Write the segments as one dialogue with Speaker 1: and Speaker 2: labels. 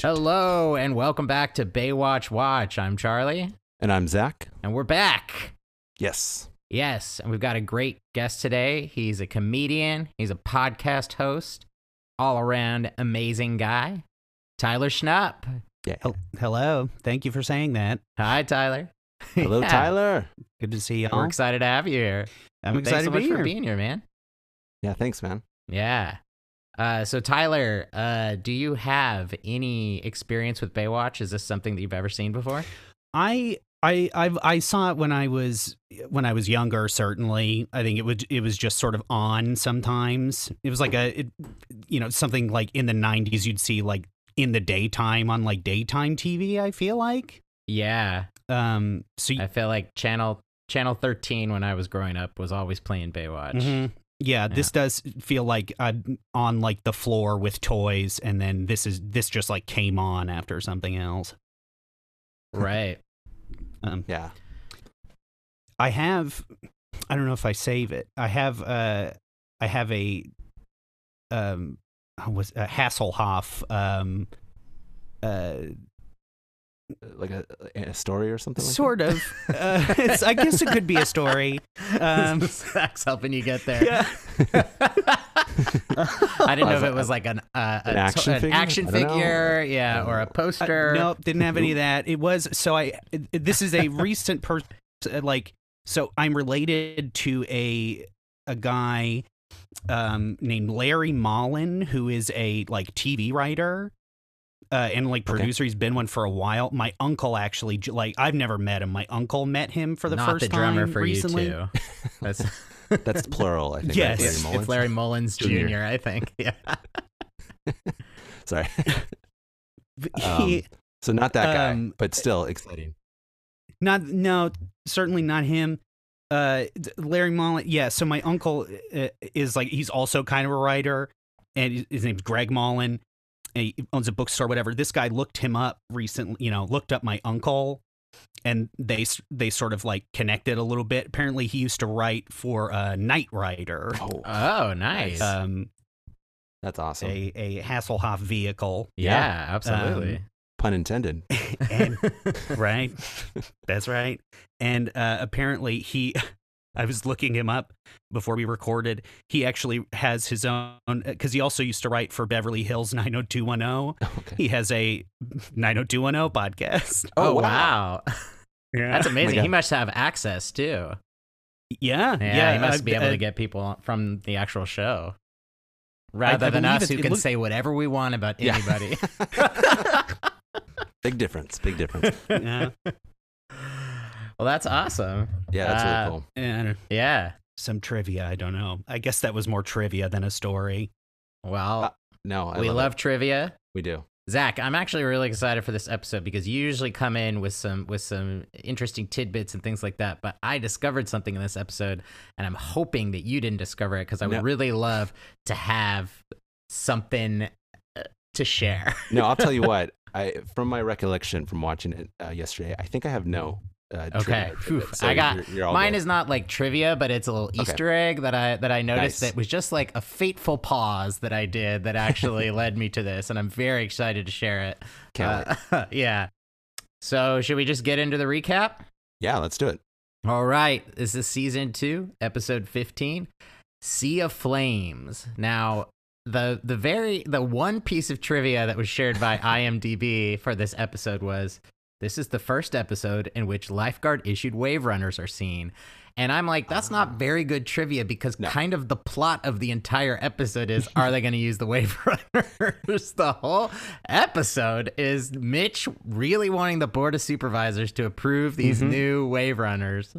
Speaker 1: Hello and welcome back to Baywatch Watch. I'm Charlie
Speaker 2: And I'm Zach.
Speaker 1: and we're back.
Speaker 2: Yes.
Speaker 1: Yes, and we've got a great guest today. He's a comedian, he's a podcast host, all around amazing guy, Tyler Schnapp.
Speaker 2: Yeah.
Speaker 3: Hel- Hello. Thank you for saying that.
Speaker 1: Hi, Tyler.
Speaker 2: Hello,
Speaker 1: Yeah,
Speaker 2: Tyler.
Speaker 3: Good to see y'all.
Speaker 1: We're excited to have you here.
Speaker 3: I'm
Speaker 1: Thanks
Speaker 3: excited
Speaker 1: so
Speaker 3: to
Speaker 1: much
Speaker 3: be here.
Speaker 1: for being here, man.
Speaker 2: Yeah. Thanks, man.
Speaker 1: Yeah. Uh, so, Tyler, uh, do you have any experience with Baywatch? Is this something that you've ever seen before?
Speaker 3: I I I've, I saw it when I was when I was younger. Certainly, I think it would it was just sort of on sometimes. It was like a it, you know something like in the '90s you'd see like in the daytime on like daytime TV. I feel like
Speaker 1: Yeah.
Speaker 3: um so.
Speaker 1: I feel like channel channel 13 when I was growing up was always playing Baywatch.
Speaker 3: Mhm. Yeah, this does feel like I'm on like the floor with toys, and then this is this just like came on after something else.
Speaker 1: Right.
Speaker 3: Um,
Speaker 2: Yeah.
Speaker 3: I have I don't know if I save it. I have uh I have a um how was a Hasselhoff um uh
Speaker 2: Like a, a story or something. Like
Speaker 3: sort of uh, it's, I guess it could be a story. Um
Speaker 1: Zach's helping you get there.
Speaker 3: yeah.
Speaker 1: I didn't know if
Speaker 2: I was
Speaker 1: it
Speaker 2: like,
Speaker 1: was like an uh, a
Speaker 2: an
Speaker 1: to-
Speaker 2: action
Speaker 1: an
Speaker 2: figure?
Speaker 1: action
Speaker 2: I don't know.
Speaker 1: figure, yeah, or a
Speaker 3: Uh,
Speaker 1: poster.
Speaker 3: nope, didn't have any of that. It was so I this is a recent person like so I'm related to a a guy um named Larry Mullen who is a like TV writer uh, and like
Speaker 2: Okay.
Speaker 3: producer, he's been one for a while. My uncle actually, j- like, I've never met him. My uncle met him for the
Speaker 1: Not
Speaker 3: first
Speaker 1: the drummer
Speaker 3: time
Speaker 1: for
Speaker 3: recently.
Speaker 1: you two. That's
Speaker 2: that. That's plural, I think. right,
Speaker 3: Yes.
Speaker 2: Larry
Speaker 1: it's,
Speaker 2: Mullen?
Speaker 1: it's Larry Mullins
Speaker 2: Junior.
Speaker 1: Jr. I think. Yeah.
Speaker 2: Sorry.
Speaker 1: Um,
Speaker 3: He,
Speaker 2: So not that guy,
Speaker 3: Um,
Speaker 2: but still exciting.
Speaker 3: not no certainly not him uh d- larry mullen yeah so my uncle uh, is like he's also kind of a writer and his- his name's greg mullen and he owns a bookstore whatever this guy looked him up recently you know looked up my uncle and they s- they sort of like connected a little bit apparently he used to write for uh night rider
Speaker 2: Oh,
Speaker 1: Oh, nice.
Speaker 3: um
Speaker 2: that's awesome.
Speaker 3: a a hasselhoff vehicle
Speaker 1: yeah, absolutely. Oh,
Speaker 2: Pun intended.
Speaker 3: and right that's right and uh apparently he i was looking him up before we recorded he actually has his own because he also used to write for beverly hills 90210
Speaker 2: Okay.
Speaker 3: he has a 90210 podcast
Speaker 1: oh, wow,
Speaker 3: yeah
Speaker 1: that's amazing.
Speaker 2: God.
Speaker 1: he must have access too.
Speaker 3: yeah
Speaker 1: Yeah, he must
Speaker 3: uh,
Speaker 1: be able
Speaker 3: uh,
Speaker 1: to get people from the actual show rather than us
Speaker 3: believe it-
Speaker 1: who
Speaker 3: it
Speaker 1: can
Speaker 3: look-
Speaker 1: say whatever we want about
Speaker 2: Yeah.
Speaker 1: anybody.
Speaker 2: Big difference. Big difference.
Speaker 3: yeah,
Speaker 1: Well, that's awesome.
Speaker 2: Yeah, that's
Speaker 1: Uh,
Speaker 2: really cool.
Speaker 3: and
Speaker 1: Yeah.
Speaker 3: some trivia i don't know i guess that was more trivia than a story
Speaker 1: Well,
Speaker 2: Uh, No, I
Speaker 1: we
Speaker 2: love,
Speaker 1: love,
Speaker 2: it.
Speaker 1: trivia.
Speaker 2: We do.
Speaker 1: Zach, I'm actually really excited for this episode because you usually come in with some with some interesting tidbits and things like that. But I discovered something in this episode, and I'm hoping that you didn't discover it because I would
Speaker 2: No.
Speaker 1: really love to have something uh, to share.
Speaker 2: No, I'll tell you what. I from my recollection from watching it uh, yesterday, I think I have no. Uh, trivia
Speaker 1: Okay.
Speaker 2: tidbits,
Speaker 1: Phew.
Speaker 2: so
Speaker 1: I got-
Speaker 2: you're- you're all
Speaker 1: Mine
Speaker 2: good.
Speaker 1: is not like trivia, but it's a little Easter egg that I that I noticed
Speaker 2: Nice.
Speaker 1: that was just like a fateful pause that I did that actually led me to this, and I'm very excited to share it.
Speaker 2: Can't
Speaker 1: Uh, yeah. So should we just get into the recap?
Speaker 2: Yeah, let's do it.
Speaker 1: All right. This is season two, episode fifteen, Sea of Flames. Now the the very the one piece of trivia that was shared by IMDb for this episode was this is the first episode in which lifeguard issued wave runners are seen. And I'm like, that's not very good trivia because
Speaker 2: No.
Speaker 1: kind of the plot of the entire episode is are they going to use the wave runners? the whole episode is Mitch really wanting the board of supervisors to approve these
Speaker 2: Mhm.
Speaker 1: new wave runners.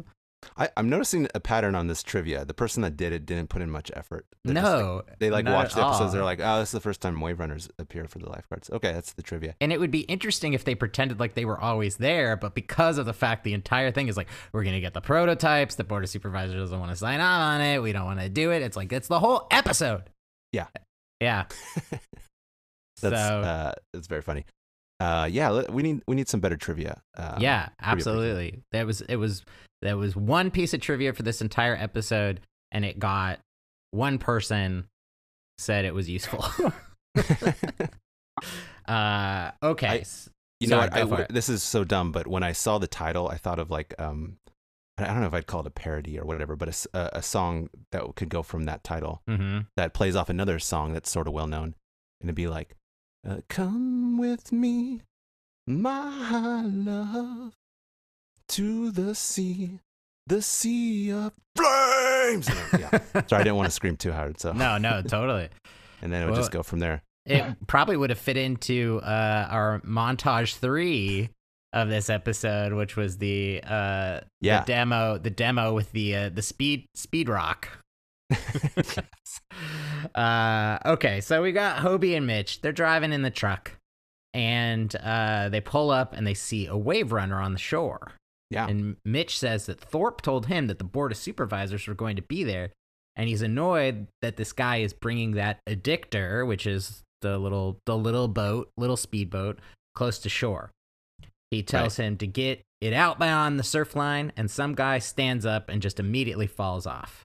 Speaker 2: I, I'm noticing a pattern on this trivia. The person that did it didn't put in much effort. They're just like-
Speaker 1: no.
Speaker 2: they like
Speaker 1: not
Speaker 2: watch
Speaker 1: at
Speaker 2: the episodes.
Speaker 1: all.
Speaker 2: They're like, oh, this is the first time wave runners appear for the lifeguards. Okay, that's the trivia.
Speaker 1: And it would be interesting if they pretended like they were always there, but because of the fact the entire thing is like, we're going to get the prototypes, the board of supervisors doesn't want to sign on on it, we don't want to do it. It's like, it's the whole episode.
Speaker 2: Yeah.
Speaker 1: Yeah. so,
Speaker 2: That's uh, that's very funny. Uh, yeah, let- we need we need some better trivia. Uh,
Speaker 1: yeah,
Speaker 2: pretty appreciative.
Speaker 1: absolutely. That was, it was, there was one piece of trivia for this entire episode, and it got one person said it was useful. Uh, okay.
Speaker 2: I-
Speaker 1: S-
Speaker 2: You
Speaker 1: Sorry,
Speaker 2: know what? I
Speaker 1: go for
Speaker 2: w-
Speaker 1: it.
Speaker 2: this is so dumb, but when I saw the title, I thought of like um, I I don't know if I'd call it a parody or whatever, but a s- a, a song that could go from that title
Speaker 1: mhm.
Speaker 2: that plays off another song that's sort of well known, and it'd be like, uh, "Come with me, my love, to the sea, the sea of flames." And, yeah. Sorry, I didn't want to scream too hard, so
Speaker 1: no, no, totally.
Speaker 2: and then it would
Speaker 1: Well-
Speaker 2: just go from there.
Speaker 1: It probably would have fit into uh, our montage three of this episode, which was the uh,
Speaker 2: Yeah,
Speaker 1: the demo the demo with the uh, the speed speed rock. uh, okay, so we got Hobie and Mitch. They're driving in the truck, and uh, they pull up and they see a wave runner on the shore.
Speaker 2: yeah.
Speaker 1: And Mitch says that Thorpe told him that the board of supervisors were going to be there, and he's annoyed that this guy is bringing that addictor, which is the little the little boat, little speedboat, close to shore. He tells him to get it out beyond the surf line, and some guy stands up and just immediately falls off.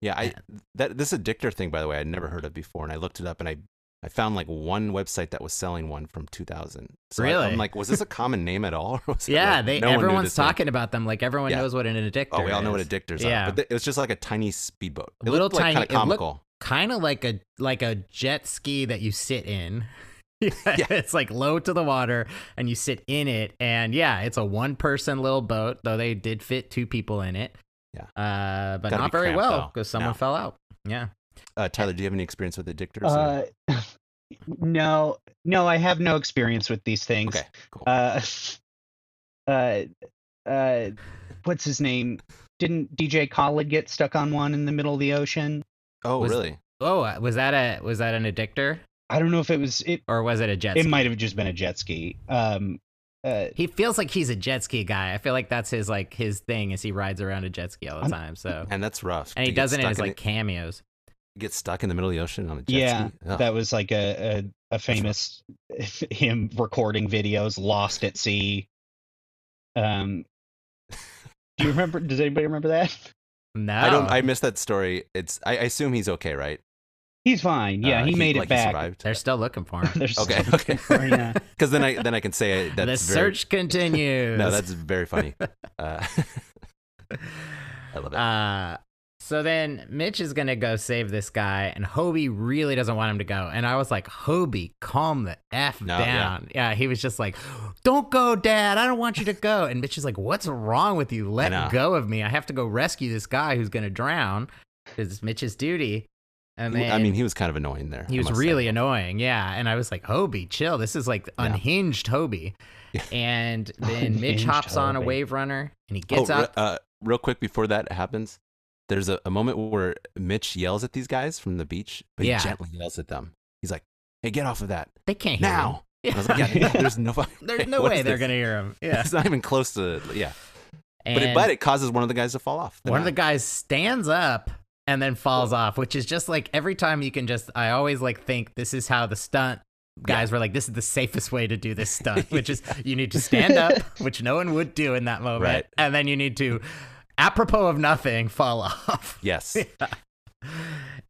Speaker 2: Yeah, I that this addictor thing, by the way, I'd never heard of before, and I looked it up, and I I found like one website that was selling one from 2000. So I-
Speaker 1: Really?
Speaker 2: I'm like, was this a common name at all? Or was it,
Speaker 1: yeah,
Speaker 2: like,
Speaker 1: they
Speaker 2: no one knew
Speaker 1: everyone's
Speaker 2: this name?
Speaker 1: talking about them like everyone
Speaker 2: Yeah.
Speaker 1: knows what an addictor.
Speaker 2: Oh, we all know what
Speaker 1: is.
Speaker 2: addictors
Speaker 1: Yeah.
Speaker 2: are. But th- it was just like a tiny speedboat. It
Speaker 1: Little
Speaker 2: looked like
Speaker 1: tiny-
Speaker 2: kind
Speaker 1: it
Speaker 2: of
Speaker 1: looked-
Speaker 2: comical.
Speaker 1: kind of like a like a jet ski that you sit in.
Speaker 2: Yeah.
Speaker 1: it's like low to the water and you sit in it and yeah, it's a one person little boat though they did fit two people in it.
Speaker 2: Yeah.
Speaker 1: Uh but
Speaker 2: Gotta
Speaker 1: not
Speaker 2: be
Speaker 1: very
Speaker 2: cramped,
Speaker 1: well
Speaker 2: though.
Speaker 1: cuz someone
Speaker 2: No.
Speaker 1: fell out. Yeah.
Speaker 2: Uh, Tyler, do you have any experience with addictors? or-
Speaker 3: Uh, no, no, I have no experience with these things.
Speaker 2: okay, cool.
Speaker 3: Uh, uh, uh, what's his name? Didn't DJ Khaled get stuck on one in the middle of the ocean?
Speaker 2: oh,
Speaker 1: was-
Speaker 2: really?
Speaker 1: Oh, uh, was that a was that an addictor
Speaker 3: I don't know if it was it.
Speaker 1: or was it a jet
Speaker 3: It
Speaker 1: ski?
Speaker 3: might have just been a jet ski. Um, uh,
Speaker 1: he feels like he's a jet ski guy. I feel like that's his like his thing is he rides around a jet ski all the
Speaker 3: I'm-
Speaker 1: time. So
Speaker 2: And that's rough.
Speaker 1: and
Speaker 2: to
Speaker 1: he
Speaker 2: get
Speaker 1: does it in
Speaker 2: stuck
Speaker 1: his like
Speaker 2: it-
Speaker 1: cameos.
Speaker 2: get stuck in the middle of the ocean on a jet
Speaker 3: Yeah,
Speaker 2: ski. Ugh.
Speaker 3: that was like a a, a famous him recording videos lost at sea. Um, do you remember? Does anybody remember that?
Speaker 1: No.
Speaker 2: I don't. I missed that story. It's. I, I assume he's okay, right?
Speaker 3: He's fine. Yeah,
Speaker 2: Uh,
Speaker 3: he made
Speaker 2: like,
Speaker 3: it back.
Speaker 2: survived.
Speaker 1: They're still looking for him.
Speaker 3: There's
Speaker 2: Okay,
Speaker 3: some-
Speaker 2: okay.
Speaker 3: yeah.
Speaker 2: Because then I then I can say I-
Speaker 1: the
Speaker 2: that's very,
Speaker 1: search continues.
Speaker 2: No, that's very funny. Uh, I love it.
Speaker 1: Uh, so then Mitch is gonna go save this guy, and Hobie really doesn't want him to go. And I was like, Hobie, calm the f
Speaker 2: No, yeah.
Speaker 1: down. Yeah. he was just like, "Don't go, Dad. I don't want you to go." And Mitch is like, "What's wrong with you?
Speaker 2: know.
Speaker 1: Let go of me. I have to go rescue this guy who's gonna drown. It's Mitch's duty." And then
Speaker 2: I mean, he was kind of annoying there.
Speaker 1: he
Speaker 2: I
Speaker 1: was
Speaker 2: must
Speaker 1: really
Speaker 2: say.
Speaker 1: annoying, yeah. And I was like, Hobie, chill. This is like
Speaker 2: Yeah.
Speaker 1: unhinged Hobie.
Speaker 2: Yeah.
Speaker 1: And then Mitch
Speaker 3: Unhinged
Speaker 1: hops on a
Speaker 3: Hobie.
Speaker 1: wave runner and he gets
Speaker 2: oh, re-
Speaker 1: up.
Speaker 2: uh, real quick before that happens, there's a, a moment where Mitch yells at these guys from the beach, but
Speaker 1: Yeah.
Speaker 2: he gently yells at them. He's like, "Hey, get off of that
Speaker 1: They can't hear him.
Speaker 2: now!"
Speaker 1: Yeah.
Speaker 2: And I was like, yeah, yeah, "There's no, fucking
Speaker 1: There's no
Speaker 2: What
Speaker 1: way
Speaker 2: is
Speaker 1: they're
Speaker 2: this?
Speaker 1: going to hear him. Yeah.
Speaker 2: It's not even close to yeah." but it,
Speaker 1: And
Speaker 2: but it causes one of the guys to fall off.
Speaker 1: one of the guys stands up and then falls off, which is just like every time you can just, I always like think this is how the stunt guys were like, this is the safest way to do this stunt, which is you need to stand up, which no one would do in that moment.
Speaker 2: Right.
Speaker 1: And then you need to, apropos of nothing, fall off.
Speaker 2: yes,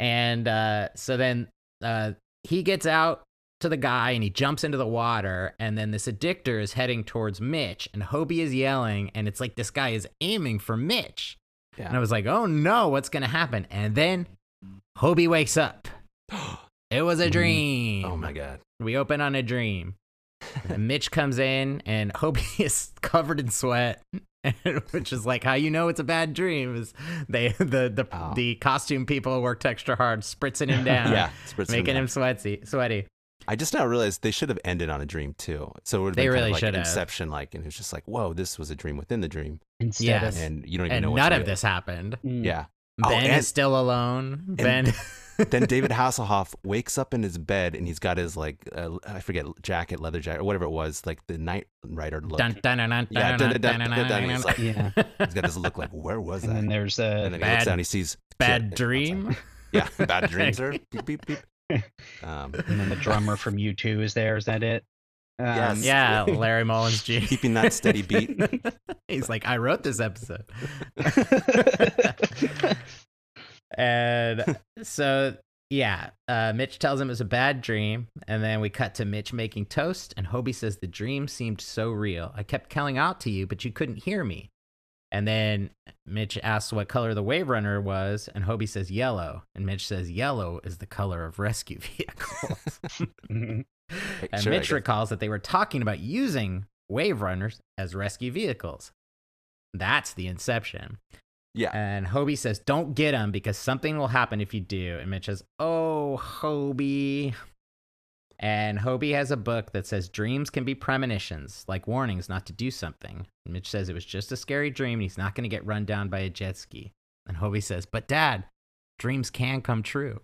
Speaker 1: and uh, so then uh, he gets out to the guy and he jumps into the water and then this addictor is heading towards mitch and hobie is yelling and it's like this guy is aiming for mitch
Speaker 2: Yeah.
Speaker 1: and i was like oh no what's gonna happen and then hobie wakes up it was a
Speaker 2: Mm.
Speaker 1: dream
Speaker 2: oh my god,
Speaker 1: we open on a dream and mitch comes in and hobie is covered in sweat which is like how you know it's a bad dream is they the the,
Speaker 2: Oh.
Speaker 1: the costume people worked extra hard spritzing him down
Speaker 2: yeah, it's pretty
Speaker 1: making
Speaker 2: similar.
Speaker 1: him sweaty sweaty
Speaker 2: I just now realized they should have ended on a dream too. So it would have
Speaker 1: They
Speaker 2: been
Speaker 1: really
Speaker 2: kind of like
Speaker 1: should
Speaker 2: an
Speaker 1: have.
Speaker 2: Inception, like, and it was just like, "Whoa, this was a dream within the dream,"
Speaker 3: Instead
Speaker 1: Yeah.
Speaker 3: of-
Speaker 2: and you don't even
Speaker 1: and
Speaker 2: know. what's
Speaker 1: none of
Speaker 2: real.
Speaker 1: this happened
Speaker 3: Mm.
Speaker 2: Yeah. Oh,
Speaker 1: ben
Speaker 2: and-
Speaker 1: is still alone ben
Speaker 2: then David Hasselhoff wakes up in his bed and he's got his like uh, I forget jacket, leather jacket, or whatever it was, like the Knight Rider look.
Speaker 1: dun, dun, dun, dun,
Speaker 2: yeah,
Speaker 1: dun, dun,
Speaker 2: dun,
Speaker 1: dun,
Speaker 2: dun,
Speaker 1: dun,
Speaker 2: dun, dun, dun. He's, like,
Speaker 3: Yeah.
Speaker 2: he's got this look like where was
Speaker 3: And then
Speaker 2: that?
Speaker 3: there's uh,
Speaker 2: And
Speaker 3: a
Speaker 2: then he looks
Speaker 1: Bad-
Speaker 2: down, he sees
Speaker 1: bad
Speaker 2: shit.
Speaker 1: dream
Speaker 2: Yeah, bad dreams are beep beep beep. Um,
Speaker 3: and then the drummer from U2 is there. Is that it? Um,
Speaker 2: Yes.
Speaker 1: yeah larry mullins G.
Speaker 2: keeping that steady beat.
Speaker 1: he's like i wrote this episode and so yeah, uh, Mitch tells him it was a bad dream, and then we cut to Mitch making toast, and Hobie says the dream seemed so real. I kept calling out to you, but you couldn't hear me. And then Mitch asks what color the Wave Runner was, and Hobie says yellow, and Mitch says yellow is the color of rescue vehicles.
Speaker 3: Mhm.
Speaker 1: and
Speaker 2: Sure, I
Speaker 1: Mitch
Speaker 2: guess.
Speaker 1: recalls that they were talking about using Wave Runners as rescue vehicles. That's the inception.
Speaker 2: Yeah.
Speaker 1: And Hobie says, Don't get him because something will happen if you do. And Mitch says, Oh, Hobie. And Hobie has a book that says dreams can be premonitions, like warnings not to do something. And Mitch says it was just a scary dream and he's not going to get run down by a jet ski. And Hobie says, But dad, dreams can come true.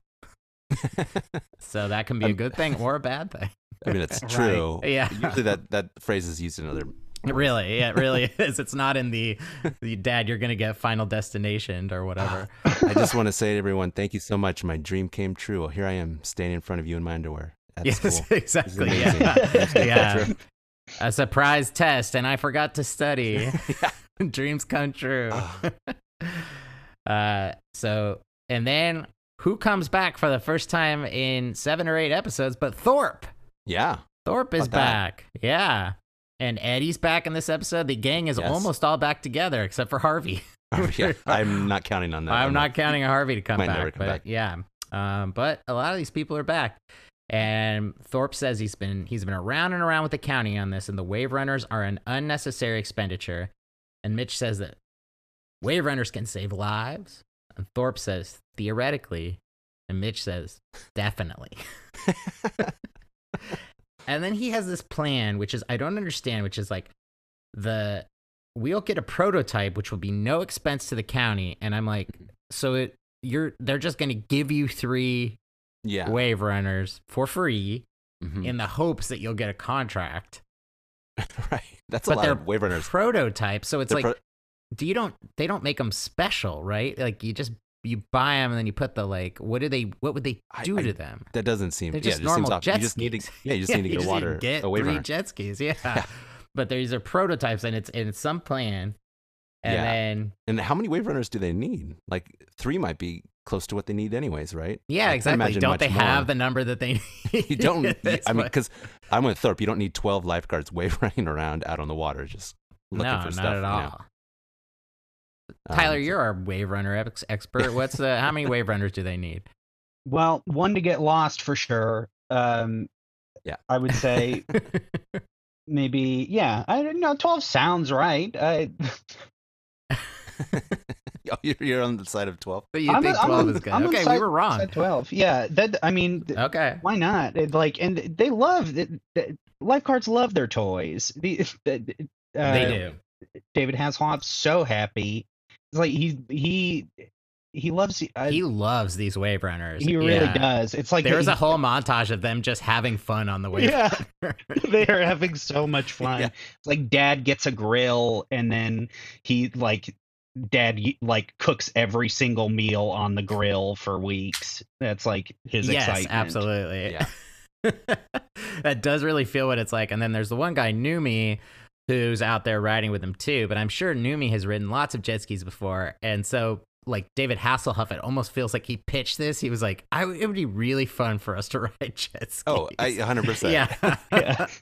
Speaker 1: So that can be a
Speaker 2: Um,
Speaker 1: good thing or a bad thing.
Speaker 2: I mean, it's
Speaker 3: Right.
Speaker 2: true.
Speaker 1: Yeah.
Speaker 2: Usually that, that phrase is used in other.
Speaker 1: It Really, yeah, it really is. It's not in the, the dad, you're going to get final destination or whatever.
Speaker 2: I just want to say to everyone, thank you so much. My dream came true. Here I am standing in front of you in my underwear. That's
Speaker 1: yes,
Speaker 2: cool.
Speaker 1: exactly.
Speaker 2: amazing.
Speaker 1: Yeah.
Speaker 3: Yeah.
Speaker 1: yeah. A surprise test, and I forgot to study. Dreams come true.
Speaker 2: Ah.
Speaker 1: uh, so, and then who comes back for the first time in seven or eight episodes but Thorpe?
Speaker 2: Yeah.
Speaker 1: Thorpe is
Speaker 2: About that.
Speaker 1: back. Yeah. And Eddie's back in this episode. The gang is
Speaker 2: Yes.
Speaker 1: almost all back together except for Harvey.
Speaker 2: yeah. I'm not counting on that.
Speaker 1: I'm not counting on Harvey to come
Speaker 2: Might
Speaker 1: back,
Speaker 2: never come
Speaker 1: but
Speaker 2: back.
Speaker 1: yeah. Um, but a lot of these people are back, and Thorpe says he's been he's been around and around with the county on this, and the wave runners are an unnecessary expenditure. And Mitch says that wave runners can save lives, and Thorpe says theoretically, and Mitch says definitely. and then he has this plan, which is I don't understand, which is like the we'll get a prototype, which will be no expense to the county. And I'm like,
Speaker 2: Mm-hmm.
Speaker 1: so it you're they're just gonna give you three
Speaker 2: Yeah.
Speaker 1: wave runners for free
Speaker 2: Mhm.
Speaker 1: in the hopes that you'll get a contract.
Speaker 2: Right. That's a
Speaker 1: but
Speaker 2: lot
Speaker 1: they're
Speaker 2: of wave runners.
Speaker 1: Prototypes, so it's
Speaker 2: They're
Speaker 1: like do you don't they don't make them special, right? Like you just you buy them and then you put the like what do they what would they
Speaker 2: I-
Speaker 1: do
Speaker 2: I-
Speaker 1: to them?
Speaker 2: That doesn't seem.
Speaker 1: They're
Speaker 2: yeah,
Speaker 1: just
Speaker 2: it just seems
Speaker 1: normal
Speaker 2: off.
Speaker 1: jet
Speaker 2: You just need to.
Speaker 1: skis.
Speaker 2: Yeah, you just need to get a water.
Speaker 1: Get
Speaker 2: a wave
Speaker 1: three
Speaker 2: runner.
Speaker 1: jet skis, yeah. but there's are prototypes and it's and it's some plan. And
Speaker 2: Yeah.
Speaker 1: then
Speaker 2: and how many wave runners do they need? Like three might be close to what they need, anyways, right? I
Speaker 1: yeah,
Speaker 2: can't
Speaker 1: exactly.
Speaker 2: imagine
Speaker 1: Don't
Speaker 2: much
Speaker 1: they
Speaker 2: more.
Speaker 1: have the number that they need?
Speaker 2: You don't. you-
Speaker 1: That's
Speaker 2: I mean,
Speaker 1: what-
Speaker 2: because I'm with Thorpe. You don't need 12 lifeguards wave running around out on the water, just looking
Speaker 1: no,
Speaker 2: for
Speaker 1: not
Speaker 2: stuff.
Speaker 1: at all.
Speaker 2: you know? Um,
Speaker 1: Tyler,
Speaker 2: so-
Speaker 1: you're our wave runner ex- expert. What's the how many wave runners do they need?
Speaker 3: Well, one to get lost for sure. Um,
Speaker 2: Yeah.
Speaker 3: I would say maybe yeah. I don't know. Twelve sounds right. I,
Speaker 2: Oh, you're, you're on the side of 12.
Speaker 1: But you
Speaker 3: I'm
Speaker 1: think
Speaker 3: a- I'm
Speaker 1: twelve
Speaker 3: on-
Speaker 1: is good?
Speaker 3: I'm on
Speaker 1: okay, we
Speaker 3: side-
Speaker 1: were wrong.
Speaker 3: said twelve. Yeah. That I mean, th-
Speaker 1: Okay,
Speaker 3: why not? It, like, and they love the, the, lifeguards love their toys. The, the, uh,
Speaker 1: they do.
Speaker 3: David Hasselhoff's so happy. It's like he he he loves. I,
Speaker 1: he
Speaker 3: he,
Speaker 1: loves these wave runners.
Speaker 3: really
Speaker 1: Yeah.
Speaker 3: does. It's like
Speaker 1: There's
Speaker 3: they,
Speaker 1: a whole montage of them just having fun on the wave.
Speaker 3: Yeah.
Speaker 1: runner.
Speaker 3: they are having so much fun.
Speaker 2: Yeah.
Speaker 3: It's like dad gets a grill and then he like dad y- like cooks every single meal on the grill for weeks. That's like his
Speaker 1: yes,
Speaker 3: excitement.
Speaker 1: absolutely.
Speaker 2: Yeah.
Speaker 1: that does really feel what it's like. And then there's the one guy, Numi, who's out there riding with him too. But I'm sure Numi has ridden lots of jet skis before. And so, like David Hasselhoff, it almost feels like he pitched this. He was like, I, it would be really fun for us to ride jet skis.
Speaker 2: Oh, I, 100%.
Speaker 1: yeah.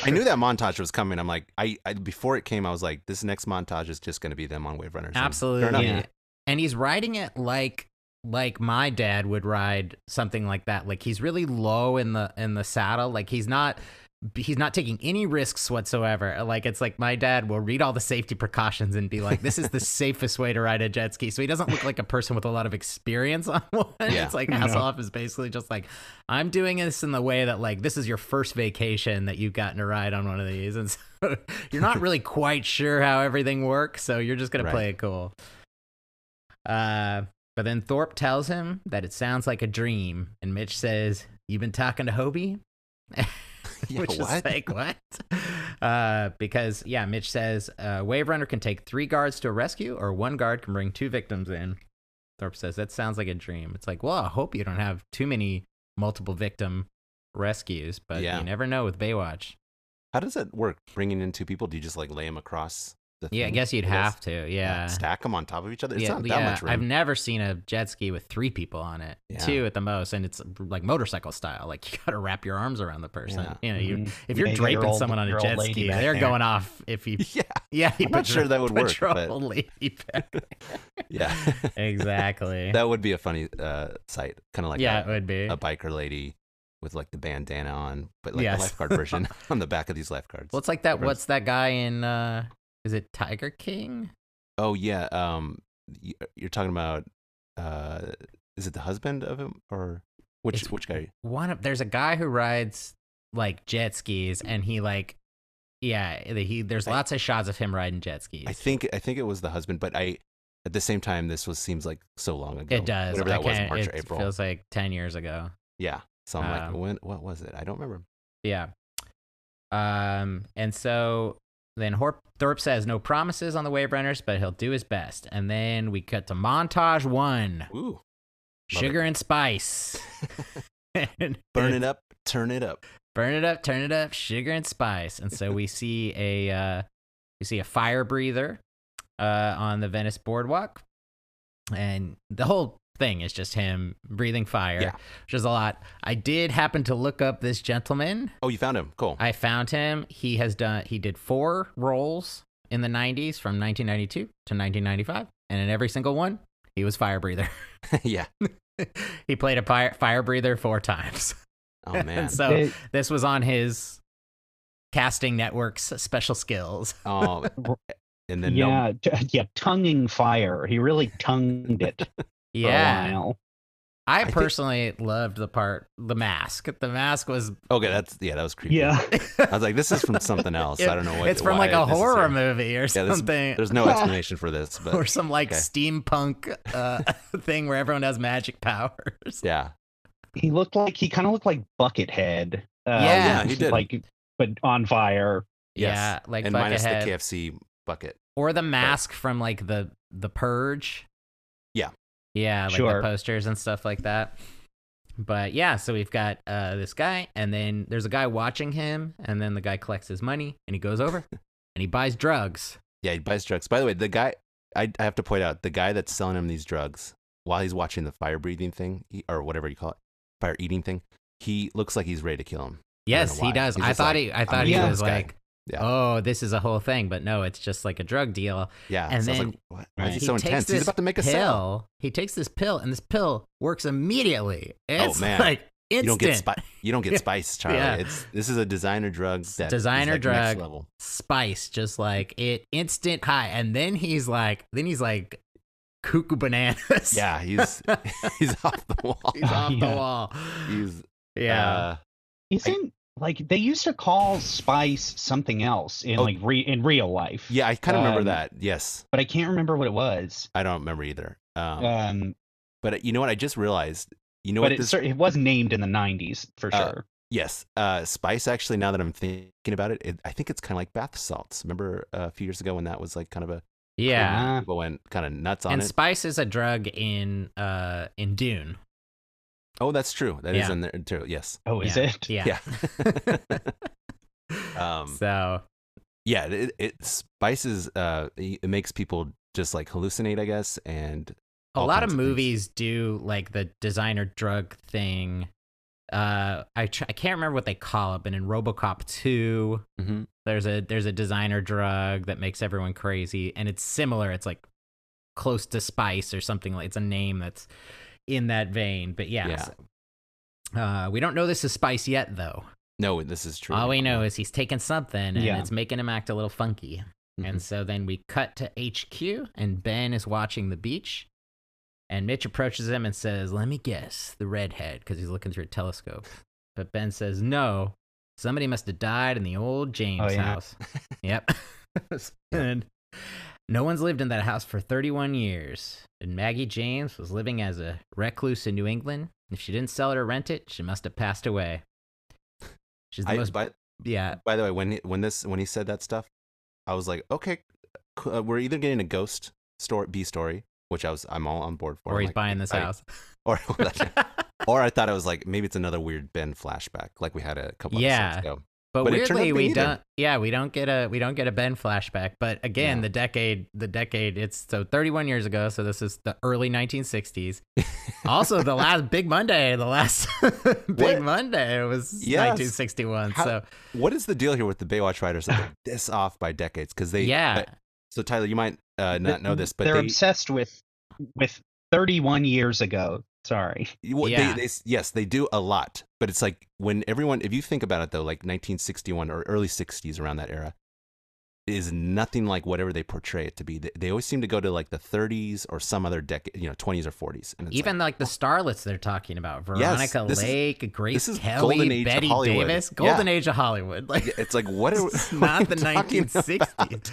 Speaker 3: Yeah.
Speaker 2: I knew that montage was coming. I'm like, I, I before it came, I was like, this next montage is just going to be them on wave runners. And
Speaker 1: Absolutely.
Speaker 2: Fair enough.
Speaker 3: Yeah.
Speaker 1: And he's riding it like like my dad would ride something like that. Like he's really low in the in the saddle. Like he's not he's not taking any risks whatsoever. Like it's like my dad will read all the safety precautions and be like, "This is the safest way to ride a jet ski." So he doesn't look like a person with a lot of experience on one.
Speaker 2: Yeah.
Speaker 1: It's like
Speaker 3: No.
Speaker 1: Hasselhoff is basically just like, "I'm doing this in the way that like this is your first vacation that you've gotten to ride on one of these," and so you're not really quite sure how everything works. So you're just gonna
Speaker 2: Right.
Speaker 1: play it cool. Uh, but then Thorpe tells him that it sounds like a dream, and Mitch says, "You've been talking to Hobie."
Speaker 2: Yeah,
Speaker 1: Which
Speaker 2: what?
Speaker 1: is like what? Uh, because yeah, Mitch says uh, Wave Runner can take three guards to a rescue, or one guard can bring two victims in. Thorpe says that sounds like a dream. It's like, well, I hope you don't have too many multiple victim rescues, but
Speaker 2: Yeah.
Speaker 1: you never know with Baywatch.
Speaker 2: How does that work? Bringing in two people? Do you just like lay them across the
Speaker 1: Yeah, I
Speaker 2: thing?
Speaker 1: guess you'd
Speaker 2: It is.
Speaker 1: have to. Yeah.
Speaker 2: Stack them on top of each other. It's
Speaker 1: yeah,
Speaker 2: not that
Speaker 1: yeah.
Speaker 2: much room.
Speaker 1: I've never seen a jet ski with three people on it,
Speaker 2: Yeah.
Speaker 1: two at the most, and it's like motorcycle style. Like you got to wrap your arms around the person.
Speaker 2: Yeah.
Speaker 1: You know, you
Speaker 3: Mhm.
Speaker 1: if you're
Speaker 3: Yeah, you got your
Speaker 1: draping
Speaker 3: old-
Speaker 1: someone on a
Speaker 3: your
Speaker 1: jet
Speaker 3: old lady
Speaker 1: ski,
Speaker 3: back
Speaker 1: they're
Speaker 3: there.
Speaker 1: going off. If you,
Speaker 2: yeah,
Speaker 1: yeah, you
Speaker 2: I'm not
Speaker 1: put
Speaker 2: sure
Speaker 1: your
Speaker 2: that would work,
Speaker 1: patrol
Speaker 2: but-
Speaker 1: lady back.
Speaker 2: yeah.
Speaker 1: exactly.
Speaker 2: that would be a funny uh, sight, kind of like
Speaker 1: yeah,
Speaker 2: a-
Speaker 1: it would be.
Speaker 2: a biker lady with like the bandana on, but like
Speaker 1: Yes.
Speaker 2: the lifeguard version on the back of these lifeguards.
Speaker 1: Well, it's like that.
Speaker 2: Gross.
Speaker 1: What's that guy in? uh Is it Tiger King?
Speaker 2: oh yeah, um, y- you're talking about uh, is it the husband of him or which
Speaker 1: It's-
Speaker 2: which guy?
Speaker 1: One of there's a guy who rides like jet skis, and he like, yeah, he there's
Speaker 2: I-
Speaker 1: lots of shots of him riding jet skis.
Speaker 2: I think I think it was the husband, but I at the same time this was seems like so long ago.
Speaker 1: It does.
Speaker 2: Whatever
Speaker 1: I
Speaker 2: that was,
Speaker 1: can't-
Speaker 2: March
Speaker 1: it
Speaker 2: or April.
Speaker 1: Feels like ten years ago.
Speaker 2: yeah. So I'm like,
Speaker 1: Um,
Speaker 2: when what was it? I don't remember.
Speaker 1: Yeah. Um, and so then Horp, Thorpe says no promises on the Wave Runners, but he'll do his best. And then we cut to montage one:
Speaker 2: Ooh, Love
Speaker 1: sugar and spice.
Speaker 2: burn it up, turn it up.
Speaker 1: burn it up, turn it up, sugar and spice. And so we see a uh, we see a fire breather uh, on the Venice boardwalk, and the whole thing is just him breathing fire,
Speaker 2: Yeah.
Speaker 1: which is a lot. I did happen to look up this gentleman.
Speaker 2: Oh, you found him. Cool.
Speaker 1: I found him. He has done. He did four roles in the '90s, from 1992 to 1995, and in every single one, he was fire breather.
Speaker 2: yeah.
Speaker 1: he played a fire, fire breather four times.
Speaker 2: Oh man.
Speaker 1: And so
Speaker 3: They-
Speaker 1: this was on his casting network's special skills.
Speaker 2: oh, and then no
Speaker 3: yeah, t- yeah, tonguing fire. He really tongued it for a
Speaker 1: Yeah.
Speaker 3: while.
Speaker 1: I
Speaker 2: think-
Speaker 1: personally loved the part, the mask. The mask was,
Speaker 2: Okay, that's yeah, that was creepy.
Speaker 3: Yeah,
Speaker 2: I was like, this is from something else. I don't know what
Speaker 1: it's from like
Speaker 2: why
Speaker 1: a
Speaker 2: this is
Speaker 1: horror
Speaker 2: here.
Speaker 1: movie or
Speaker 2: this-
Speaker 1: something.
Speaker 2: There's no explanation for this,
Speaker 1: or
Speaker 2: but
Speaker 1: some like
Speaker 2: okay.
Speaker 1: steampunk uh, thing where everyone has magic powers.
Speaker 2: yeah,
Speaker 3: he looked like he kind of looked like Buckethead. Uh,
Speaker 1: Yeah,
Speaker 2: he did.
Speaker 3: Like, but on fire.
Speaker 2: Yes.
Speaker 1: Yeah, like
Speaker 2: and minus the
Speaker 1: Buckethead.
Speaker 2: KFC bucket.
Speaker 1: or the mask from like the the purge
Speaker 2: Yeah.
Speaker 1: yeah like the
Speaker 3: Sure.
Speaker 1: posters and stuff like that but yeah so we've got uh this guy and then there's a guy watching him and then the guy collects his money and he goes over and he buys drugs
Speaker 2: Yeah, he buys drugs. By the way, the guy I, I have to point out the guy that's selling him these drugs while he's watching the fire breathing thing he- or whatever you call it, fire eating thing. He looks like he's ready to kill him.
Speaker 1: yes he
Speaker 2: why.
Speaker 1: does
Speaker 2: He's
Speaker 1: i
Speaker 2: just
Speaker 1: thought
Speaker 2: like,
Speaker 1: he i
Speaker 2: gonna
Speaker 1: thought he
Speaker 3: kill
Speaker 1: was
Speaker 2: this guy.
Speaker 1: like
Speaker 2: Yeah.
Speaker 1: oh this is a whole thing but no it's just like a drug deal
Speaker 2: Yeah,
Speaker 1: And
Speaker 2: so I was
Speaker 1: then
Speaker 2: like, what? Why is he,
Speaker 3: Right.
Speaker 2: so
Speaker 1: he takes
Speaker 2: intense?
Speaker 1: this
Speaker 2: He's about to make a sale.
Speaker 1: pill he takes this pill and this pill works immediately it's
Speaker 2: Oh, man.
Speaker 1: like
Speaker 2: You don't
Speaker 1: instant
Speaker 2: get spi- you don't
Speaker 1: Yeah.
Speaker 2: get spice, Charlie.
Speaker 1: Yeah.
Speaker 2: It's this is a designer drug that is,
Speaker 1: designer
Speaker 2: like, next
Speaker 1: drug.
Speaker 2: level.
Speaker 1: spice just like it instant high and then he's like then he's like cuckoo bananas
Speaker 2: Yeah, he's he's off the wall.
Speaker 1: he's off the
Speaker 3: Yeah.
Speaker 1: wall
Speaker 2: He's
Speaker 1: yeah
Speaker 2: uh,
Speaker 3: Isn't like they used to call spice something else in
Speaker 2: Oh.
Speaker 3: like re- in real life.
Speaker 2: Yeah, I kind of remember
Speaker 3: Um,
Speaker 2: that. Yes,
Speaker 3: but I can't remember what it was.
Speaker 2: I don't remember either. Um,
Speaker 3: Um,
Speaker 2: but uh, you know what? I just realized. You know
Speaker 3: but
Speaker 2: what?
Speaker 3: it,
Speaker 2: This,
Speaker 3: cer- it was named in the '90s for
Speaker 2: Uh,
Speaker 3: sure.
Speaker 2: yes, uh, spice. Actually, now that I'm thinking about it, it I think it's kind of like bath salts. Remember uh, a few years ago when that was like kind of a
Speaker 1: yeah
Speaker 3: Ah.
Speaker 2: people went kind of nuts on
Speaker 1: and
Speaker 2: it.
Speaker 1: spice is a drug in uh in dune
Speaker 2: oh, that's true. That is
Speaker 1: Yeah.
Speaker 2: in there too. Yes.
Speaker 3: Oh, is
Speaker 1: yeah.
Speaker 3: it?
Speaker 1: yeah,
Speaker 2: Yeah. um,
Speaker 1: so
Speaker 2: yeah. It, it spices. Uh, it it makes people just like hallucinate, I guess, and
Speaker 1: a
Speaker 2: all
Speaker 1: lot
Speaker 2: kinds
Speaker 1: of
Speaker 2: of things.
Speaker 1: movies do like the designer drug thing uh i tr- i can't remember what they call it but in robocop 2
Speaker 2: Mhm.
Speaker 1: there's a there's a designer drug that makes everyone crazy and it's similar it's like close to spice or something like it's a name that's in that vein but yeah,
Speaker 2: Yeah.
Speaker 1: so- uh, we don't know this is spice yet though
Speaker 2: no, this is true.
Speaker 1: all we know is he's taking something and
Speaker 3: Yeah.
Speaker 1: it's making him act a little funky and so then we cut to hq and ben is watching the beach and mitch approaches him and says let me guess the redhead because he's looking through a telescope but ben says no somebody must have died in the old james
Speaker 3: yeah.
Speaker 1: house Yep. and no one's lived in that house for 31 years. And Maggie James was living as a recluse in New England. If she didn't sell it or rent it, she must have passed away. She's the
Speaker 2: I,
Speaker 1: most.
Speaker 2: but
Speaker 1: yeah.
Speaker 2: By the way, when he, when this when he said that stuff, I was like, okay, c- uh, we're either getting a ghost story B story, which I was I'm all on board for.
Speaker 1: Or
Speaker 2: I'm
Speaker 1: he's
Speaker 2: like,
Speaker 1: buying this
Speaker 2: I-
Speaker 1: house.
Speaker 2: Or or I thought it was like maybe it's another weird Ben flashback, like we had a couple
Speaker 1: Yeah.
Speaker 2: episodes ago.
Speaker 1: But,
Speaker 2: But it turned out
Speaker 1: weirdly,
Speaker 2: to be
Speaker 1: we
Speaker 2: neither.
Speaker 1: don't. Yeah, we don't get a we don't get a Ben flashback. But again,
Speaker 2: No.
Speaker 1: the decade, the decade. It's so 31 years ago. So this is the early 1960s. also, the last Big Monday, the last Big
Speaker 2: What?
Speaker 1: Monday was
Speaker 2: Yes.
Speaker 1: 1961.
Speaker 2: How-
Speaker 1: so
Speaker 2: What is the deal here with the Baywatch writers? that They're this off by decades because they.
Speaker 1: yeah,
Speaker 2: uh, so Tyler, you might uh, not know this, but
Speaker 3: they're
Speaker 2: they,
Speaker 3: obsessed with with 31 years ago. Sorry.
Speaker 2: you- well, they-
Speaker 1: Yeah.
Speaker 2: they s- yes, they do a lot, but it's like when everyone, if you think about it though, like 1961 or early 60s around that era, is nothing like whatever they portray it to be. They, they always seem to go to like the 30s or some other decade, you know, 20s or 40s. And it's like,
Speaker 1: even like the starlets they're talking about,
Speaker 2: Yes,
Speaker 1: Veronica
Speaker 2: this is-
Speaker 1: Lake, Grace
Speaker 2: this is
Speaker 1: Kelly,
Speaker 2: golden age of
Speaker 1: Betty
Speaker 2: Hollywood.
Speaker 1: Davis,
Speaker 2: Yeah.
Speaker 1: golden age of Hollywood. Like
Speaker 2: it's like what are,
Speaker 1: It's
Speaker 2: what
Speaker 1: not
Speaker 2: are you
Speaker 1: the
Speaker 2: talking about?
Speaker 1: 1960s.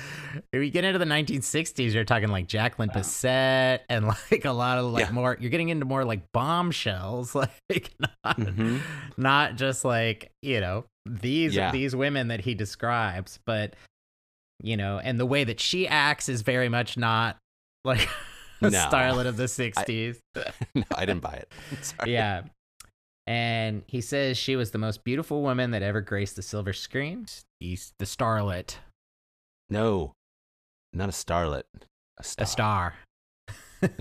Speaker 1: If you get into the 1960s, you're talking like Jacqueline
Speaker 3: Wow.
Speaker 1: Bisset and like a lot of like
Speaker 2: Yeah.
Speaker 1: more. You're getting into more like bombshells, like not,
Speaker 2: Mhm.
Speaker 1: not just like you know these
Speaker 2: Yeah.
Speaker 1: these women that he describes, but you know, and the way that she acts is very much not like a
Speaker 2: No.
Speaker 1: starlet of the 60s.
Speaker 2: no, I didn't buy it. Sorry.
Speaker 1: Yeah. And he says she was the most beautiful woman that ever graced the silver screen. He's the starlet,
Speaker 2: No, not a starlet. A star.
Speaker 1: a star.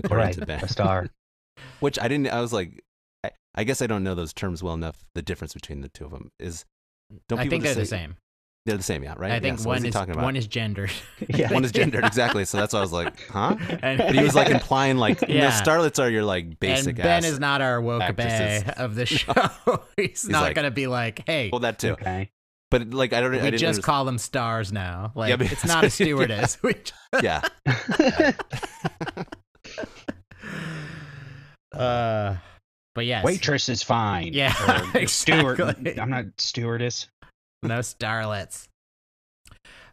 Speaker 2: according to Ben.
Speaker 3: A star.
Speaker 2: Which I didn't. I was like, I, I guess I don't know those terms well enough. The difference between the two of them is. Don't
Speaker 1: I
Speaker 2: people
Speaker 1: think they're
Speaker 2: just
Speaker 1: the
Speaker 2: say-
Speaker 1: same.
Speaker 2: They're the same, yeah, right?
Speaker 1: I think
Speaker 2: yeah, so what
Speaker 1: one
Speaker 2: he
Speaker 1: is
Speaker 2: talking about?
Speaker 1: one is gendered.
Speaker 3: Yeah.
Speaker 2: One is gendered, exactly. So that's why I was like, huh?
Speaker 1: And,
Speaker 2: But he was like implying like no,
Speaker 1: Yeah.
Speaker 2: starlets are your like basic
Speaker 1: and Ben
Speaker 2: ass.
Speaker 1: is not our woke bay
Speaker 2: actresses.
Speaker 1: of the show. He's, not
Speaker 2: like-
Speaker 1: gonna be like, hey,
Speaker 2: well that too.
Speaker 3: Okay.
Speaker 2: But like I don't I
Speaker 1: we
Speaker 2: didn't
Speaker 1: just
Speaker 2: understand-
Speaker 1: call them stars now. Like
Speaker 2: but-
Speaker 1: it's not a stewardess. We just-
Speaker 2: Yeah.
Speaker 1: uh, but yes,
Speaker 3: Waitress is fine.
Speaker 1: Yeah,
Speaker 3: Or Steward.
Speaker 1: exactly.
Speaker 3: I'm not stewardess.
Speaker 1: no starlets.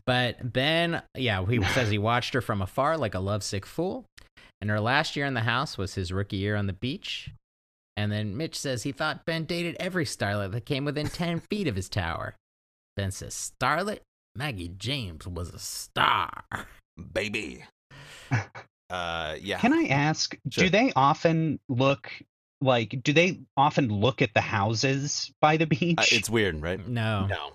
Speaker 1: But Ben, yeah, he says he watched her from afar like a lovesick fool. And her last year in the house was his rookie year on the beach. And then Mitch says he thought Ben dated every starlet that came within 10 feet of his tower. Ben says, Starlet? Maggie James was a star.
Speaker 2: Baby. Uh yeah.
Speaker 3: Can I ask,
Speaker 2: Sure.
Speaker 3: do they often look like do they often look at the houses by the beach?
Speaker 2: Uh, it's weird, right?
Speaker 1: No.
Speaker 2: No.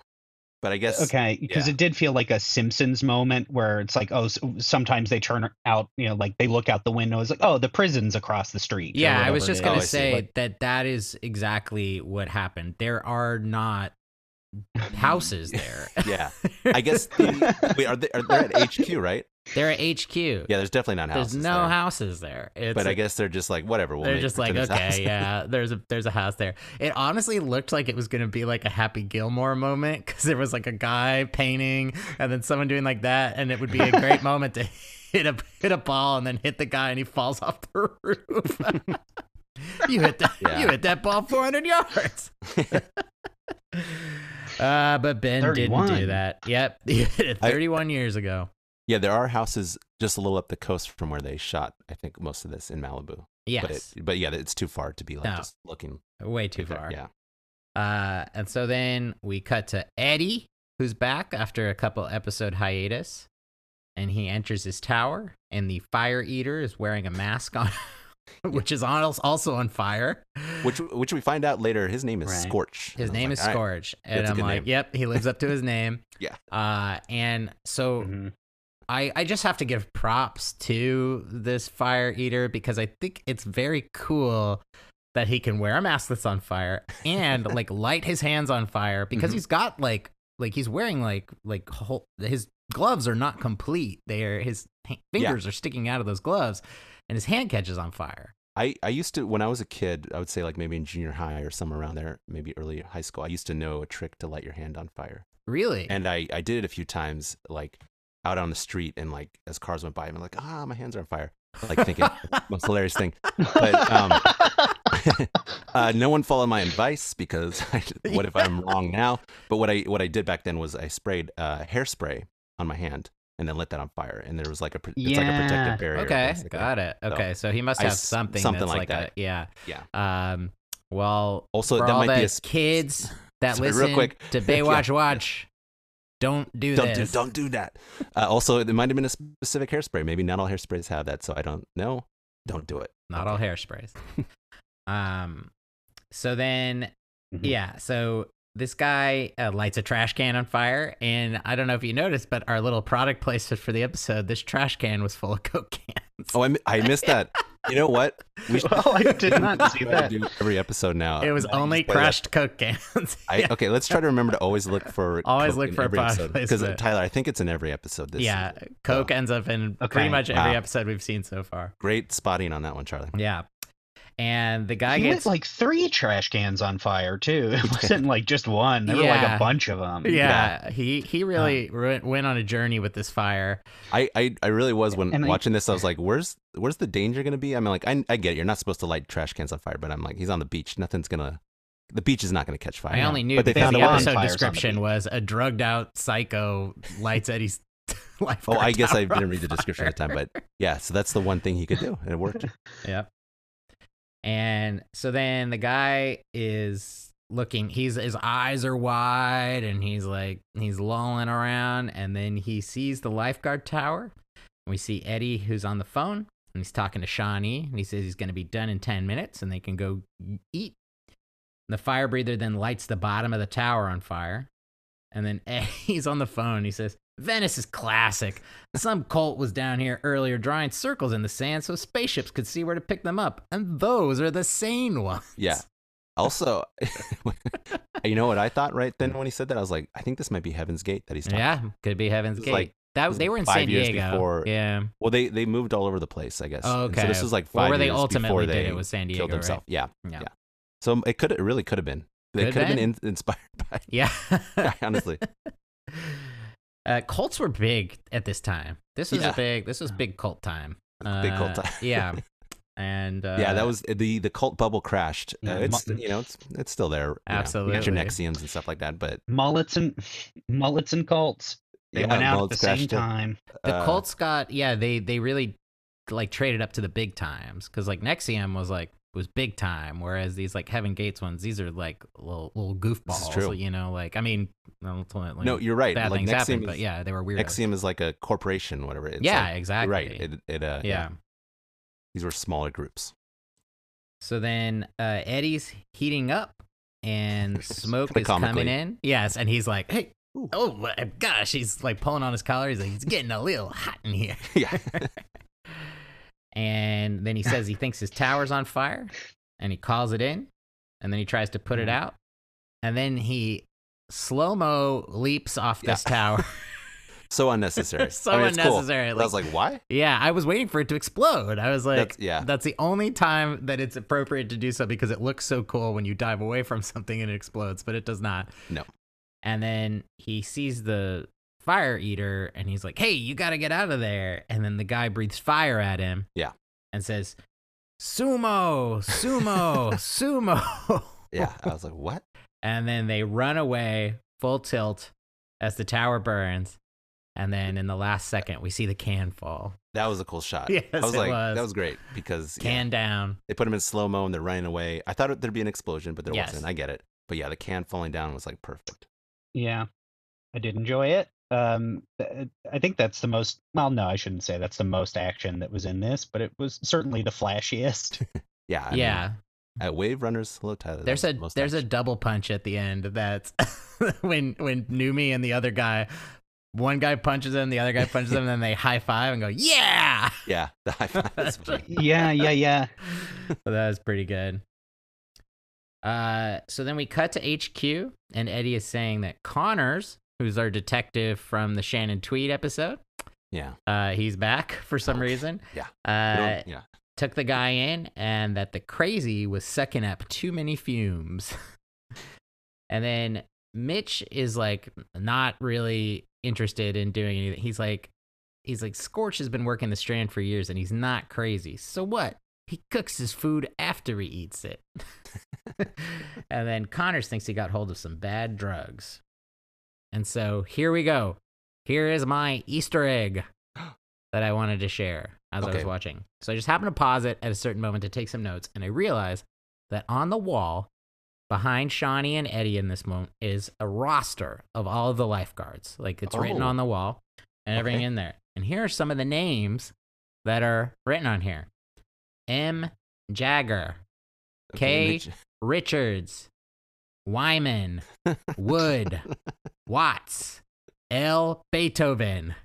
Speaker 2: But I guess
Speaker 3: okay, because
Speaker 2: yeah.
Speaker 3: it did feel like a Simpsons moment where it's like, oh, s sometimes they turn out, you know, like they look out the window, it's like, oh, the prison's across the street. or
Speaker 1: Yeah, I was
Speaker 3: whatever it
Speaker 1: just going
Speaker 2: Oh, I
Speaker 1: to
Speaker 3: is.
Speaker 2: see.
Speaker 1: say
Speaker 3: Like,
Speaker 1: that that is exactly what happened. There are not houses there.
Speaker 2: Yeah. I guess the,
Speaker 3: Mm-hmm.
Speaker 2: wait, are they are they at HQ, right?
Speaker 1: They're at HQ.
Speaker 2: Yeah, there's definitely not houses.
Speaker 1: There's no
Speaker 2: there.
Speaker 1: houses there. It's
Speaker 2: But I
Speaker 1: a-
Speaker 2: guess they're just like whatever. We'll
Speaker 1: they're
Speaker 2: make
Speaker 1: just
Speaker 2: it
Speaker 1: like,
Speaker 2: to this
Speaker 1: okay,
Speaker 2: house.
Speaker 1: yeah, there's a there's a house there. It honestly looked like it was gonna be like a Happy Gilmore moment because there was like a guy painting and then someone doing like that, and it would be a great moment to hit a hit a ball and then hit the guy and he falls off the roof. you hit that
Speaker 2: Yeah.
Speaker 1: you hit that ball 400 yards. uh, but Ben didn't do
Speaker 3: 31.
Speaker 1: that. Yep, he hit it
Speaker 2: I-
Speaker 1: 31 years ago.
Speaker 2: Yeah, there are houses just a little up the coast from where they shot. I think most of this in Malibu. But,
Speaker 1: Yes,
Speaker 2: it, but yeah, it's too far to be like
Speaker 1: No.
Speaker 2: just looking
Speaker 1: way too
Speaker 2: right there.
Speaker 1: far.
Speaker 2: Yeah,
Speaker 1: Uh, and so then we cut to Eddie, who's back after a couple episode hiatus, and he enters his tower, and the fire eater is wearing a mask on, which is on, also on fire.
Speaker 2: which which we find out later. His name is
Speaker 3: Right.
Speaker 2: Scorch.
Speaker 1: His
Speaker 2: And I
Speaker 1: name
Speaker 2: was
Speaker 1: is
Speaker 2: like, all right.
Speaker 1: Scourge, and
Speaker 2: That's a
Speaker 1: I'm
Speaker 2: good
Speaker 1: like,
Speaker 2: name.
Speaker 1: yep, he lives up to his name.
Speaker 2: Yeah. Mm-hmm.
Speaker 1: Uh, and so
Speaker 3: mhm.
Speaker 1: I, I just have to give props to this fire eater because I think it's very cool that he can wear a mask that's on fire and like light his hands on fire because
Speaker 2: Mhm.
Speaker 1: he's got like like he's wearing like like whole, his gloves are not complete. They are his ha- fingers are sticking out of those gloves and his hand catches on fire.
Speaker 2: I, I used to when I was a kid, I would say like maybe in junior high or somewhere around there, maybe early high school. I used to know a trick to light your hand on fire,
Speaker 1: Really?
Speaker 2: and I I did it a few times, like out on the street, and like as cars went by, I'm like, ah, my hands are on fire, like thinking most hilarious thing. But um, uh, no one followed my advice because I, what if I'm wrong now? But what I what I did back then was I sprayed uh, hairspray on my hand and then lit that on fire, and there was like a pr- it's like a
Speaker 3: Yeah.
Speaker 2: protective barrier.
Speaker 1: okay,
Speaker 2: basically.
Speaker 1: got it.
Speaker 2: So,
Speaker 1: Okay, so, he must
Speaker 2: I
Speaker 1: have
Speaker 2: s-
Speaker 1: something
Speaker 2: something
Speaker 1: that's
Speaker 2: like
Speaker 1: like,
Speaker 2: that.
Speaker 1: a, yeah. Yeah. Um well,
Speaker 2: Also,
Speaker 1: for
Speaker 2: that
Speaker 1: all
Speaker 2: might
Speaker 1: the
Speaker 2: be a s-
Speaker 1: kids that
Speaker 2: Sorry, real
Speaker 1: listen
Speaker 2: quick.
Speaker 1: to
Speaker 2: Yeah.
Speaker 1: Baywatch Watch, don't do
Speaker 2: don't do
Speaker 1: this.
Speaker 2: don't do that. Uh, also, it might have been a specific hairspray. Maybe not all hairsprays have that, so I don't know. Don't do it.
Speaker 1: Not all hairsprays. um, so then,
Speaker 2: Mm-hmm.
Speaker 3: Mhm.
Speaker 1: yeah, so this guy uh, lights a trash can on fire, and I don't know if you noticed, but our little product placement for the episode, this trash can was full of Coke cans.
Speaker 2: Oh, I, mi- I missed that. You know what? We should
Speaker 3: Oh, I did not see that.
Speaker 2: do every episode now.
Speaker 1: it was
Speaker 2: Just
Speaker 1: only
Speaker 2: play that.
Speaker 1: crushed Coke cans.
Speaker 2: I,
Speaker 1: yeah,
Speaker 2: Okay, let's try to remember to always look for
Speaker 1: Always
Speaker 2: Coke
Speaker 1: look
Speaker 2: in
Speaker 1: for a
Speaker 2: every
Speaker 1: product
Speaker 2: episode because
Speaker 1: placement.
Speaker 2: Tyler, I think it's in every episode. This
Speaker 1: yeah,
Speaker 2: season.
Speaker 1: Coke ends up in pretty
Speaker 3: Okay.
Speaker 1: much every
Speaker 2: Wow.
Speaker 1: episode we've seen so far.
Speaker 2: great spotting on that one, Charlie.
Speaker 1: Yeah, and the guy
Speaker 3: I
Speaker 1: gets
Speaker 3: lit like three trash cans on fire too. It wasn't like just one. There were like
Speaker 1: Yeah.
Speaker 3: a bunch of
Speaker 2: uh,
Speaker 3: them.
Speaker 1: yeah, he he really went- went on a journey with this fire.
Speaker 2: I, I, I really was when
Speaker 3: And I-
Speaker 2: watching this. I was like, "Where's where's the danger going to be?" I mean, like I, I get it. You're not supposed to light trash cans on fire, but I'm like, he's on the beach. Nothing's gonna. The beach is not going to catch fire.
Speaker 1: I only knew
Speaker 2: but they
Speaker 1: because
Speaker 2: found
Speaker 1: the
Speaker 2: a way.
Speaker 1: episode
Speaker 3: bonfires on the
Speaker 1: description
Speaker 3: beach.
Speaker 1: was a drugged out psycho lights Eddie's life.
Speaker 2: Oh, I guess I didn't read the description at the time, but yeah. So that's the one thing he could do, and it worked.
Speaker 1: Yep. And so then the guy is looking. He's his eyes are wide, and he's like he's lolling around, and then he sees the lifeguard tower. And we see Eddie, who's on the phone, and he's talking to Shawnee, and he says he's going to be done in ten minutes, and they can go eat. The fire breather then lights the bottom of the tower on fire. And then Eddie's on the phone. He says, Venice is classic. Some cult was down here earlier drawing circles in the sand so spaceships could see where to pick them up. And those are the sane ones.
Speaker 2: Yeah. Also, you know what I thought right then when he said that? I was like, I think this might be Heaven's Gate that he's talking.
Speaker 1: Yeah. Could be Heaven's
Speaker 2: This
Speaker 1: Gate.
Speaker 2: is like-
Speaker 1: that
Speaker 2: this is
Speaker 1: they were in
Speaker 2: five
Speaker 1: San
Speaker 2: years
Speaker 1: Diego.
Speaker 2: before-
Speaker 1: yeah.
Speaker 2: Well, they they moved all over the place, I guess.
Speaker 1: Oh,
Speaker 2: And so
Speaker 1: okay.
Speaker 2: this was like
Speaker 1: Or
Speaker 2: five
Speaker 1: where they
Speaker 2: years
Speaker 1: ultimately
Speaker 2: before
Speaker 1: did
Speaker 2: they
Speaker 1: it was San Diego.
Speaker 2: killed himself. Yeah.
Speaker 1: Yeah.
Speaker 2: Yeah. So it could it really could have been. They
Speaker 1: Could
Speaker 2: could have been in, inspired by.
Speaker 1: Yeah.
Speaker 2: Honestly,
Speaker 1: Uh, cults were big at this time. This was
Speaker 2: Yeah.
Speaker 1: a big. This was big cult time.
Speaker 2: Big cult
Speaker 1: Uh,
Speaker 2: time.
Speaker 1: yeah, and uh,
Speaker 2: yeah, that was the the cult bubble crashed. Uh,
Speaker 3: Yeah,
Speaker 2: it's
Speaker 3: mu-
Speaker 2: you know it's it's still there. you know. you got
Speaker 1: Absolutely.
Speaker 2: your Nexiums and stuff like that, but
Speaker 3: Mullets and mullets and cults. They
Speaker 2: yeah,
Speaker 3: went out at
Speaker 2: Mullets
Speaker 3: the same
Speaker 2: crashed it.
Speaker 3: time.
Speaker 1: the
Speaker 2: Uh,
Speaker 1: cults got yeah they they really like traded up to the big times because like nexium was like was big time whereas these like heaven gates ones these are like little little goofballs
Speaker 2: true.
Speaker 1: you know like i mean ultimately
Speaker 2: No, you're right.
Speaker 1: bad
Speaker 2: Like
Speaker 1: things
Speaker 2: Nexium
Speaker 1: happened
Speaker 2: is,
Speaker 1: but yeah they were weird
Speaker 2: Nexium is like a corporation, whatever. It's
Speaker 1: yeah
Speaker 2: like-
Speaker 1: exactly
Speaker 2: right. It, it uh,
Speaker 1: yeah.
Speaker 2: These were smaller groups.
Speaker 1: so then uh eddie's heating up and smoke
Speaker 2: Kinda
Speaker 1: is coming
Speaker 2: comically.
Speaker 1: in yes and he's like hey
Speaker 2: Ooh.
Speaker 1: oh my gosh he's like pulling on his collar he's like it's getting a little hot in here
Speaker 2: yeah.
Speaker 1: and then he says he thinks his tower's on fire and he calls it in and then he tries to put it
Speaker 2: Mm-hmm.
Speaker 1: out and then he slow-mo leaps off this
Speaker 2: Yeah.
Speaker 1: tower
Speaker 2: So unnecessary.
Speaker 1: so
Speaker 2: I mean, it's cool.
Speaker 1: unnecessary
Speaker 2: But I was like, why?
Speaker 1: yeah i was waiting for it to explode i was like
Speaker 2: That's- yeah.
Speaker 1: that's the only time that it's appropriate to do so because it looks so cool when you dive away from something and it explodes but it does not
Speaker 2: No.
Speaker 1: and then he sees the fire eater and he's like hey you gotta get out of there and then the guy breathes fire at him
Speaker 2: Yeah.
Speaker 1: and says sumo sumo sumo
Speaker 2: Yeah. I was like, what?
Speaker 1: and then they run away full tilt as the tower burns and then in the last second we see the can fall
Speaker 2: That was a cool shot.
Speaker 1: Yes,
Speaker 2: I was
Speaker 1: it
Speaker 2: like,
Speaker 1: was.
Speaker 2: that was great because yeah,
Speaker 1: can down
Speaker 2: they put him in slow mo and they're running away. I thought there'd be an explosion, but there
Speaker 1: Yes.
Speaker 2: wasn't. I get it. But yeah, the can falling down was like perfect.
Speaker 3: Yeah. I did enjoy it. Um th- I think that's the most well no, I shouldn't say that's the most action that was in this, but it was certainly the flashiest.
Speaker 2: Yeah. I mean,
Speaker 1: yeah
Speaker 2: at Wave Runners, hello Tyler. that
Speaker 1: There's
Speaker 2: was
Speaker 1: a
Speaker 2: the most
Speaker 1: there's a
Speaker 2: action.
Speaker 1: double punch at the end that's when when Numi and the other guy one guy punches him, the other guy punches him, and then they high five and go, Yeah.
Speaker 2: yeah. The high five is funny.
Speaker 3: yeah, yeah, yeah.
Speaker 1: So that was pretty good. Uh so then we cut to HQ and Eddie is saying that Connors, who's our detective from the Shannon Tweed episode,
Speaker 2: Yeah.
Speaker 1: uh, he's back for some
Speaker 2: Oh,
Speaker 1: reason.
Speaker 2: yeah. You
Speaker 1: Uh,
Speaker 2: don't- yeah.
Speaker 1: took the guy in and that the crazy was sucking up too many fumes. and then Mitch is like not really interested in doing anything. He's like he's like Scorch has been working the strand for years and he's not crazy. So what? He cooks his food after he eats it. and then Connors thinks he got hold of some bad drugs. And so here we go. Here is my Easter egg that I wanted to share as I was
Speaker 2: Okay.
Speaker 1: watching. So I just happened to pause it at a certain moment to take some notes, and I realized that on the wall behind Shawnee and Eddie in this moment is a roster of all of the lifeguards. Like it's written
Speaker 2: Oh.
Speaker 1: on the wall and everything
Speaker 2: Okay.
Speaker 1: in there. And here are some of the names that are written on here M. Jagger,
Speaker 2: Okay,
Speaker 1: Richards, Wyman, Wood, Watts, L. Beethoven,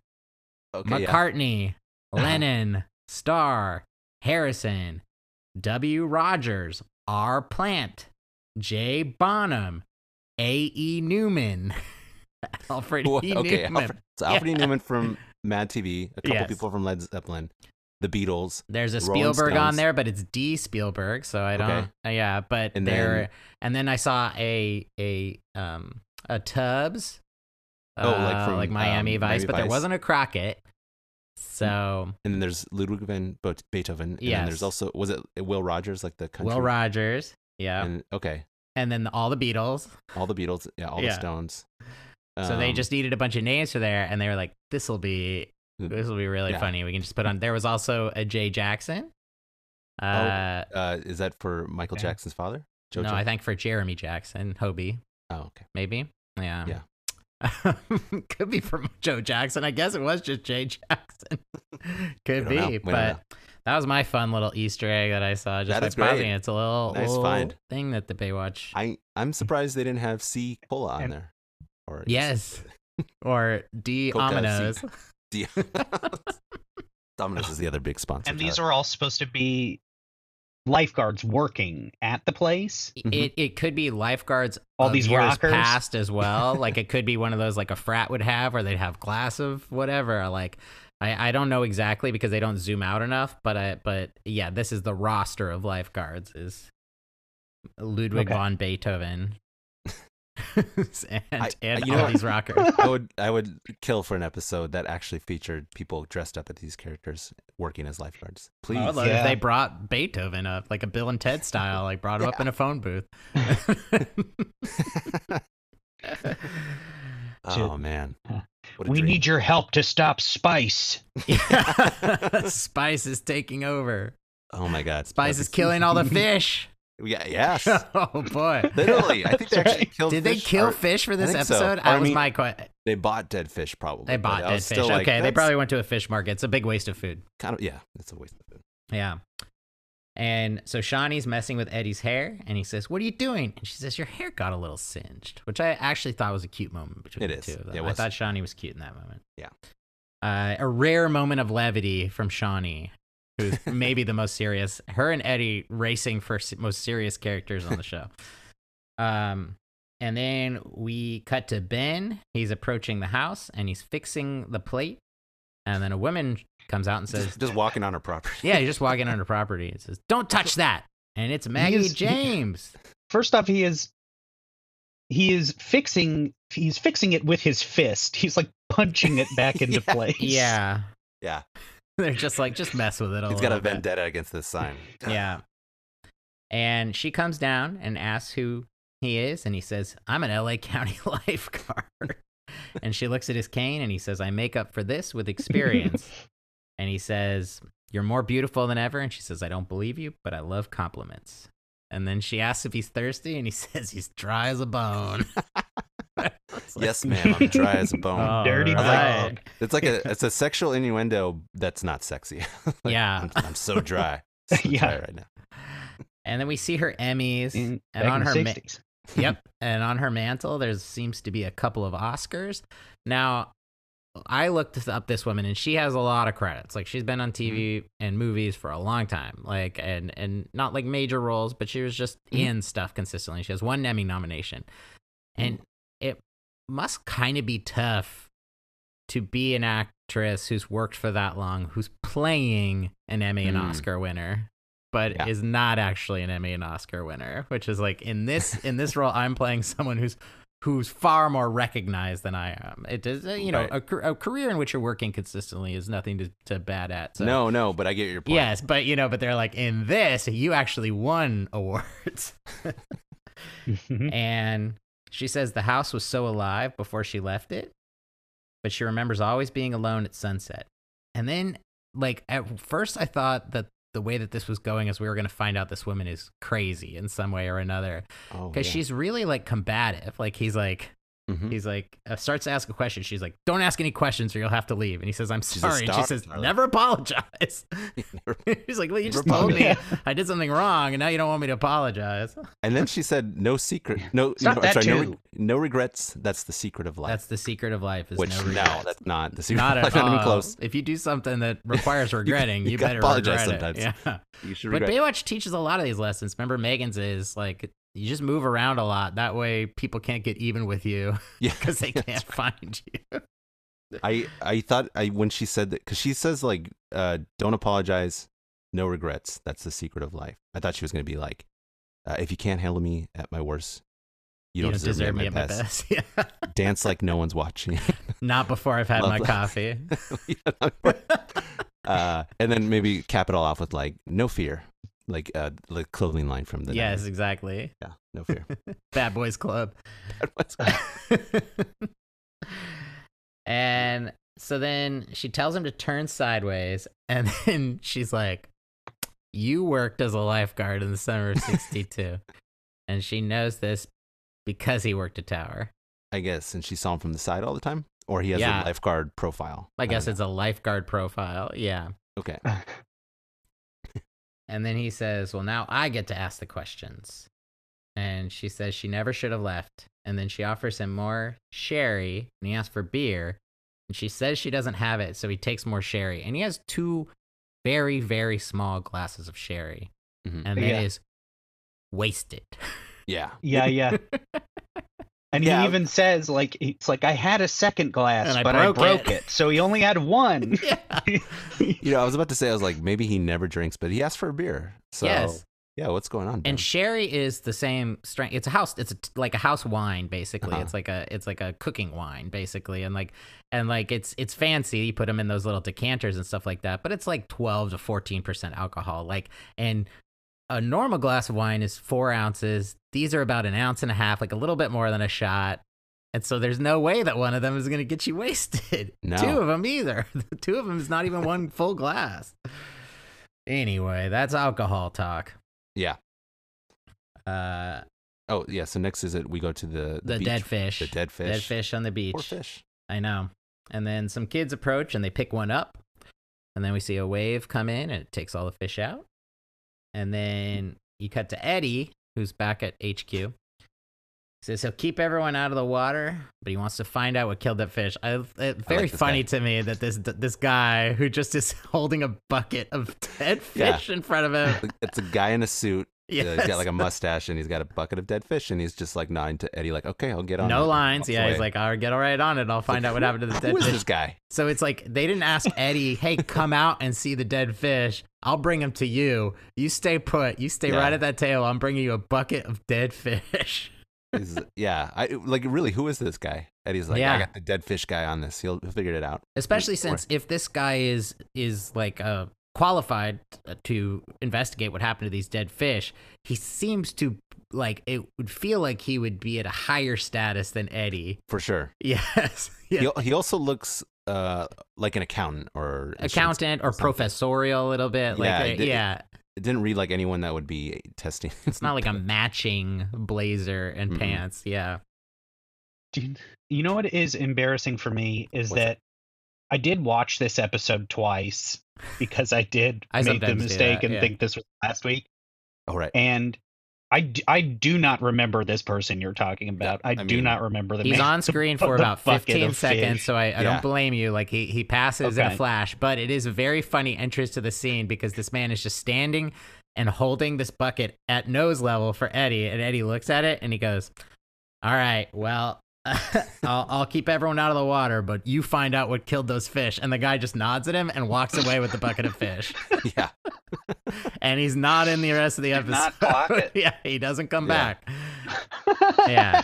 Speaker 2: Okay, yeah. Uh-huh.
Speaker 1: McCartney, Lennon, Starr, Harrison, W. Rogers, R. Plant, J. Bonham, A. E. Newman, Alfred
Speaker 2: Wha-
Speaker 1: E.
Speaker 2: okay,
Speaker 1: Newman.
Speaker 2: Alfred, so Alfred E.
Speaker 1: Yeah.
Speaker 2: Newman from Mad TV, a couple
Speaker 1: Yes.
Speaker 2: people from Led Zeppelin, the Beatles,
Speaker 1: There's a
Speaker 2: Rolling
Speaker 1: Spielberg on
Speaker 2: Stones.
Speaker 1: there, but it's D Spielberg, so I don't.
Speaker 2: Okay.
Speaker 1: uh, Yeah, but
Speaker 2: And
Speaker 1: there.
Speaker 2: then-
Speaker 1: and then I saw a a um a Tubbs.
Speaker 2: Oh, like
Speaker 1: uh,
Speaker 2: from,
Speaker 1: like Miami
Speaker 2: um,
Speaker 1: Vice,
Speaker 2: Miami
Speaker 1: but there
Speaker 2: Vice. Hmm,
Speaker 1: wasn't a Crockett. So
Speaker 2: and then there's Ludwig van Bo- Beethoven. And then
Speaker 1: Yes.
Speaker 2: there's also was it Will Rogers, like the country.
Speaker 1: Will Rogers, yeah, and,
Speaker 2: and, okay,
Speaker 1: then all the Beatles.
Speaker 2: all the Beatles, yeah, all
Speaker 1: Yeah.
Speaker 2: the Stones.
Speaker 1: so they
Speaker 2: Um,
Speaker 1: just needed a bunch of names for there, and they were like, "This will be this will be really
Speaker 2: Hmm. Yeah.
Speaker 1: funny. We can just put on." There was also a Jay Jackson. Uh,
Speaker 2: uh, is that for Michael
Speaker 3: Yeah.
Speaker 2: Jackson's father?
Speaker 1: no, I think for Jeremy Jackson, Hobie.
Speaker 2: Oh, okay.
Speaker 1: maybe. Yeah.
Speaker 2: Yeah.
Speaker 1: Could be from Joe Jackson. I guess it was just Jay Jackson. Could
Speaker 2: We don't know.
Speaker 1: be,
Speaker 2: We don't know.
Speaker 1: but that was my fun little Easter egg that I saw just
Speaker 2: That
Speaker 1: by
Speaker 2: is great.
Speaker 1: browsing. It's a little,
Speaker 2: Nice
Speaker 1: little
Speaker 2: find.
Speaker 1: thing that the Baywatch.
Speaker 2: I
Speaker 1: mm.
Speaker 2: I'm surprised they didn't have C cola on
Speaker 3: And-
Speaker 2: there. Or
Speaker 1: yes, or D
Speaker 2: Coca
Speaker 1: Aminos.
Speaker 2: D- Domino's is the other big sponsor.
Speaker 3: And these are all supposed to be lifeguards working at the place.
Speaker 2: Mhm.
Speaker 1: It it could be lifeguards
Speaker 3: All
Speaker 1: of
Speaker 3: these
Speaker 1: years
Speaker 3: rockers.
Speaker 1: past as well. like it could be one of those like a frat would have, where they'd have glass of whatever. Like I, I don't know exactly because they don't zoom out enough. But I but yeah, this is the roster of lifeguards is Ludwig
Speaker 3: Okay.
Speaker 1: von Beethoven and
Speaker 2: I-
Speaker 1: and
Speaker 2: you know
Speaker 1: all
Speaker 2: what?
Speaker 1: these rockers.
Speaker 2: I would I would kill for an episode that actually featured people dressed up as these characters working as lifeguards. Please,
Speaker 1: I would love Oh, if
Speaker 3: Yeah.
Speaker 1: they brought Beethoven up, like a Bill and Ted style, like brought him up in a phone booth.
Speaker 2: oh man, What a
Speaker 3: we
Speaker 2: dream.
Speaker 3: need your help to stop Spice.
Speaker 1: Spice is taking over.
Speaker 2: Oh my god,
Speaker 1: Spice is killing all the fish.
Speaker 2: Yeah, yes,
Speaker 1: oh boy.
Speaker 2: literally. I think they
Speaker 3: That's
Speaker 2: actually killed.
Speaker 1: Did they
Speaker 2: fish,
Speaker 1: kill
Speaker 2: or
Speaker 1: fish for this
Speaker 2: think so.
Speaker 1: episode?
Speaker 2: Or,
Speaker 1: That
Speaker 2: I
Speaker 1: was
Speaker 2: mean-
Speaker 1: my question.
Speaker 2: They bought dead fish, probably.
Speaker 1: They
Speaker 2: but
Speaker 1: bought
Speaker 2: I
Speaker 1: dead
Speaker 2: was
Speaker 1: fish.
Speaker 2: still like,
Speaker 1: okay, they
Speaker 2: that's
Speaker 1: probably went to a fish market. It's a big waste of food.
Speaker 2: kind of yeah. It's a waste of food.
Speaker 1: Yeah. And so Shawnee's messing with Eddie's hair, and he says, "What are you doing?" And she says, "Your hair got a little singed," which I actually thought was a cute moment between
Speaker 2: It
Speaker 1: the
Speaker 2: is.
Speaker 1: two of them.
Speaker 2: It
Speaker 1: I
Speaker 2: was.
Speaker 1: thought Shawnee was cute in that moment.
Speaker 2: Yeah.
Speaker 1: Uh, a rare moment of levity from Shawnee, who's maybe the most serious. Her and Eddie racing for s- most serious characters on the show. Um, and then we cut to Ben. He's approaching the house, and he's fixing the plate. And then a woman comes out and says,
Speaker 2: Just, just walking on her property.
Speaker 1: yeah, you just walk in on her property. It says, "Don't touch that," and it's Maggie
Speaker 3: is-
Speaker 1: James.
Speaker 3: First off, he is he is fixing he's fixing it with his fist. He's like punching it back into
Speaker 2: Yeah.
Speaker 3: place.
Speaker 1: Yeah,
Speaker 2: Yeah.
Speaker 1: they're just like, just mess with it. A
Speaker 2: He's got a
Speaker 1: little bit.
Speaker 2: vendetta against this sign.
Speaker 1: Yeah, and she comes down and asks who he is, and he says, "I'm an L.A. County lifeguard." and she looks at his cane, and he says, "I make up for this with experience." and he says, "You're more beautiful than ever." And she says, "I don't believe you, but I love compliments." And then she asks if he's thirsty, and he says he's dry as a bone.
Speaker 2: Yes, ma'am. I'm dry as a bone.
Speaker 1: All
Speaker 3: Dirty
Speaker 1: right.
Speaker 3: dog.
Speaker 2: It's like a it's a sexual innuendo that's not sexy. Like,
Speaker 1: yeah.
Speaker 2: I'm, I'm so dry. So
Speaker 3: Yeah.
Speaker 2: dry right now.
Speaker 1: And then we see her Emmys.
Speaker 3: In,
Speaker 1: and
Speaker 3: back
Speaker 1: on
Speaker 3: in
Speaker 1: her
Speaker 3: the
Speaker 1: ma-
Speaker 3: 60s.
Speaker 1: yep. And on her mantle, there seems to be a couple of Oscars. Now, I looked this- up this woman, and she has a lot of credits. Like she's been on TV and movies for a long time. Like and and not like major roles, but she was just in stuff consistently. She has one Emmy nomination, and it must kind of be tough to be an actress who's worked for that long, who's playing an Emmy and
Speaker 2: Mm.
Speaker 1: Oscar winner, but
Speaker 2: Yeah.
Speaker 1: is not actually an Emmy and Oscar winner, which is like in this in this role, I'm playing someone who's who's far more recognized than I am. It does, uh, you know,
Speaker 2: Right.
Speaker 1: a, car- a career in which you're working consistently is nothing to, to bad at. So.
Speaker 2: No, no, but I get your point.
Speaker 1: Yes, but you know, but they're like in this, you actually won awards. And she says the house was so alive before she left it, but she remembers always being alone at sunset. And then, like, at first, I thought that the way that this was going is we were going to find out this woman is crazy in some way or another.
Speaker 2: Oh,
Speaker 1: Because
Speaker 2: yeah.
Speaker 1: she's really, like, combative. Like, he's like,
Speaker 2: Mhm.
Speaker 1: He's like, uh, starts to ask a question. She's like, don't ask any questions or you'll have to leave. And he says, I'm
Speaker 2: She's a
Speaker 1: sorry. And she
Speaker 2: star,
Speaker 1: says,
Speaker 2: Tyler.
Speaker 1: never apologize. He's like, well, you just told me
Speaker 3: apologize.
Speaker 1: I did something wrong and now you don't want me to apologize.
Speaker 2: And then she said, "No secret. No,
Speaker 3: It's not
Speaker 2: no
Speaker 3: that
Speaker 2: sorry, no, re-
Speaker 3: too.
Speaker 2: no regrets. That's the secret of life."
Speaker 1: That's the secret of life is
Speaker 2: Which
Speaker 1: no
Speaker 2: no,
Speaker 1: regrets.
Speaker 2: that's not the secret.
Speaker 1: not at
Speaker 2: of life, not
Speaker 1: all.
Speaker 2: even close.
Speaker 1: If you do something that requires regretting, you,
Speaker 2: you
Speaker 1: better
Speaker 2: gotta apologize
Speaker 1: regret it.
Speaker 2: sometimes.
Speaker 1: Yeah.
Speaker 2: You should
Speaker 1: But
Speaker 2: regret.
Speaker 1: Baywatch teaches a lot of these lessons. Remember, Megan's is like you just move around a lot. That way, people can't get even with you
Speaker 2: yeah,
Speaker 1: because they
Speaker 2: that's
Speaker 1: can't find you.
Speaker 2: I I thought I when she said that because she says like uh, don't apologize, no regrets. That's the secret of life. I thought she was gonna be like, uh, if you can't handle me at my worst, you don't, deserve, me at my best.
Speaker 1: Yeah.
Speaker 2: Dance like no one's watching.
Speaker 1: Not before I've had
Speaker 2: Love
Speaker 1: my
Speaker 2: that.
Speaker 1: coffee.
Speaker 2: uh, and then maybe cap it all off with like no fear, like uh, the clothing line from the
Speaker 1: yes, exactly.
Speaker 2: yeah, no fear.
Speaker 1: Bad Boys Club.
Speaker 2: That was-
Speaker 1: and so then she tells him to turn sideways, and then she's like, You worked as a lifeguard in the summer of 62. and she knows this because he worked a tower.
Speaker 2: I guess, and she saw him from the side all the time, or he has
Speaker 1: Yeah.
Speaker 2: a lifeguard profile.
Speaker 1: I
Speaker 2: don't
Speaker 1: guess
Speaker 2: know.
Speaker 1: it's a lifeguard profile. Yeah.
Speaker 2: okay.
Speaker 1: And then he says, Well, now I get to ask the questions. And she says she never should have left. And then she offers him more sherry and he asks for beer. And she says she doesn't have it. So he takes more sherry. And he has two very, very small glasses of sherry.
Speaker 2: Mhm.
Speaker 1: And that is
Speaker 3: Yeah.
Speaker 1: wasted.
Speaker 2: Yeah,
Speaker 3: yeah, yeah. And
Speaker 2: Yeah.
Speaker 3: he even says, like, it's like I had a second glass,
Speaker 1: And I
Speaker 3: but
Speaker 1: broke
Speaker 3: I broke it. so he only had one.
Speaker 1: yeah.
Speaker 2: you know, I was about to say, I was like, maybe he never drinks, but he asked for a beer. So
Speaker 1: yes.
Speaker 2: yeah, what's going on?
Speaker 1: And
Speaker 2: dude?
Speaker 1: sherry is the same strength. It's a house. It's a t like a house wine, basically.
Speaker 2: Uh-huh.
Speaker 1: It's like a it's like a cooking wine, basically. And like and like it's it's fancy. You put them in those little decanters and stuff like that. But it's like twelve to fourteen percent alcohol. Like and a normal glass of wine is four ounces. These are about an ounce and a half, like a little bit more than a shot. And so there's no way that one of them is going to get you wasted.
Speaker 2: No.
Speaker 1: Two of them either. Two of them is not even one full glass. Anyway, that's alcohol talk.
Speaker 2: Yeah.
Speaker 1: Uh,
Speaker 2: oh yeah, so next is it? We go to the
Speaker 1: the
Speaker 2: beach.
Speaker 1: dead fish.
Speaker 2: the dead fish,
Speaker 1: Dead fish on the beach.
Speaker 2: Poor fish.
Speaker 1: I know. And then some kids approach and they pick one up. And then we see a wave come in and it takes all the fish out. And then you cut to Eddie, who's back at HQ. He says he'll keep everyone out of the water, but he wants to find out what killed that fish. I, it, very
Speaker 2: like this
Speaker 1: funny
Speaker 2: guy.
Speaker 1: to me that this this guy who just is holding a bucket of dead
Speaker 2: Yeah.
Speaker 1: fish in front of him.
Speaker 2: It's a guy in a suit.
Speaker 1: Yes.
Speaker 2: Yeah, he's got like a mustache and he's got a bucket of dead fish and he's just like nodding to Eddie, like, okay, I'll get on. it,"
Speaker 1: no
Speaker 2: and
Speaker 1: lines.
Speaker 2: walks
Speaker 1: Yeah, he's
Speaker 2: away.
Speaker 1: like, I'll get all right on it. I'll find
Speaker 2: like,
Speaker 1: out what
Speaker 2: who-
Speaker 1: happened to the
Speaker 2: who
Speaker 1: dead
Speaker 2: is
Speaker 1: fish.
Speaker 2: this guy?
Speaker 1: So it's like they didn't ask Eddie, "Hey, come out and see the dead fish. I'll bring him to you. You stay put. You stay
Speaker 2: Yeah.
Speaker 1: right at that table. I'm bringing you a bucket of dead fish."
Speaker 2: Is- yeah, I like really. Who is this guy? Eddie's like,
Speaker 1: Yeah.
Speaker 2: I got the dead fish guy on this. He'll, he'll figure it out.
Speaker 1: Especially
Speaker 2: Or-
Speaker 1: since if this guy is is like uh qualified to investigate what happened to these dead fish, he seems to like it would feel like he would be at a higher status than Eddie.
Speaker 2: for sure.
Speaker 1: Yes. Yeah.
Speaker 2: He He he also looks uh like an accountant or insurance-
Speaker 1: Accountant or
Speaker 2: something.
Speaker 1: professorial a little bit.
Speaker 2: Yeah,
Speaker 1: Like
Speaker 2: it-
Speaker 1: uh,
Speaker 2: it-
Speaker 1: yeah.
Speaker 2: It didn't read like anyone that would be testing.
Speaker 1: It's not like a matching blazer and
Speaker 2: Mm-mm.
Speaker 1: pants. Yeah.
Speaker 3: Do you- you know what is embarrassing for me is
Speaker 2: What's
Speaker 3: that I did watch this episode twice because I did
Speaker 1: I
Speaker 3: make the
Speaker 1: sometimes do
Speaker 3: mistake
Speaker 1: that,
Speaker 3: and
Speaker 1: yeah.
Speaker 3: think this was last week.
Speaker 2: All Oh, right.
Speaker 3: And I, d- I do not remember this person you're talking about. I, do
Speaker 2: mean,
Speaker 3: not remember the
Speaker 1: He's
Speaker 3: name.
Speaker 1: on screen for
Speaker 3: the
Speaker 1: about
Speaker 3: bucket
Speaker 1: 15
Speaker 3: of
Speaker 1: seconds,
Speaker 3: fish.
Speaker 1: so I, I
Speaker 2: Yeah.
Speaker 1: don't blame you. Like he, he passes in a
Speaker 3: Okay.
Speaker 1: flash, but it is a very funny entrance to the scene because this man is just standing and holding this bucket at nose level for Eddie, and Eddie looks at it and he goes, "All right, well." I'll, I'll keep everyone out of the water, but you find out what killed those fish. And the guy just nods at him and walks away with the bucket of fish.
Speaker 2: yeah.
Speaker 1: And he's not in the rest of the
Speaker 3: Did
Speaker 1: episode.
Speaker 3: not pocket.
Speaker 1: yeah, he doesn't come
Speaker 2: Yeah.
Speaker 1: back. Yeah.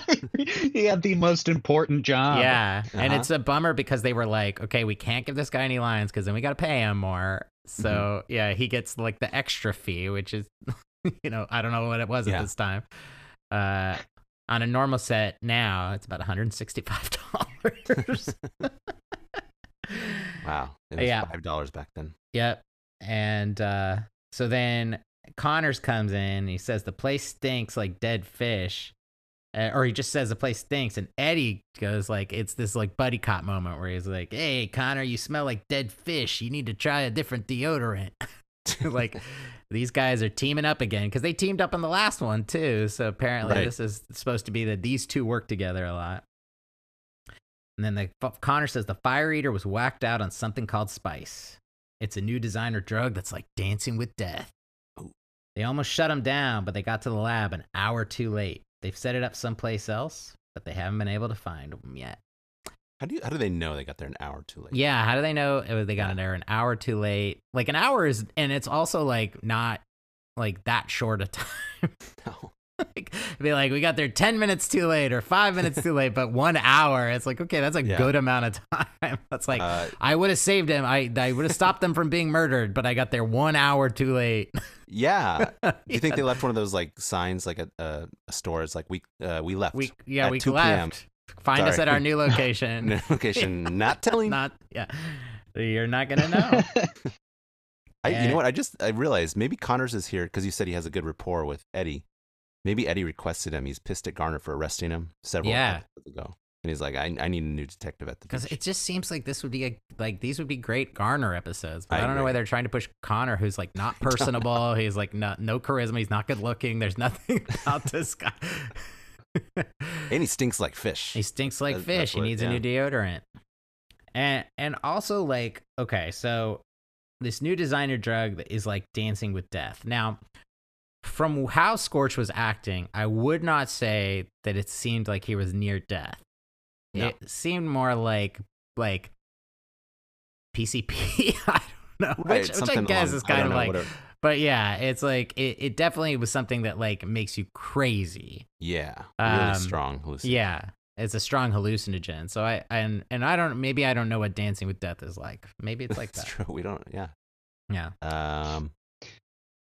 Speaker 3: he had the most important job.
Speaker 1: yeah, and
Speaker 2: Uh-huh.
Speaker 1: it's a bummer because they were like, okay, we can't give this guy any lines because then we got to pay him more. So
Speaker 2: Mm-hmm.
Speaker 1: yeah, he gets like the extra fee, which is, you know, I don't know what it was at
Speaker 2: Yeah.
Speaker 1: this time. Uh, on a normal set now, it's about one hundred and sixty-five dollars.
Speaker 2: Wow. It was
Speaker 1: Yeah.
Speaker 2: Five dollars back then.
Speaker 1: Yep. And uh, so then Connors comes in. And he says the place stinks like dead fish, uh, or he just says the place stinks, and Eddie goes like, it's this like buddy cop moment where he's like, "Hey Connor, you smell like dead fish. You need to try a different deodorant." like these guys are teaming up again because they teamed up in the last one too. So apparently
Speaker 2: Right.
Speaker 1: this is supposed to be that these two work together a lot. And then the, F- Connor says the fire eater was whacked out on something called spice. It's a new designer drug that's like dancing with death.
Speaker 2: Ooh.
Speaker 1: They almost shut him down, but they got to the lab an hour too late. They've set it up someplace else, but they haven't been able to find him yet.
Speaker 2: How do you? How do they know they got there an hour too late?
Speaker 1: Yeah, how do they know it was- they got in there an hour too late? Like an hour is, and it's also like not like that short a time.
Speaker 2: No.
Speaker 1: like, be like, we got there ten minutes too late or five minutes too late, but one hour. It's like okay, that's a
Speaker 2: Yeah.
Speaker 1: good amount of time. That's like
Speaker 2: Uh,
Speaker 1: I would have saved him. I I would have stopped them from being murdered, but I got there one hour too late.
Speaker 2: yeah. Do you think they
Speaker 1: Yeah.
Speaker 2: left one of those like signs like at uh, a store? It's like we uh, we left
Speaker 1: we yeah
Speaker 2: at
Speaker 1: we
Speaker 2: 2 p.m.
Speaker 1: left. Find us at
Speaker 2: Sorry.
Speaker 1: our new location.
Speaker 2: No location. Not telling.
Speaker 1: Not yeah, you're not gonna know.
Speaker 2: I, you
Speaker 1: Eh.
Speaker 2: know what? I just I realized maybe Connors is here because you said he has a good rapport with Eddie. Maybe Eddie requested him. He's pissed at Garner for arresting him several
Speaker 1: Yeah.
Speaker 2: episodes ago, and he's like, "I, I need a new detective at the
Speaker 1: Because
Speaker 2: beach."
Speaker 1: it just seems like this would be a, like these would be great Garner episodes, but
Speaker 2: I
Speaker 1: I, don't know
Speaker 2: agree.
Speaker 1: why they're trying to push Connor, who's like not personable. He's like not, no charisma. He's not good looking. There's nothing about this guy.
Speaker 2: and he stinks like fish.
Speaker 1: he stinks like
Speaker 2: That's- that's
Speaker 1: fish. He
Speaker 2: what-
Speaker 1: needs
Speaker 2: yeah.
Speaker 1: a new deodorant. And and also like okay, so this new designer drug that is like dancing with death. Now, from how Scorch was acting, I would not say that it seemed like he was near death.
Speaker 2: No.
Speaker 1: It seemed more like like PCP. I don't know,
Speaker 2: Right,
Speaker 1: which, which I
Speaker 2: something
Speaker 1: guess
Speaker 2: along-
Speaker 1: is
Speaker 2: I
Speaker 1: kind
Speaker 2: don't
Speaker 1: of
Speaker 2: know,
Speaker 1: like,
Speaker 2: whatever.
Speaker 1: but yeah, it's like it, it definitely was something that like makes you crazy.
Speaker 2: yeah,
Speaker 1: Um,
Speaker 2: really strong. hallucin-
Speaker 1: Yeah, it's a strong hallucinogen. So I and and I don't maybe I don't know what Dancing with Death is like. Maybe it's like
Speaker 2: That's
Speaker 1: that.
Speaker 2: true. We don't. Yeah.
Speaker 1: Yeah.
Speaker 2: Um,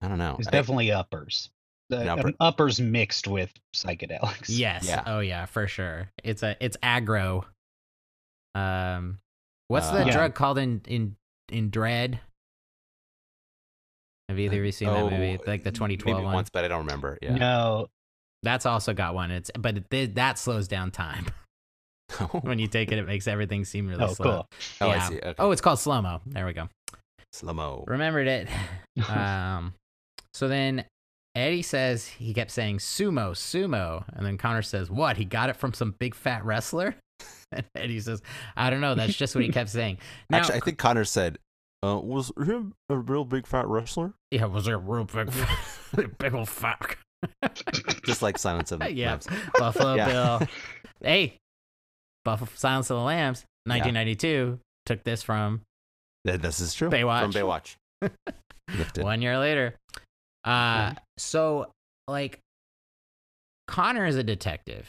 Speaker 2: I don't know.
Speaker 3: It's
Speaker 2: I-
Speaker 3: definitely uppers. The,
Speaker 2: An upper.
Speaker 3: um, uppers mixed with psychedelics.
Speaker 1: Yes.
Speaker 2: Yeah.
Speaker 1: Oh yeah, for sure. It's a it's aggro. Um, what's the
Speaker 2: Uh, Yeah.
Speaker 1: drug called in in in Dread? Have either of you seen
Speaker 2: oh,
Speaker 1: that movie? Like the
Speaker 2: maybe
Speaker 1: 2012 one.
Speaker 2: once, but I don't remember. Yeah.
Speaker 3: No,
Speaker 1: That's also got one. It's but it, th- that slows down time
Speaker 2: oh,
Speaker 1: when you take it. It makes everything seem really
Speaker 3: oh,
Speaker 1: slow.
Speaker 3: cool.
Speaker 2: I
Speaker 1: yeah.
Speaker 2: see. Okay.
Speaker 1: Oh, it's called slow mo. There we go.
Speaker 2: slow mo.
Speaker 1: Remembered it.
Speaker 2: uh,
Speaker 1: um, so then Eddie says he kept saying sumo, sumo, and then Connor says, "What? He got it from some big fat wrestler?" And Eddie says, "I don't know. That's just what he kept saying." Now,
Speaker 2: Actually, I think Connor said, uh, "Was him a real big fat wrestler?"
Speaker 1: yeah, was there a real big, big old fuck?
Speaker 2: Just like Silence of the
Speaker 1: yeah,
Speaker 2: Lambs.
Speaker 1: Buffalo
Speaker 2: Yeah.
Speaker 1: Bill. Hey, Buffalo Silence of the Lambs, 1992. Took this from
Speaker 2: Th- This is true.
Speaker 1: Baywatch.
Speaker 2: From Baywatch. Lifted.
Speaker 1: One year later. Uh,
Speaker 3: Mhm.
Speaker 1: So, like, Connor is a detective.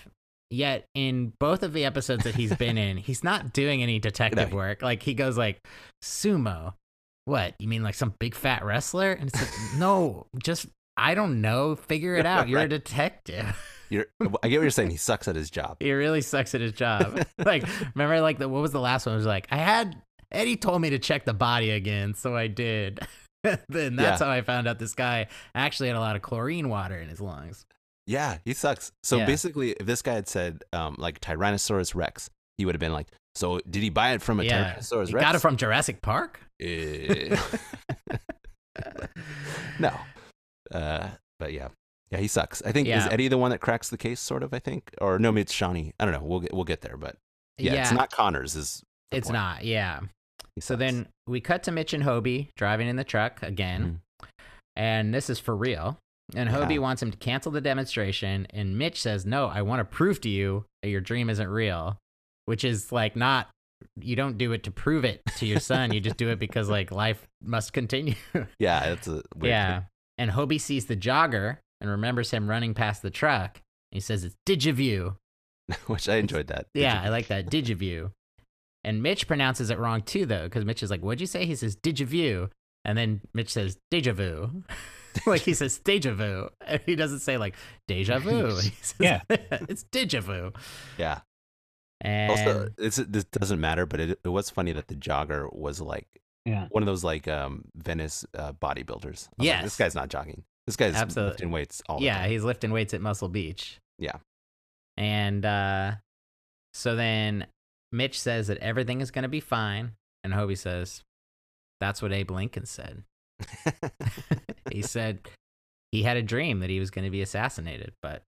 Speaker 1: Yet in both of the episodes that he's been in, he's not doing any detective
Speaker 2: No.
Speaker 1: work. Like he goes like sumo. What you mean, like some big fat wrestler? And it's like, no, just I don't know. Figure it out. You're
Speaker 2: Right.
Speaker 1: a detective.
Speaker 2: You're, I get what you're saying. He sucks at his job.
Speaker 1: He really sucks at his job. like, remember, like, the, what was the last one? It was like, I had Eddie told me to check the body again, so I did. then that's how I found out this guy actually had a lot of chlorine water in his lungs.
Speaker 2: Yeah, he sucks. So
Speaker 1: Yeah.
Speaker 2: basically, if this guy had said um, like Tyrannosaurus Rex, he would have been like, "So did he buy it from a
Speaker 1: Yeah.
Speaker 2: Tyrannosaurus
Speaker 1: He
Speaker 2: Oh, Rex?"
Speaker 1: got it from Jurassic Park.
Speaker 2: Eh. no. Uh, but yeah, yeah, he sucks. I think is
Speaker 1: Yeah.
Speaker 2: Eddie the one that cracks the case, sort of. I think, or no, maybe it's Shawnee. I don't know. We'll get we'll get there, but yeah, it's not Connors. Is the
Speaker 1: it's
Speaker 2: point.
Speaker 1: not. Yeah.
Speaker 2: He
Speaker 1: So
Speaker 2: sucks.
Speaker 1: then we cut to Mitch and Hobie driving in the truck again. And this is for real. And
Speaker 2: Yeah.
Speaker 1: Hobie wants him to cancel the demonstration. And Mitch says, No, I want to prove to you that your dream isn't real, which is like not, you don't do it to prove it to your son. you just do it because like life must continue.
Speaker 2: yeah, it's a weird thing.
Speaker 1: yeah. And Hobie sees the jogger and remembers him running past the truck. He says, It's Digiview.
Speaker 2: which I enjoyed that. Did
Speaker 1: Yeah,
Speaker 2: you-
Speaker 1: I like that. Digiview. And Mitch pronounces it wrong too, though, because Mitch is like, What'd you say? He says, Digiview. And then Mitch says, Deja vu. like he says, Deja vu. And he doesn't say, like, Deja vu. He says,
Speaker 3: Yeah.
Speaker 1: it's Deja vu.
Speaker 2: yeah.
Speaker 1: And
Speaker 2: Also, it's, this doesn't matter, but it, it was funny that the jogger was like
Speaker 3: Yeah.
Speaker 2: one of those like um, Venice uh, bodybuilders. I was like, this
Speaker 1: Yes.
Speaker 2: guy's not jogging. This guy's
Speaker 1: Absolutely.
Speaker 2: lifting weights all the
Speaker 1: yeah,
Speaker 2: time.
Speaker 1: he's lifting weights at Muscle Beach.
Speaker 2: Yeah.
Speaker 1: And uh, so then Mitch says that everything is going to be fine. And Hobie says, that's what Abe Lincoln said. he said he had a dream that he was going to be assassinated, but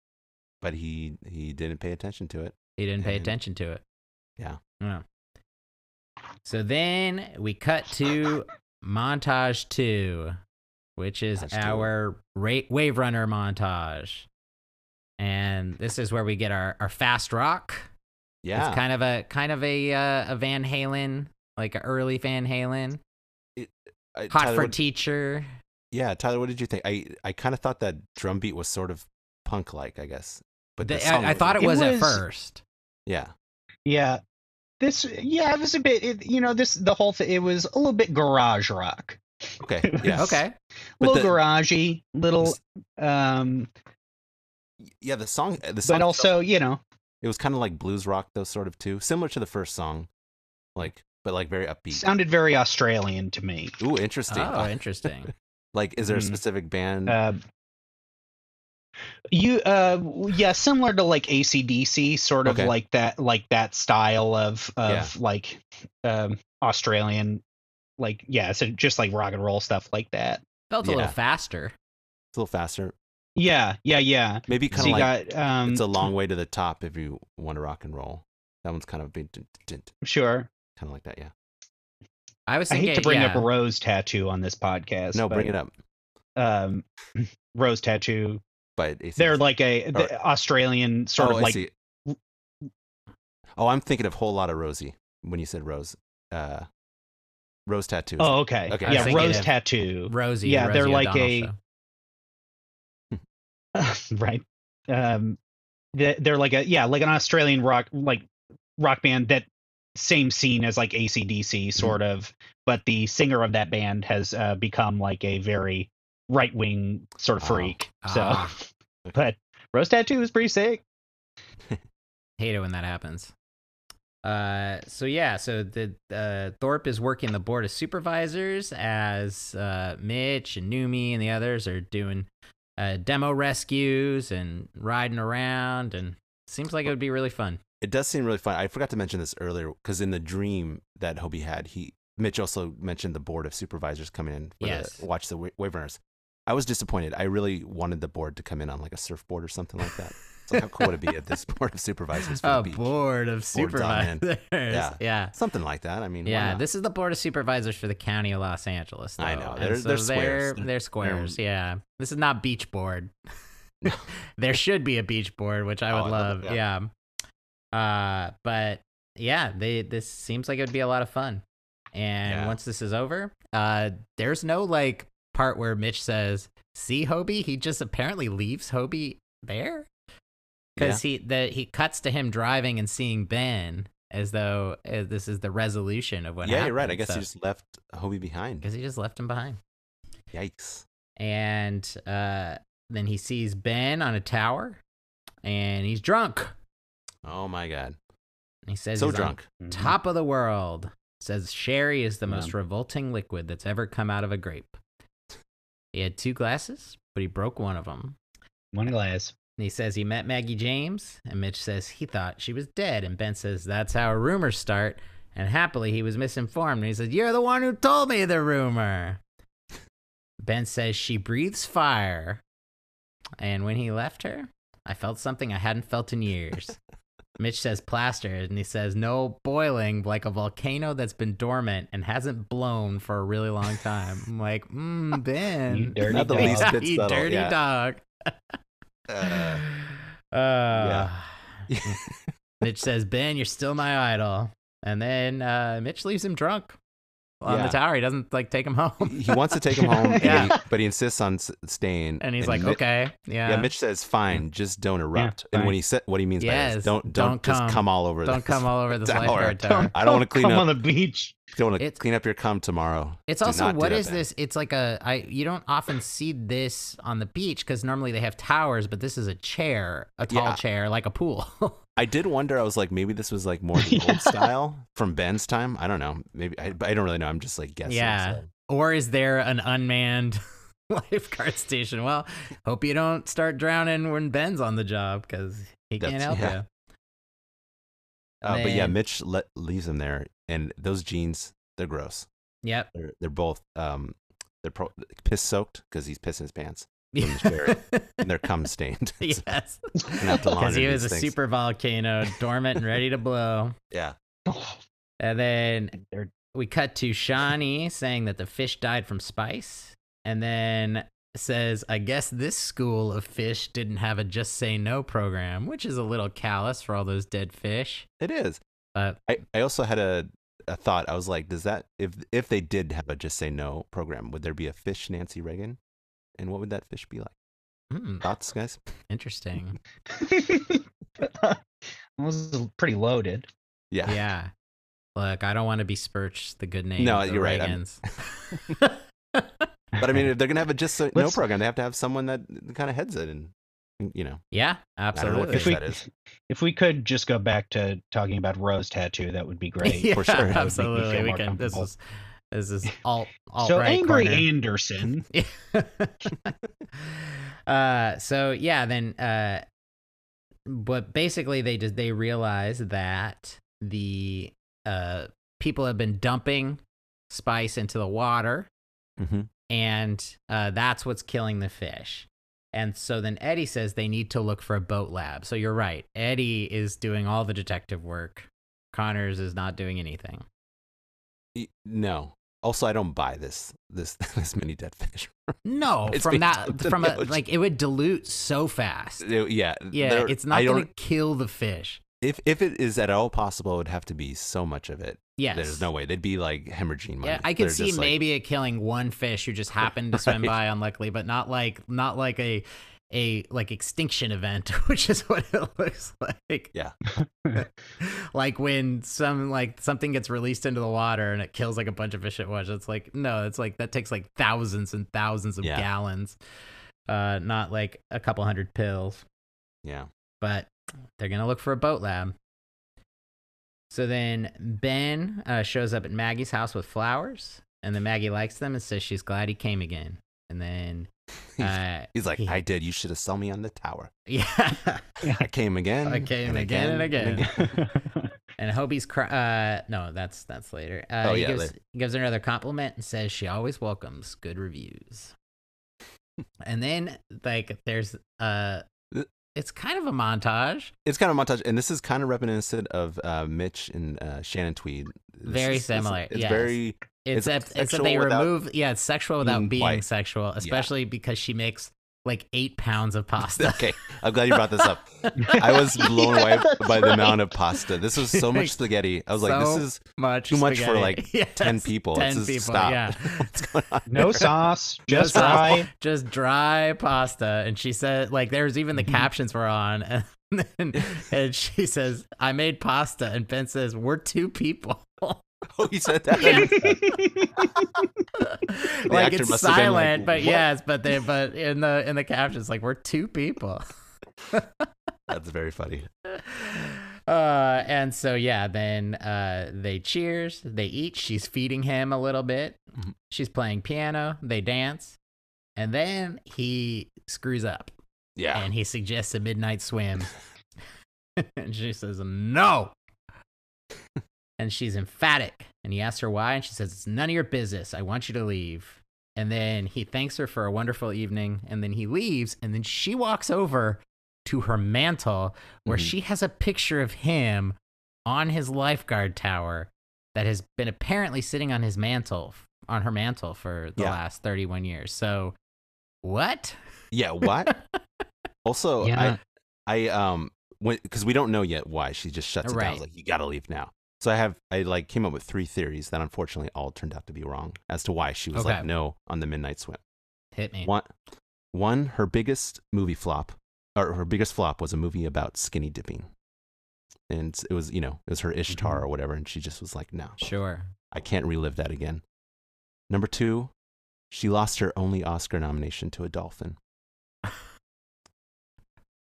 Speaker 2: but he he didn't pay attention to it.
Speaker 1: he didn't pay
Speaker 2: And-
Speaker 1: attention to it.
Speaker 2: Yeah.
Speaker 1: Yeah. So then we cut to montage two, which is
Speaker 2: Montage two.
Speaker 1: our ra- Wave Runner montage. And this is where we get our, our fast rock.
Speaker 2: Yeah.
Speaker 1: It's kind of a kind of a uh, a Van Halen, like a early Van Halen.
Speaker 2: Uh,
Speaker 1: Hot
Speaker 2: Tyler,
Speaker 1: for
Speaker 2: what-
Speaker 1: teacher.
Speaker 2: Yeah, Tyler, what did you think? I I kind of thought that drum beat was sort of punk like, I guess. But the
Speaker 1: They-
Speaker 2: song
Speaker 1: I, I thought it
Speaker 3: It
Speaker 1: was, at
Speaker 3: was-
Speaker 1: first.
Speaker 2: Yeah.
Speaker 3: Yeah. This yeah, it was a bit it, you know, this the whole thing it was a little bit garage rock.
Speaker 2: Okay.
Speaker 3: It was-
Speaker 2: Yeah.
Speaker 1: Okay.
Speaker 2: But
Speaker 3: little
Speaker 2: the-
Speaker 3: garagey, little um
Speaker 2: Yeah. The song. uh, The song
Speaker 3: but also, you know,
Speaker 2: it was kind of like blues rock, though, sort of too, similar to the first song, like but like very upbeat.
Speaker 3: sounded very Australian to me.
Speaker 2: Ooh, interesting. Uh,
Speaker 1: Oh, interesting.
Speaker 2: like, is there a
Speaker 3: Mm.
Speaker 2: specific band?
Speaker 3: Uh, you uh yeah similar to like acdc sort of
Speaker 2: Okay.
Speaker 3: like that like that style of of
Speaker 2: Yeah.
Speaker 3: like um australian like yeah so just like rock and roll stuff like that
Speaker 1: Felt a
Speaker 2: Yeah.
Speaker 1: little faster.
Speaker 2: it's a little faster.
Speaker 3: yeah yeah yeah
Speaker 2: Maybe
Speaker 3: so
Speaker 2: kind
Speaker 3: you
Speaker 2: of like
Speaker 3: got um
Speaker 2: it's a long way to the top if you want to rock and roll. That one's kind of big, kind
Speaker 3: sure
Speaker 2: of like that. Yeah.
Speaker 1: I was
Speaker 3: i
Speaker 1: thinking,
Speaker 3: hate to bring
Speaker 1: yeah.
Speaker 3: up a rose tattoo on this podcast
Speaker 2: No,
Speaker 3: but,
Speaker 2: bring it up.
Speaker 3: um rose tattoo
Speaker 2: But AC/DC.
Speaker 3: they're like a the
Speaker 2: Alright.
Speaker 3: australian sort
Speaker 2: Oh,
Speaker 3: of
Speaker 2: I
Speaker 3: like
Speaker 2: see. Oh, I'm thinking of whole lot of Rosie when you said Rose. Uh, Rose tattoos.
Speaker 3: oh okay,
Speaker 2: Okay. I was
Speaker 3: yeah
Speaker 1: thinking
Speaker 3: rose
Speaker 1: of-
Speaker 3: tattoo
Speaker 1: Rosie.
Speaker 3: Yeah,
Speaker 1: Rosie
Speaker 3: they're like
Speaker 1: O'Donnell
Speaker 3: a-
Speaker 1: show.
Speaker 3: right um they- they're like a yeah like an australian rock like rock band that same scene as like
Speaker 2: Mm-hmm.
Speaker 3: acdc sort of but the singer of that band has uh, become like a very right-wing sort of
Speaker 2: Ah.
Speaker 3: freak so
Speaker 1: Ah.
Speaker 3: but rose tattoo is pretty sick
Speaker 1: hate it when that happens. Uh, so yeah, so the uh, Thorpe is working the board of supervisors as uh, Mitch and Numi and the others are doing uh, demo rescues and riding around, and seems like it would be really fun.
Speaker 2: It does seem really fun. I forgot to mention this earlier because in the dream that Hobie had, he Mitch also mentioned the board of supervisors coming in for
Speaker 1: Yes.
Speaker 2: the, watch the wa- wave runners. I was disappointed. I really wanted the board to come in on like a surfboard or something like that. It's like how cool would it be if this board of supervisors for the
Speaker 1: A
Speaker 2: beach?
Speaker 1: Oh, board of
Speaker 2: Board's on end.
Speaker 1: supervisors.
Speaker 2: Yeah.
Speaker 1: Yeah. Yeah.
Speaker 2: Something like that. I mean, why not?
Speaker 1: this is the board of supervisors for the county of Los Angeles.
Speaker 2: I
Speaker 1: though,
Speaker 2: know,
Speaker 1: and
Speaker 2: they're-
Speaker 1: so
Speaker 2: they're squares.
Speaker 1: They're, they're squares. Yeah, this is not beach board. there should be a beach board, which I
Speaker 2: Oh,
Speaker 1: would
Speaker 2: I love
Speaker 1: love.
Speaker 2: it,
Speaker 1: yeah. Uh, but yeah, they this seems like it would be a lot of fun. And
Speaker 2: Yeah.
Speaker 1: once this is over, uh, there's no like part where Mitch says, "See Hobie," he just apparently leaves Hobie there because he the he cuts to him driving and seeing Ben as though uh, this is the resolution of what.
Speaker 2: yeah,
Speaker 1: happened.
Speaker 2: you're right. I guess
Speaker 1: so,
Speaker 2: you just left Hobie behind.
Speaker 1: because he just left him behind.
Speaker 2: Yikes.
Speaker 1: And uh, then he sees Ben on a tower, and he's drunk.
Speaker 2: Oh my god.
Speaker 1: And he says
Speaker 2: So
Speaker 1: he's on
Speaker 2: drunk. Mm-hmm.
Speaker 1: top of the world. Says sherry is the most
Speaker 3: Yeah.
Speaker 1: revolting liquid that's ever come out of a grape. He had two glasses, but he broke one of them.
Speaker 3: one glass
Speaker 1: And he says he met Maggie James, and Mitch says he thought she was dead. And Ben says that's how rumors start. And happily, he was misinformed. And he says, You're the one who told me the rumor. Ben says she breathes fire. And when he left her, I felt something I hadn't felt in years. Mitch says plaster, and he says, No, boiling like a volcano that's been dormant and hasn't blown for a really long time. I'm like, Mmm, Ben.
Speaker 3: You dirty
Speaker 2: Not the
Speaker 3: dog.
Speaker 2: least bit
Speaker 1: you
Speaker 2: subtle,
Speaker 1: dirty
Speaker 2: yeah.
Speaker 1: dog.
Speaker 2: Uh,
Speaker 1: Uh, Mitch says, Ben, you're still my idol. And then uh, Mitch leaves him drunk on
Speaker 2: Yeah.
Speaker 1: the tower. He doesn't like take him home.
Speaker 2: he wants to take him home, and
Speaker 1: Yeah.
Speaker 2: he- but he insists on s- staying.
Speaker 1: And he's like,
Speaker 2: Mi-
Speaker 1: okay. uh, Yeah.
Speaker 2: Yeah, Mitch says, "Fine, just don't erupt." and
Speaker 3: fine.
Speaker 2: when he said what he means by
Speaker 1: Yes,
Speaker 2: this, don't
Speaker 1: don't
Speaker 2: don't, just
Speaker 1: come.
Speaker 2: come all over.
Speaker 1: don't
Speaker 2: this
Speaker 1: come all over this
Speaker 2: tower.
Speaker 1: lifeguard tower.
Speaker 2: I don't want to clean
Speaker 3: come
Speaker 2: up.
Speaker 3: on the beach
Speaker 2: Don't want to
Speaker 1: It's-
Speaker 2: clean up your cum tomorrow.
Speaker 1: It's
Speaker 2: Do
Speaker 1: also
Speaker 2: not do
Speaker 1: what
Speaker 2: that,
Speaker 1: is
Speaker 2: Ben.
Speaker 1: this? It's like a I you don't often see this on the beach because normally they have towers, but this is a chair, a tall
Speaker 2: Yeah.
Speaker 1: chair, like a pool.
Speaker 2: I did wonder. I was like, maybe this was like more the
Speaker 3: Yeah.
Speaker 2: old style from Ben's time. I don't know. Maybe I, but I don't really know. I'm just like guessing.
Speaker 1: Yeah.
Speaker 2: so.
Speaker 1: or is there an unmanned lifeguard station. Well, hope you don't start drowning when Ben's on the job because he can't
Speaker 2: That's-
Speaker 1: help
Speaker 2: yeah.
Speaker 1: you.
Speaker 2: Uh, but yeah,
Speaker 1: Man.
Speaker 2: Mitch le- leaves him there, and those jeans, they're gross.
Speaker 1: Yep.
Speaker 2: They're, they're both um, they're pro- piss soaked because he's pissing his pants, From the spirit. and they're cum stained.
Speaker 1: yes.
Speaker 2: have to
Speaker 1: Because he
Speaker 2: launder
Speaker 1: was a
Speaker 2: these things.
Speaker 1: super volcano, dormant and ready to blow.
Speaker 2: yeah,
Speaker 1: And then
Speaker 3: They're-
Speaker 1: we cut to Shawnee saying that the fish died from spice, and then says, "I guess this school of fish didn't have a just say no program, which is a little callous for all those dead fish."
Speaker 2: it is.
Speaker 1: But
Speaker 2: I, I also had a, a thought. I was like, does that if if they did have a just say no program, would there be a fish Nancy Reagan, and what would that fish be like?
Speaker 1: hmm,
Speaker 2: Thoughts, guys?
Speaker 1: interesting.
Speaker 3: that was pretty loaded.
Speaker 2: Yeah,
Speaker 1: yeah. Look, I don't want to besmirch the good name.
Speaker 2: No,
Speaker 1: of the
Speaker 2: you're right, I'm-
Speaker 1: Reagans.
Speaker 2: but I mean, if they're gonna have a just say no
Speaker 3: Let's-
Speaker 2: program, they have to have someone that kind of heads it, and you know,
Speaker 1: yeah,
Speaker 2: don't know
Speaker 1: absolutely.
Speaker 2: what fish
Speaker 3: if we
Speaker 2: that is.
Speaker 3: if we could just go back to talking about Rose tattoo, that would be great.
Speaker 1: yeah,
Speaker 2: for sure. That would make me
Speaker 1: Absolutely,
Speaker 3: feel
Speaker 1: we
Speaker 3: more
Speaker 1: can. This
Speaker 3: comfortable.
Speaker 1: is this is all all
Speaker 3: so
Speaker 1: right
Speaker 3: angry
Speaker 1: corner.
Speaker 3: Anderson.
Speaker 1: uh so yeah then uh but basically they just they realize that the uh people have been dumping spice into the water
Speaker 2: Mm-hmm.
Speaker 1: and uh that's what's killing the fish and so then Eddie says they need to look for a boat lab. So you're right. Eddie is doing all the detective work. Connors is not doing anything.
Speaker 2: Y- No. Also, I don't buy this this this many dead fish.
Speaker 1: No,
Speaker 2: It's
Speaker 1: from
Speaker 2: being
Speaker 1: that,
Speaker 2: dumped in
Speaker 1: from
Speaker 2: the
Speaker 1: a,
Speaker 2: ocean.
Speaker 1: like, it would dilute so fast.
Speaker 2: They- yeah,
Speaker 1: Yeah,
Speaker 2: they're-
Speaker 1: it's not
Speaker 2: I
Speaker 1: going
Speaker 2: don't.
Speaker 1: to kill the fish.
Speaker 2: If if it is at all possible, it would have to be so much of it.
Speaker 1: Yes.
Speaker 2: There's no way they'd be like hemorrhaging money.
Speaker 1: Yeah, I could
Speaker 2: They're
Speaker 1: see
Speaker 2: just like-
Speaker 1: maybe it killing one fish who just happened to swim
Speaker 2: Right.
Speaker 1: by unluckily, but not like not like a a like extinction event, which is what it looks like.
Speaker 2: Yeah.
Speaker 1: like when some like something gets released into the water and it kills like a bunch of fish at once. It's like no, it's like that takes like thousands and thousands of
Speaker 2: Yeah.
Speaker 1: gallons. Uh not like a couple hundred pills.
Speaker 2: yeah,
Speaker 1: but they're gonna look for a boat lab. So then Ben uh, shows up at Maggie's house with flowers, and then Maggie likes them and says she's glad he came again. And then, uh,
Speaker 2: he's like,
Speaker 1: he-
Speaker 2: I did. You should have sold me on the tower.
Speaker 1: yeah,
Speaker 2: I came again.
Speaker 1: I came again and again. and Hobie's cry. Uh, no, that's that's later. Uh,
Speaker 2: Oh,
Speaker 1: he
Speaker 2: yeah,
Speaker 1: gives,
Speaker 2: later.
Speaker 1: gives her another compliment and says she always welcomes good reviews. and then like there's uh,
Speaker 2: Th-
Speaker 1: it's kind of a montage.
Speaker 2: It's kind of a montage, and this is kind of reminiscent of uh, Mitch and uh, Shannon Tweed. This
Speaker 1: Very
Speaker 2: is- this-
Speaker 1: similar,
Speaker 2: It's
Speaker 1: yes.
Speaker 2: very It's
Speaker 1: except except
Speaker 2: sexual
Speaker 1: they
Speaker 2: without
Speaker 1: remove yeah it's sexual without being,
Speaker 2: being white.
Speaker 1: sexual especially because she makes like eight pounds of pasta
Speaker 2: okay. I'm glad you brought this up. I was blown away by the amount of pasta. This was so much spaghetti. I was like,
Speaker 1: So
Speaker 2: this is
Speaker 1: much
Speaker 2: Too much for,
Speaker 1: spaghetti.
Speaker 2: like, 10
Speaker 1: Yes,
Speaker 2: people.
Speaker 1: 10
Speaker 2: It's just
Speaker 1: people
Speaker 2: stop.
Speaker 1: yeah
Speaker 2: What's going on?
Speaker 3: no sauce, just
Speaker 1: sauce.
Speaker 3: fry.
Speaker 1: just dry pasta and she said like there's even the
Speaker 2: Mm-hmm.
Speaker 1: captions were on and then, and she says i made pasta and ben says we're two people
Speaker 2: Oh, he said that.
Speaker 1: Yeah. like
Speaker 2: actor
Speaker 1: it's
Speaker 2: must have been like,
Speaker 1: silent but
Speaker 2: "What?"
Speaker 1: yes but they but in the in the captions like we're two people
Speaker 2: That's very funny.
Speaker 1: uh and so yeah then uh they cheers they eat she's feeding him a little bit
Speaker 2: Mhm.
Speaker 1: she's playing piano they dance and then he screws up
Speaker 2: Yeah.
Speaker 1: and he suggests a midnight swim and she says no and she's emphatic and he asks her why and she says it's none of your business i want you to leave and then he thanks her for a wonderful evening and then he leaves and then she walks over to her mantle where
Speaker 2: Mhm.
Speaker 1: she has a picture of him on his lifeguard tower that has been apparently sitting on his mantle on her mantle for the
Speaker 2: Yeah.
Speaker 1: last 31 years so what
Speaker 2: Yeah. What? Also,
Speaker 3: Yeah.
Speaker 2: I, I, um, because we don't know yet why she just shuts it down. I was
Speaker 1: Right.
Speaker 2: like, you gotta leave now. So I have, I like came up with three theories that unfortunately all turned out to be wrong as to why she was like
Speaker 1: Okay.
Speaker 2: no on the midnight swim.
Speaker 1: hit me
Speaker 2: One, one, her biggest movie flop, or her biggest flop was a movie about skinny dipping, and it was you know it was her Ishtar
Speaker 1: Mm-hmm.
Speaker 2: or whatever, and she just was like, no,
Speaker 1: sure
Speaker 2: I can't relive that again. Number two, she lost her only Oscar nomination to a dolphin.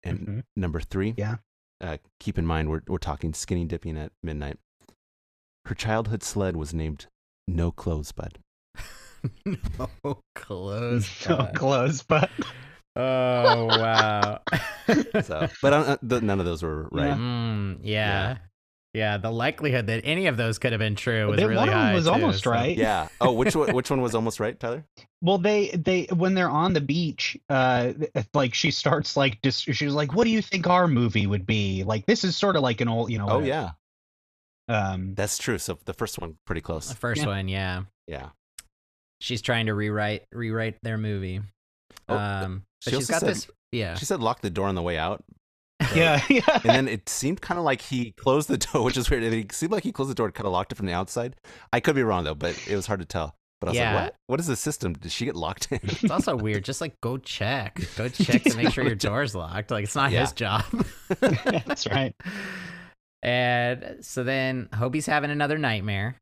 Speaker 2: and
Speaker 3: Mhm.
Speaker 2: number three,
Speaker 3: Yeah.
Speaker 2: uh, keep in mind we're, we're talking skinny dipping at midnight. Her childhood sled was named No Clothes Bud.
Speaker 1: no, Oh, close.
Speaker 3: so
Speaker 1: cut.
Speaker 3: close, but
Speaker 1: Oh wow.
Speaker 2: So, but uh, th- none of those were right.
Speaker 3: Yeah.
Speaker 1: Mm, yeah.
Speaker 2: Yeah.
Speaker 1: yeah. The likelihood that any of those could have been true was
Speaker 3: There-
Speaker 1: really
Speaker 3: one of them
Speaker 1: high,
Speaker 3: was
Speaker 1: too,
Speaker 3: almost
Speaker 1: so-
Speaker 3: right.
Speaker 2: Yeah. Oh, which one, which one was almost right, Tyler?
Speaker 3: Well, they they when they're on the beach, uh, th- like she starts like dis- she's like, "What do you think our movie would be?" Like this is sort of like an old, you know.
Speaker 2: Oh
Speaker 3: uh,
Speaker 2: yeah,
Speaker 3: Um,
Speaker 2: that's true. So the first one pretty
Speaker 1: The
Speaker 2: close.
Speaker 1: first
Speaker 3: Yeah.
Speaker 1: one, yeah.
Speaker 2: Yeah.
Speaker 1: She's trying to rewrite rewrite their movie.
Speaker 2: Oh,
Speaker 1: um, but
Speaker 2: she
Speaker 1: she's
Speaker 2: also
Speaker 1: got
Speaker 2: said-
Speaker 1: this. Yeah.
Speaker 2: She said lock the door on the way out,
Speaker 3: yeah, yeah.
Speaker 2: and then it seemed kind of like he closed the door, which is weird. It seemed like he closed the door and kind of locked it from the outside. I could be wrong though, but it was hard to tell. But I was
Speaker 1: Yeah.
Speaker 2: like, what? What is the system? Did she get locked in?
Speaker 1: It's also weird. Just like go check, go check to make sure your door's locked. Like it's not
Speaker 2: Yeah.
Speaker 1: his job.
Speaker 3: That's right.
Speaker 1: and so then Hobie's having another nightmare,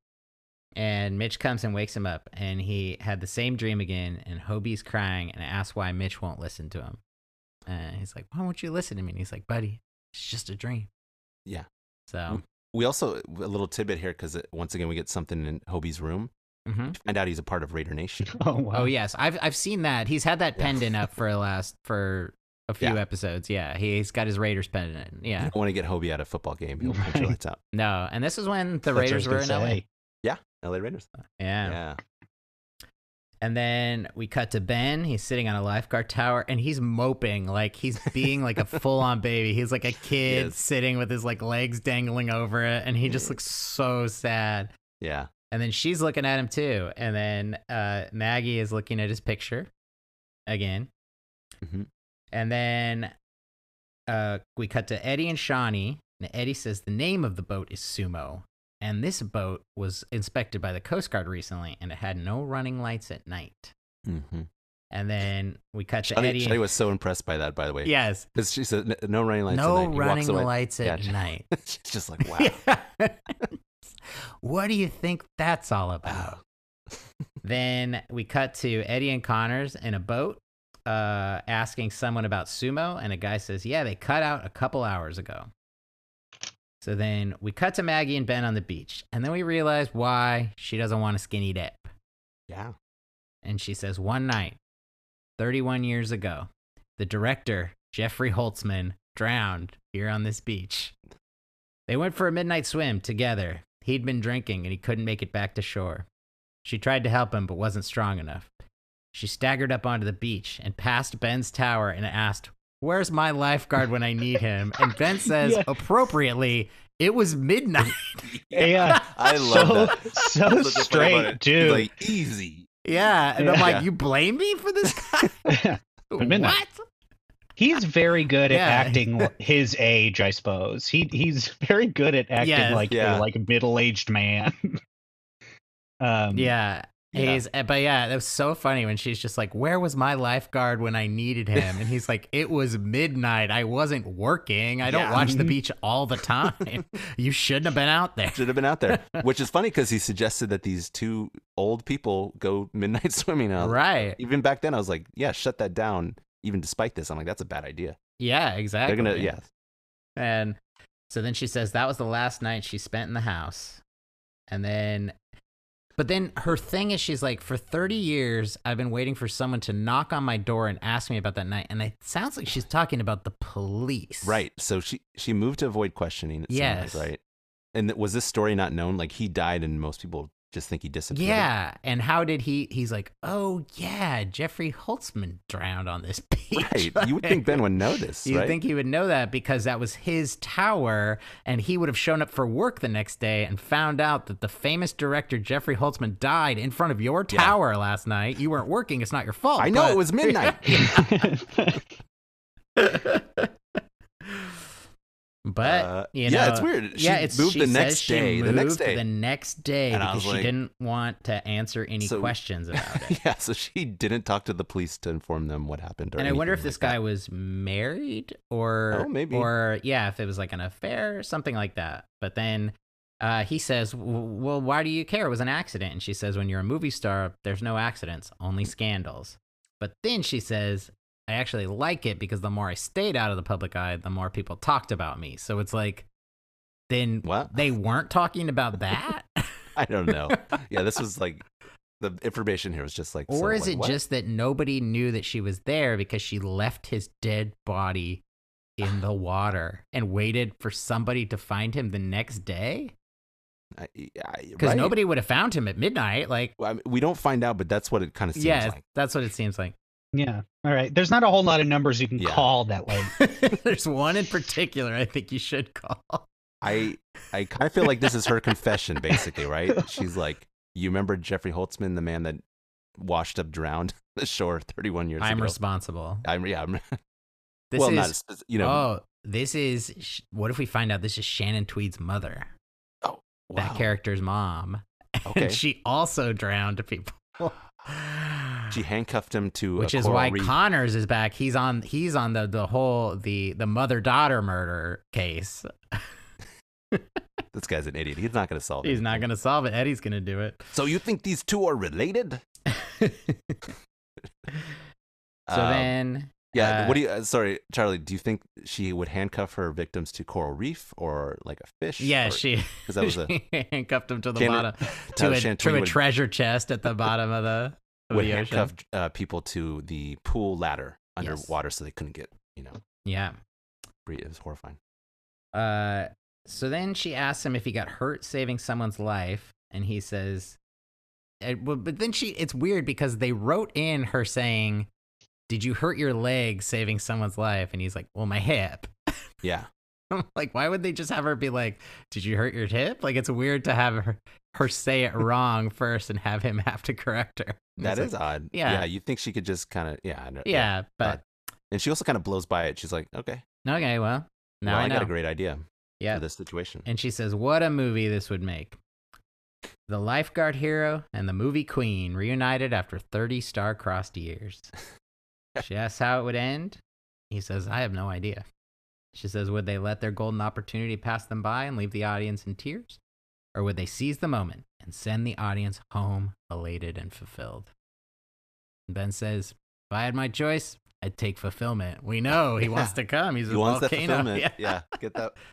Speaker 1: and Mitch comes and wakes him up, and he had the same dream again. And Hobie's crying and asks why Mitch won't listen to him. And he's like, "Why won't you listen to me?" And he's like, "Buddy, it's just a dream."
Speaker 2: Yeah.
Speaker 1: So
Speaker 2: We also a little tidbit here because once again we get something in Hobie's room.
Speaker 1: mhm.
Speaker 2: We find out he's a part of Raider Nation.
Speaker 3: Oh wow.
Speaker 1: Oh yes, I've I've seen that. He's had that
Speaker 2: Yeah.
Speaker 1: pendant up for the last for a few
Speaker 2: Yeah.
Speaker 1: episodes. Yeah, he's got his Raiders pendant. Yeah.
Speaker 2: You don't want to get Hobie out of a football game. He'll punch your
Speaker 3: Right.
Speaker 2: lights out.
Speaker 1: No, and this is when the
Speaker 3: That's what I
Speaker 1: Raiders
Speaker 3: was
Speaker 1: were in
Speaker 3: gonna
Speaker 1: LA.
Speaker 3: say.
Speaker 2: LA Raiders.
Speaker 1: Oh. Yeah.
Speaker 2: Yeah.
Speaker 1: And then we cut to Ben. He's sitting on a lifeguard tower and he's moping like he's being like a full on baby. He's like a kid
Speaker 2: Yes.
Speaker 1: sitting with his like legs dangling over it and he just looks so sad.
Speaker 2: Yeah.
Speaker 1: And then she's looking at him too. And then uh, Maggie is looking at his picture again.
Speaker 2: Mhm.
Speaker 1: And then uh, we cut to Eddie and Shawnee. And Eddie says the name of the boat is Sumo. And this boat was inspected by the Coast Guard recently and it had no running lights at night.
Speaker 2: Mm-hmm.
Speaker 1: And then we cut to
Speaker 2: Shadi,
Speaker 1: Eddie.
Speaker 2: Shadi was so impressed by that, by the way.
Speaker 1: yes.
Speaker 2: Because she said, "N- no running lights. at
Speaker 1: No
Speaker 2: night." He
Speaker 1: running
Speaker 2: walks away.
Speaker 1: lights at
Speaker 2: Gotcha.
Speaker 1: night.
Speaker 2: She's just like, wow.
Speaker 1: what do you think that's all about?
Speaker 2: wow.
Speaker 1: Then we cut to Eddie and Connors in a boat uh, asking someone about sumo, and a guy says, Yeah, they cut out a couple hours ago. So then we cut to Maggie and Ben on the beach, and then we realize why she doesn't want a skinny dip.
Speaker 2: Yeah.
Speaker 1: And she says, One night, 31 years ago, the director, Jeffrey Holtzman, drowned here on this beach. They went for a midnight swim together. He'd been drinking and he couldn't make it back to shore. She tried to help him but wasn't strong enough. She staggered up onto the beach and passed Ben's tower and asked, Where's my lifeguard when I need him? And Ben says,
Speaker 3: Yeah.
Speaker 1: appropriately, it was midnight.
Speaker 3: Yeah.
Speaker 2: I love
Speaker 3: so
Speaker 2: that.
Speaker 3: so
Speaker 2: That's what's funny about
Speaker 3: straight,
Speaker 2: it. He's
Speaker 3: dude.
Speaker 2: Like, easy.
Speaker 1: Yeah. And I'm
Speaker 3: Yeah.
Speaker 1: like, You blame me for this guy?
Speaker 3: midnight.
Speaker 1: What?
Speaker 3: He's very good at
Speaker 1: Yeah.
Speaker 3: acting his age, I suppose. He he's very good at acting
Speaker 1: Yes.
Speaker 3: like
Speaker 2: Yeah.
Speaker 3: a like middle aged man. um,
Speaker 1: Yeah.
Speaker 3: Yeah.
Speaker 1: He's, uh, but yeah, that was so funny when she's just like, Where was my lifeguard when I needed him? And he's like, It was midnight. I wasn't working. I don't
Speaker 2: Yeah.
Speaker 1: watch the
Speaker 3: Mhm.
Speaker 1: beach all the time. you shouldn't have been out there.
Speaker 2: Should have been out there. Which is funny because he suggested that these two old people go midnight swimming. Out.
Speaker 1: Right.
Speaker 2: Even back then, I was like, yeah, shut that down. Even despite this, I'm like, that's a bad idea.
Speaker 1: Yeah, exactly.
Speaker 2: They're going to, yeah.
Speaker 1: And so then she says that was the last night she spent in the house. And then, but then her thing is she's like, for 30 years, I've been waiting for someone to knock on my door and ask me about that night. And it sounds like she's talking about the police.
Speaker 2: Right. So she she moved to avoid questioning. It yeah.
Speaker 1: Yes.
Speaker 2: right. And th- was this story not known? Like he died, and most people just think he disappeared.
Speaker 1: Yeah, and how did he? He's like, oh yeah, Jeffrey Holtzman drowned on this beach.
Speaker 2: Right. You would think Ben would know this,
Speaker 1: You'd
Speaker 2: right?
Speaker 1: think he would know that because that was his tower, and he would have shown up for work the next day and found out that the famous director Jeffrey Holtzman died in front of your
Speaker 2: Yeah.
Speaker 1: tower last night. You weren't working; it's not your fault.
Speaker 2: I know
Speaker 1: but-
Speaker 2: it was midnight.
Speaker 1: But
Speaker 2: Uh,
Speaker 1: you know,
Speaker 2: yeah, it's weird. She
Speaker 1: yeah, it's
Speaker 2: moved
Speaker 1: she
Speaker 2: the
Speaker 1: says
Speaker 2: next
Speaker 1: she
Speaker 2: day. The next
Speaker 1: moved
Speaker 2: day.
Speaker 1: The next day
Speaker 2: And I
Speaker 1: because
Speaker 2: was
Speaker 1: she
Speaker 2: like-
Speaker 1: didn't want to answer any
Speaker 2: So-
Speaker 1: questions about it.
Speaker 2: yeah. So she didn't talk to the police to inform them what happened. Or
Speaker 1: and I wonder if
Speaker 2: anything
Speaker 1: this
Speaker 2: like
Speaker 1: guy was married or
Speaker 2: Oh, maybe.
Speaker 1: or yeah, if it was like an affair or something like that. But then uh, he says, "W- "Well, why do you care? It was an accident." And she says, "When you're a movie star, there's no accidents, only scandals." But then she says, "I actually like it because the more I stayed out of the public eye, the more people talked about me." So it's like, then
Speaker 2: What?
Speaker 1: they weren't talking about that.
Speaker 2: that. I don't know. yeah, this was like the information here was just like.
Speaker 1: Or
Speaker 2: sort of
Speaker 1: is
Speaker 2: like,
Speaker 1: it
Speaker 2: what?
Speaker 1: just that nobody knew that she was there because she left his dead body in the water and waited for somebody to find him the next day?
Speaker 2: I- I-
Speaker 1: Because
Speaker 2: right?
Speaker 1: nobody would have found him at midnight. Like,
Speaker 2: Well, I mean, we don't find out, but that's what it kind of seems
Speaker 1: yeah,
Speaker 2: like.
Speaker 1: that's what it seems like.
Speaker 3: Yeah. All right. There's not a whole lot of numbers you can
Speaker 2: Yeah.
Speaker 3: call that way.
Speaker 1: There's one in particular I think you should call.
Speaker 2: I I kind of feel like this is her confession, basically, right? She's like, you remember Jeffrey Holtzman, the man that washed up, drowned on the shore 31 years
Speaker 1: I'm
Speaker 2: ago.
Speaker 1: responsible.
Speaker 2: I'm yeah. I'm,
Speaker 1: This
Speaker 2: well,
Speaker 1: is
Speaker 2: not spec- you know.
Speaker 1: oh, this is. sh- What if we find out this is Shannon Tweed's mother, that
Speaker 2: wow.
Speaker 1: character's mom,
Speaker 2: Okay.
Speaker 1: and she also drowned people.
Speaker 2: She handcuffed him to
Speaker 1: which
Speaker 2: a
Speaker 1: is
Speaker 2: coral
Speaker 1: why
Speaker 2: reef.
Speaker 1: Connors is back. He's on he's on the the whole the the mother daughter murder case.
Speaker 2: this guy's an idiot. He's not going to solve
Speaker 1: He's
Speaker 2: it.
Speaker 1: not gonna solve it. Eddie's gonna do it.
Speaker 2: So you think these two are related?
Speaker 1: so
Speaker 2: Um,
Speaker 1: then
Speaker 2: yeah.
Speaker 1: uh,
Speaker 2: what do you? Uh, sorry, Charlie. Do you think she would handcuff her victims to coral reef or like a fish?
Speaker 1: yeah,
Speaker 2: or,
Speaker 1: she,
Speaker 2: because that was a
Speaker 1: she handcuffed him to the
Speaker 2: Shannon-
Speaker 1: bottom
Speaker 2: how
Speaker 1: to a,
Speaker 2: Shantuni
Speaker 1: to a
Speaker 2: would-
Speaker 1: treasure chest at the bottom of the, of
Speaker 2: would
Speaker 1: the ocean.
Speaker 2: handcuff uh, people to the pool ladder
Speaker 1: Yes.
Speaker 2: underwater so they couldn't get you know
Speaker 1: Yeah.
Speaker 2: free. It was horrifying.
Speaker 1: Uh, so then she asks him if he got hurt saving someone's life, and he says, eh, well, but then she, it's weird because they wrote in her saying, Did you hurt your leg saving someone's life? And he's like, Well, my hip.
Speaker 2: Yeah,
Speaker 1: I'm like, why would they just have her be like, Did you hurt your hip? Like, it's weird to have her, her say it wrong first and have him have to correct her. And
Speaker 2: that
Speaker 1: it's
Speaker 2: is
Speaker 1: like,
Speaker 2: odd.
Speaker 1: yeah.
Speaker 2: yeah. You think she could just kind of yeah, I know-
Speaker 1: yeah, but
Speaker 2: And she also kind of blows by it. She's like, okay,
Speaker 1: okay, well, now
Speaker 2: well,
Speaker 1: I,
Speaker 2: I,
Speaker 1: know.
Speaker 2: got a great idea
Speaker 1: yeah.
Speaker 2: for this situation.
Speaker 1: And she says, What a movie this would make. The lifeguard hero and the movie queen reunited after 30 star-crossed years. she asks how it would end. He says, I have no idea. She says, Would they let their golden opportunity pass them by and leave the audience in tears? Or would they seize the moment and send the audience home elated and fulfilled? And Ben says, If I had my choice, I'd take fulfillment. We know he wants to come. He's
Speaker 2: he
Speaker 1: a
Speaker 2: wants that
Speaker 1: volcano.
Speaker 2: fulfillment.
Speaker 1: Yeah.
Speaker 2: yeah, get that.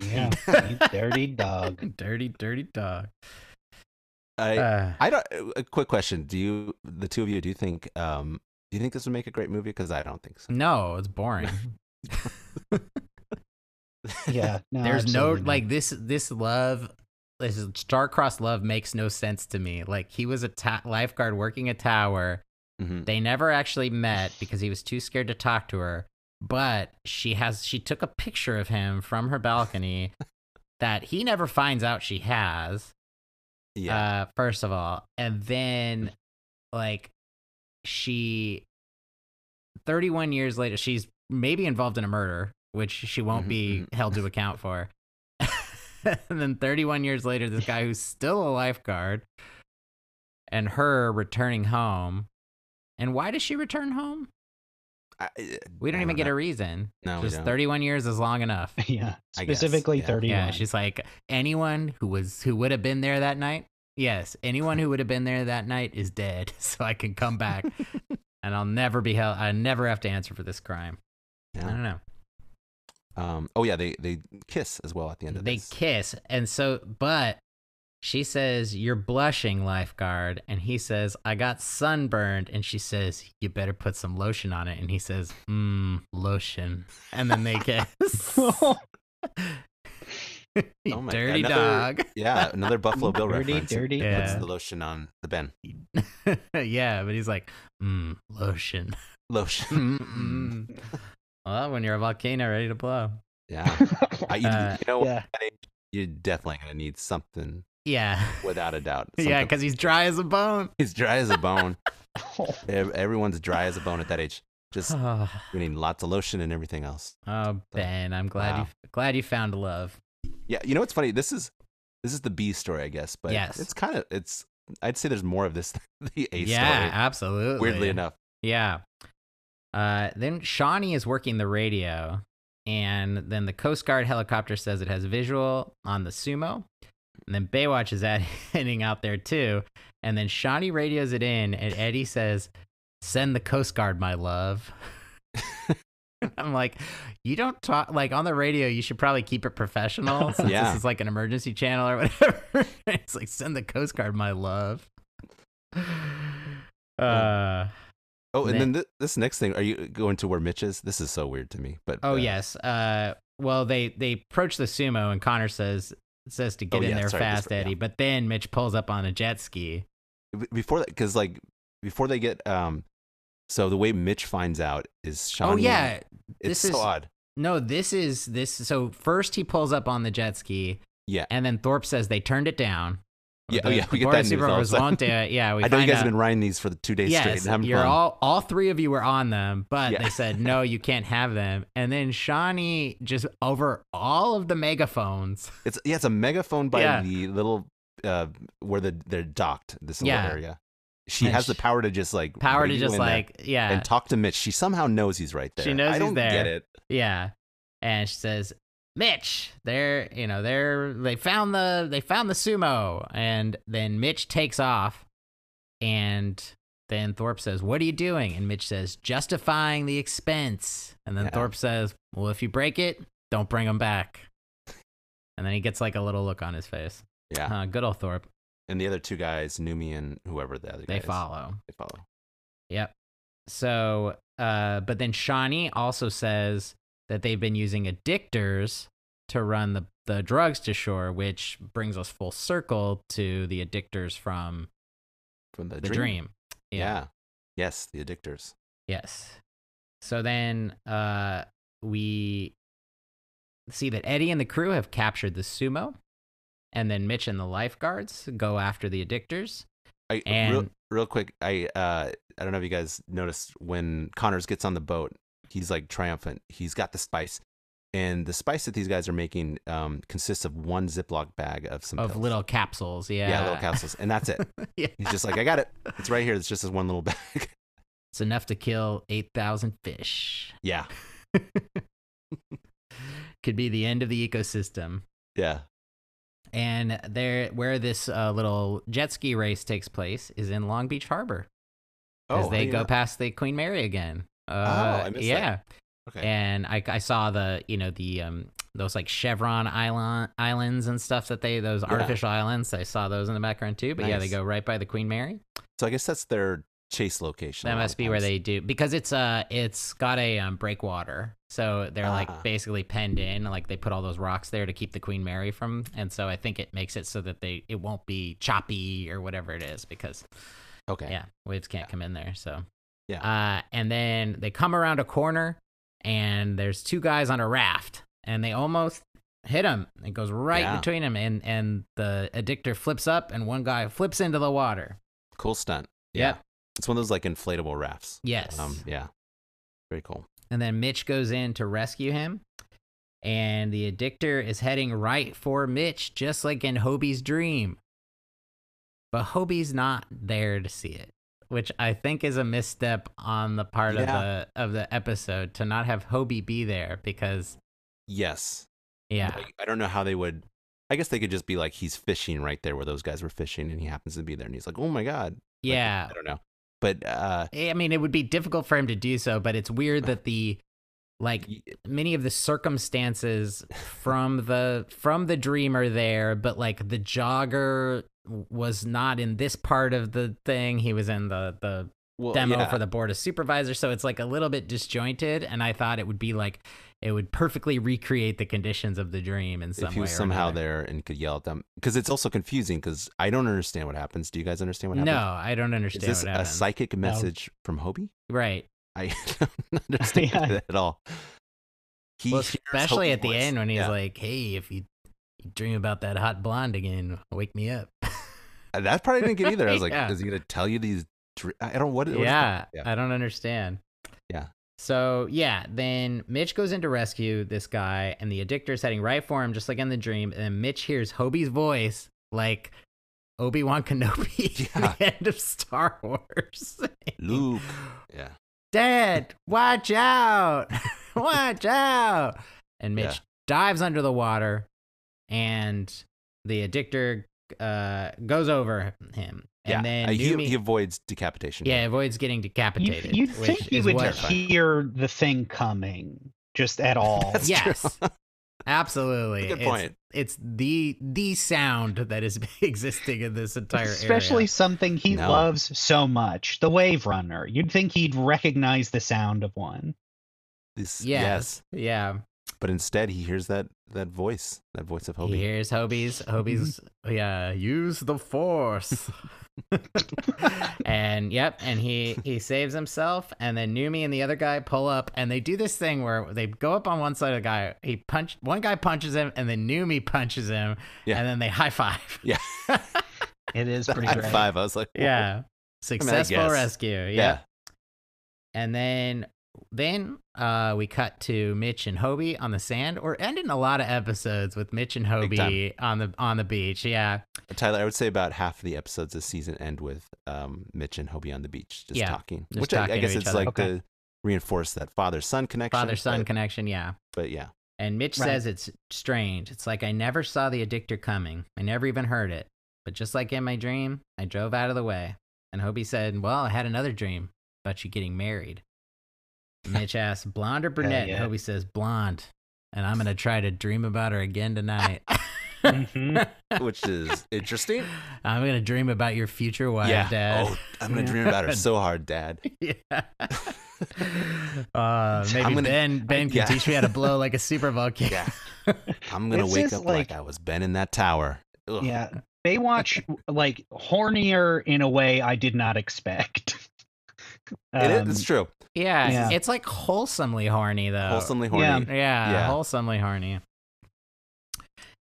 Speaker 3: Yeah. you dirty dog.
Speaker 1: Dirty, dirty dog.
Speaker 2: I,
Speaker 1: Uh,
Speaker 2: I don't. A quick question: Do you, the two of you, do you think, um, do you think this would make a great movie? Because I don't think so.
Speaker 1: no, it's boring.
Speaker 3: Yeah. No,
Speaker 1: There's no
Speaker 3: absolutely not.
Speaker 1: like this. This love, this star-crossed love makes no sense to me. Like he was a ta- lifeguard working a tower.
Speaker 2: Mhm.
Speaker 1: They never actually met because he was too scared to talk to her. But she has. She took a picture of him from her balcony that he never finds out she has.
Speaker 2: Yeah,
Speaker 1: uh, first of all. And then, like, she, 31 years later, she's maybe involved in a murder, which she won't
Speaker 2: Mhm,
Speaker 1: be held to account for. and then 31 years later, this guy who's still a lifeguard and her returning home. And why does she return home?
Speaker 2: I, eh,
Speaker 1: We don't
Speaker 2: I
Speaker 1: even get
Speaker 2: know.
Speaker 1: a reason.
Speaker 2: No, we
Speaker 1: Just
Speaker 2: don't.
Speaker 1: 31 years is long enough.
Speaker 3: Yeah.
Speaker 2: I guess,
Speaker 3: Specifically
Speaker 2: yeah.
Speaker 3: 31.
Speaker 1: Yeah, she's like anyone who was who would have been there that night. Yes, anyone who would have been there that night is dead, so I can come back, and I'll never be held. I never have to answer for this crime. I
Speaker 2: Yeah.
Speaker 1: don't know.
Speaker 2: Um. Oh yeah, they they kiss as well at the end of
Speaker 1: They
Speaker 2: this.
Speaker 1: kiss, and so, but she says, "You're blushing, lifeguard," and he says, "I got sunburned," and she says, "You better put some lotion on it," and he says, "Mmm, lotion," and then they kiss. You
Speaker 2: Oh my-
Speaker 1: dirty
Speaker 2: another-
Speaker 1: dog.
Speaker 2: Yeah, another Buffalo Bill
Speaker 3: dirty,
Speaker 2: reference.
Speaker 3: dirty.
Speaker 1: Yeah.
Speaker 2: Puts the lotion on the Ben
Speaker 1: yeah, but he's like, mm, lotion.
Speaker 2: lotion.
Speaker 1: Mm, mm. well, when you're a volcano ready to blow.
Speaker 2: yeah. I, you,
Speaker 1: Uh,
Speaker 2: you know,
Speaker 3: yeah.
Speaker 2: you're definitely gonna need something
Speaker 1: Yeah.
Speaker 2: without a doubt.
Speaker 1: yeah,
Speaker 2: Something-
Speaker 1: because he's dry as a bone.
Speaker 2: he's dry as a bone. Ev- Everyone's dry as a bone at that age. Just
Speaker 1: Oh,
Speaker 2: we need lots of lotion and everything else.
Speaker 1: Ben, I'm glad
Speaker 2: Wow.
Speaker 1: you glad you found love.
Speaker 2: Yeah, you know what's funny? This is this is the B story, I guess, but
Speaker 1: Yes.
Speaker 2: it's kind of it's. I'd say there's more of this than the A
Speaker 1: yeah,
Speaker 2: story.
Speaker 1: absolutely.
Speaker 2: Weirdly enough,
Speaker 1: Yeah. Uh, then Shawnee is working the radio, and then the Coast Guard helicopter says it has visual on the sumo. And then Baywatch is at heading out there too. And then Shawnee radios it in, and Eddie says, Send the Coast Guard, my love. I'm like, you don't talk like on the radio. You should probably keep it professional. Since
Speaker 2: Yeah.
Speaker 1: This is like an emergency channel or whatever. it's like send the Coast Guard, my love. Uh,
Speaker 2: Oh, and
Speaker 1: Meh.
Speaker 2: then th- this next thing, are you going to where Mitch is? This is so weird to me. But
Speaker 1: oh
Speaker 2: uh,
Speaker 1: yes. Uh, well, they they approach the sumo, and Connor says says to get
Speaker 2: Oh,
Speaker 1: in
Speaker 2: yeah,
Speaker 1: there
Speaker 2: sorry, that's
Speaker 1: fast,
Speaker 2: right, yeah.
Speaker 1: Eddie. But then Mitch pulls up on a jet ski.
Speaker 2: b- before that, because like before they get um, so the way Mitch finds out is Shawnee.
Speaker 1: oh yeah, this
Speaker 2: it's so
Speaker 1: is-
Speaker 2: odd.
Speaker 1: no, this is this. So first he pulls up on the jet ski.
Speaker 2: Yeah.
Speaker 1: and then Thorpe says they turned it down.
Speaker 2: Yeah, oh, yeah, we get
Speaker 1: Board
Speaker 2: that news all of a
Speaker 1: Supervisors
Speaker 2: sudden.
Speaker 1: won't do it. Yeah, we
Speaker 2: I know you
Speaker 1: find
Speaker 2: guys
Speaker 1: out-
Speaker 2: have been riding these for the two days
Speaker 1: yes,
Speaker 2: straight. and having
Speaker 1: you're
Speaker 2: fun.
Speaker 1: all all three of you were on them, but
Speaker 2: Yeah.
Speaker 1: they said no, you can't have them. And then Shawnee just over all of the megaphones.
Speaker 2: It's yeah, it's a megaphone by
Speaker 1: Yeah.
Speaker 2: the little uh where the they're docked. This
Speaker 1: Yeah.
Speaker 2: little area. She
Speaker 1: And
Speaker 2: has the
Speaker 1: sh-
Speaker 2: power to just like
Speaker 1: Power to
Speaker 2: radio
Speaker 1: just
Speaker 2: in there
Speaker 1: like yeah,
Speaker 2: and talk to Mitch. She somehow knows he's right there.
Speaker 1: She knows
Speaker 2: I
Speaker 1: he's
Speaker 2: don't get
Speaker 1: there.
Speaker 2: it.
Speaker 1: yeah. And she says, "Mitch, they're you know they're they found the they found the sumo." And then Mitch takes off, and then Thorpe says, "What are you doing?" And Mitch says, "Justifying the expense." And then
Speaker 2: Yeah.
Speaker 1: Thorpe says, "Well, if you break it, don't bring them back." And then he gets like a little look on his face.
Speaker 2: Yeah.
Speaker 1: Uh, good old Thorpe.
Speaker 2: And the other two guys, Numi and whoever the other
Speaker 1: They
Speaker 2: guys,
Speaker 1: follow.
Speaker 2: They follow.
Speaker 1: Yep. So, uh, but then Shawnee also says that they've been using addictors to run the, the drugs to shore, which brings us full circle to the addictors from
Speaker 2: from the,
Speaker 1: the dream.
Speaker 2: Yeah. Yes, the addictors.
Speaker 1: Yes. So then uh, we see that Eddie and the crew have captured the sumo, and then Mitch and the lifeguards go after the addictors.
Speaker 2: I, real,
Speaker 1: And-
Speaker 2: real quick, I uh, I don't know if you guys noticed when Connors gets on the boat, he's like triumphant. He's got the spice, and the spice that these guys are making um, consists of one Ziploc bag of some
Speaker 1: Of
Speaker 2: pills.
Speaker 1: little capsules, yeah.
Speaker 2: yeah, little capsules, and that's it.
Speaker 1: yeah.
Speaker 2: He's just like, I got it. It's right here. It's just this one little bag.
Speaker 1: It's enough to kill 8,000 fish.
Speaker 2: yeah,
Speaker 1: Could be the end of the ecosystem.
Speaker 2: yeah,
Speaker 1: And there, where this uh, little jet ski race takes place is in Long Beach Harbor. As
Speaker 2: how do
Speaker 1: they
Speaker 2: you
Speaker 1: go
Speaker 2: know?
Speaker 1: past the Queen Mary again. Uh,
Speaker 2: Oh, I missed that.
Speaker 1: yeah.
Speaker 2: Okay.
Speaker 1: And I, I saw the, you know, the, um, those like Chevron island, islands and stuff that they, those
Speaker 2: Yeah.
Speaker 1: artificial islands, I saw those in the background too. But yeah, they
Speaker 2: Nice.
Speaker 1: go right by the Queen Mary.
Speaker 2: so I guess that's their chase location. a
Speaker 1: That
Speaker 2: lot
Speaker 1: must
Speaker 2: of
Speaker 1: be where
Speaker 2: times.
Speaker 1: they do because it's uh it's got a um, breakwater, so they're
Speaker 2: Ah.
Speaker 1: like basically penned in. Like they put all those rocks there to keep the Queen Mary from, and so I think it makes it so that they it won't be choppy or whatever it is because
Speaker 2: Okay.
Speaker 1: yeah, waves can't come in there. So
Speaker 2: Yeah.
Speaker 1: uh, and then they come around a corner, and there's two guys on a raft, and they almost hit him. It goes right
Speaker 2: Yeah.
Speaker 1: between them, and and the addictor flips up, and one guy flips into the water.
Speaker 2: Cool stunt.
Speaker 1: Yep.
Speaker 2: It's one of those like inflatable rafts.
Speaker 1: Yes.
Speaker 2: Um, yeah. Very cool.
Speaker 1: And then Mitch goes in to rescue him. And the addictor is heading right for Mitch, just like in Hobie's dream. But Hobie's not there to see it, which I think is a misstep on the part
Speaker 2: Yeah.
Speaker 1: of the of the episode to not have Hobie be there because
Speaker 2: Yes.
Speaker 1: yeah.
Speaker 2: I- I don't know how they would. I guess they could just be like he's fishing right there where those guys were fishing, and he happens to be there, and he's like, "Oh my god!" Like,
Speaker 1: Yeah.
Speaker 2: I don't know, but uh,
Speaker 1: I mean, it would be difficult for him to do so, but it's weird that the like
Speaker 2: y-
Speaker 1: many of the circumstances from the from the dream are there, but like the jogger was not in this part of the thing. He was in the the
Speaker 2: well,
Speaker 1: demo
Speaker 2: yeah,
Speaker 1: for the board of supervisors, so it's like a little bit disjointed. And I thought it would be like it would perfectly recreate the conditions of the dream in some
Speaker 2: if he
Speaker 1: way.
Speaker 2: was
Speaker 1: or
Speaker 2: somehow
Speaker 1: another.
Speaker 2: there and could yell at them, because it's also confusing. Because I don't understand what happens. Do you guys understand what
Speaker 1: No,
Speaker 2: happens?
Speaker 1: I don't
Speaker 2: is
Speaker 1: understand
Speaker 2: this
Speaker 1: what
Speaker 2: a
Speaker 1: happened.
Speaker 2: psychic message from Hobie?
Speaker 1: right.
Speaker 2: I don't understand
Speaker 3: Yeah.
Speaker 2: that at all. He
Speaker 1: Well,
Speaker 2: hears
Speaker 1: especially
Speaker 2: Hobie's
Speaker 1: at the
Speaker 2: voice.
Speaker 1: end when he's
Speaker 2: Yeah.
Speaker 1: like, "Hey, if you, you dream about that hot blonde again, wake me up."
Speaker 2: Uh, that part I didn't get either. I was like,
Speaker 1: Yeah.
Speaker 2: "Is he gonna tell you these?" dr- I don't what. what is that?
Speaker 1: yeah,
Speaker 2: Yeah.
Speaker 1: I don't understand.
Speaker 2: Yeah.
Speaker 1: So yeah, then Mitch goes in to rescue this guy, and the addictor is heading right for him, just like in the dream. And then Mitch hears Hobie's voice, like Obi Wan Kenobi
Speaker 2: Yeah.
Speaker 1: at the end of Star Wars.
Speaker 2: Luke. Yeah.
Speaker 1: Dad, watch out! watch out! And Mitch
Speaker 2: Yeah.
Speaker 1: dives under the water, and the addictor uh, goes over him. And
Speaker 2: yeah.
Speaker 1: then
Speaker 2: Uh, he,
Speaker 1: Numi-
Speaker 2: he avoids decapitation.
Speaker 1: yeah, avoids getting
Speaker 3: You,
Speaker 1: decapitated.
Speaker 3: you'd think
Speaker 1: which
Speaker 3: you
Speaker 1: is
Speaker 3: would
Speaker 1: what-
Speaker 2: terrifying.
Speaker 3: hear the thing coming just at all.
Speaker 2: That's-
Speaker 1: yes. Absolutely.
Speaker 2: Good
Speaker 1: It's-
Speaker 2: point.
Speaker 1: It's, the the sound that is existing in this entire
Speaker 3: Especially
Speaker 1: area.
Speaker 3: something he
Speaker 2: No.
Speaker 3: loves so much, the Wave Runner. You'd think he'd recognize the sound of one.
Speaker 2: This-
Speaker 1: Yes. Yeah.
Speaker 2: But instead, he hears that that voice, that voice of
Speaker 1: He
Speaker 2: Hobie.
Speaker 1: hears Hobie's. Hobie's.
Speaker 3: Mm-hmm.
Speaker 1: yeah. Use the force. and yep. And he he saves himself. And then Numi and the other guy pull up, and they do this thing where they go up on one side of the guy. He punch one guy punches him, and then Numi punches him,
Speaker 2: Yeah.
Speaker 1: and then they high five.
Speaker 2: Yeah.
Speaker 3: It is
Speaker 2: The
Speaker 3: pretty
Speaker 2: high
Speaker 3: great.
Speaker 2: five. I was like, whoa.
Speaker 1: Yeah. Successful
Speaker 2: guess.
Speaker 1: rescue. yeah.
Speaker 2: yeah.
Speaker 1: And then then uh, we cut to Mitch and Hobie on the sand. We're ending a lot of episodes with Mitch and
Speaker 2: Big
Speaker 1: Hobie on the on the beach. Yeah.
Speaker 2: Tyler, I would say about half of the episodes this season end with um, Mitch and Hobie on the beach just
Speaker 1: Yeah,
Speaker 2: talking,
Speaker 1: just
Speaker 2: which
Speaker 1: talking
Speaker 2: I,
Speaker 1: to
Speaker 2: I guess
Speaker 1: each
Speaker 2: it's
Speaker 1: other.
Speaker 2: like
Speaker 3: Okay.
Speaker 2: to reinforce that father son connection.
Speaker 1: Father son
Speaker 2: but,
Speaker 1: connection, yeah.
Speaker 2: but yeah,
Speaker 1: And Mitch
Speaker 3: Right.
Speaker 1: says it's strange. It's like I never saw the addictor coming. I never even heard it. But just like in my dream, I drove out of the way. And Hobie said, Well, I had another dream about you getting married. Mitch asks, blonde or brunette?
Speaker 3: yeah.
Speaker 1: And Hobie says, blonde. And I'm gonna try to dream about her again tonight.
Speaker 3: Mhm.
Speaker 2: which is interesting.
Speaker 1: I'm gonna dream about your future wife,
Speaker 2: yeah.
Speaker 1: Dad.
Speaker 2: Oh, I'm gonna dream about her so hard, Dad.
Speaker 1: yeah. Uh, maybe
Speaker 2: I'm gonna-
Speaker 1: Ben Ben can
Speaker 2: yeah.
Speaker 1: teach me how to blow like a super volcano.
Speaker 2: Yeah. I'm gonna
Speaker 3: This
Speaker 2: wake
Speaker 3: is
Speaker 2: up like,
Speaker 3: like-
Speaker 2: I was Ben in that tower. Ugh.
Speaker 3: Yeah. Baywatch, like, hornier in a way I did not expect.
Speaker 2: It is-
Speaker 3: Um,
Speaker 2: it's true.
Speaker 1: Yeah,
Speaker 3: Yeah.
Speaker 1: It's like wholesomely horny though.
Speaker 2: Wholesomely horny.
Speaker 3: yeah.
Speaker 1: Yeah,
Speaker 2: Yeah.
Speaker 1: wholesomely horny.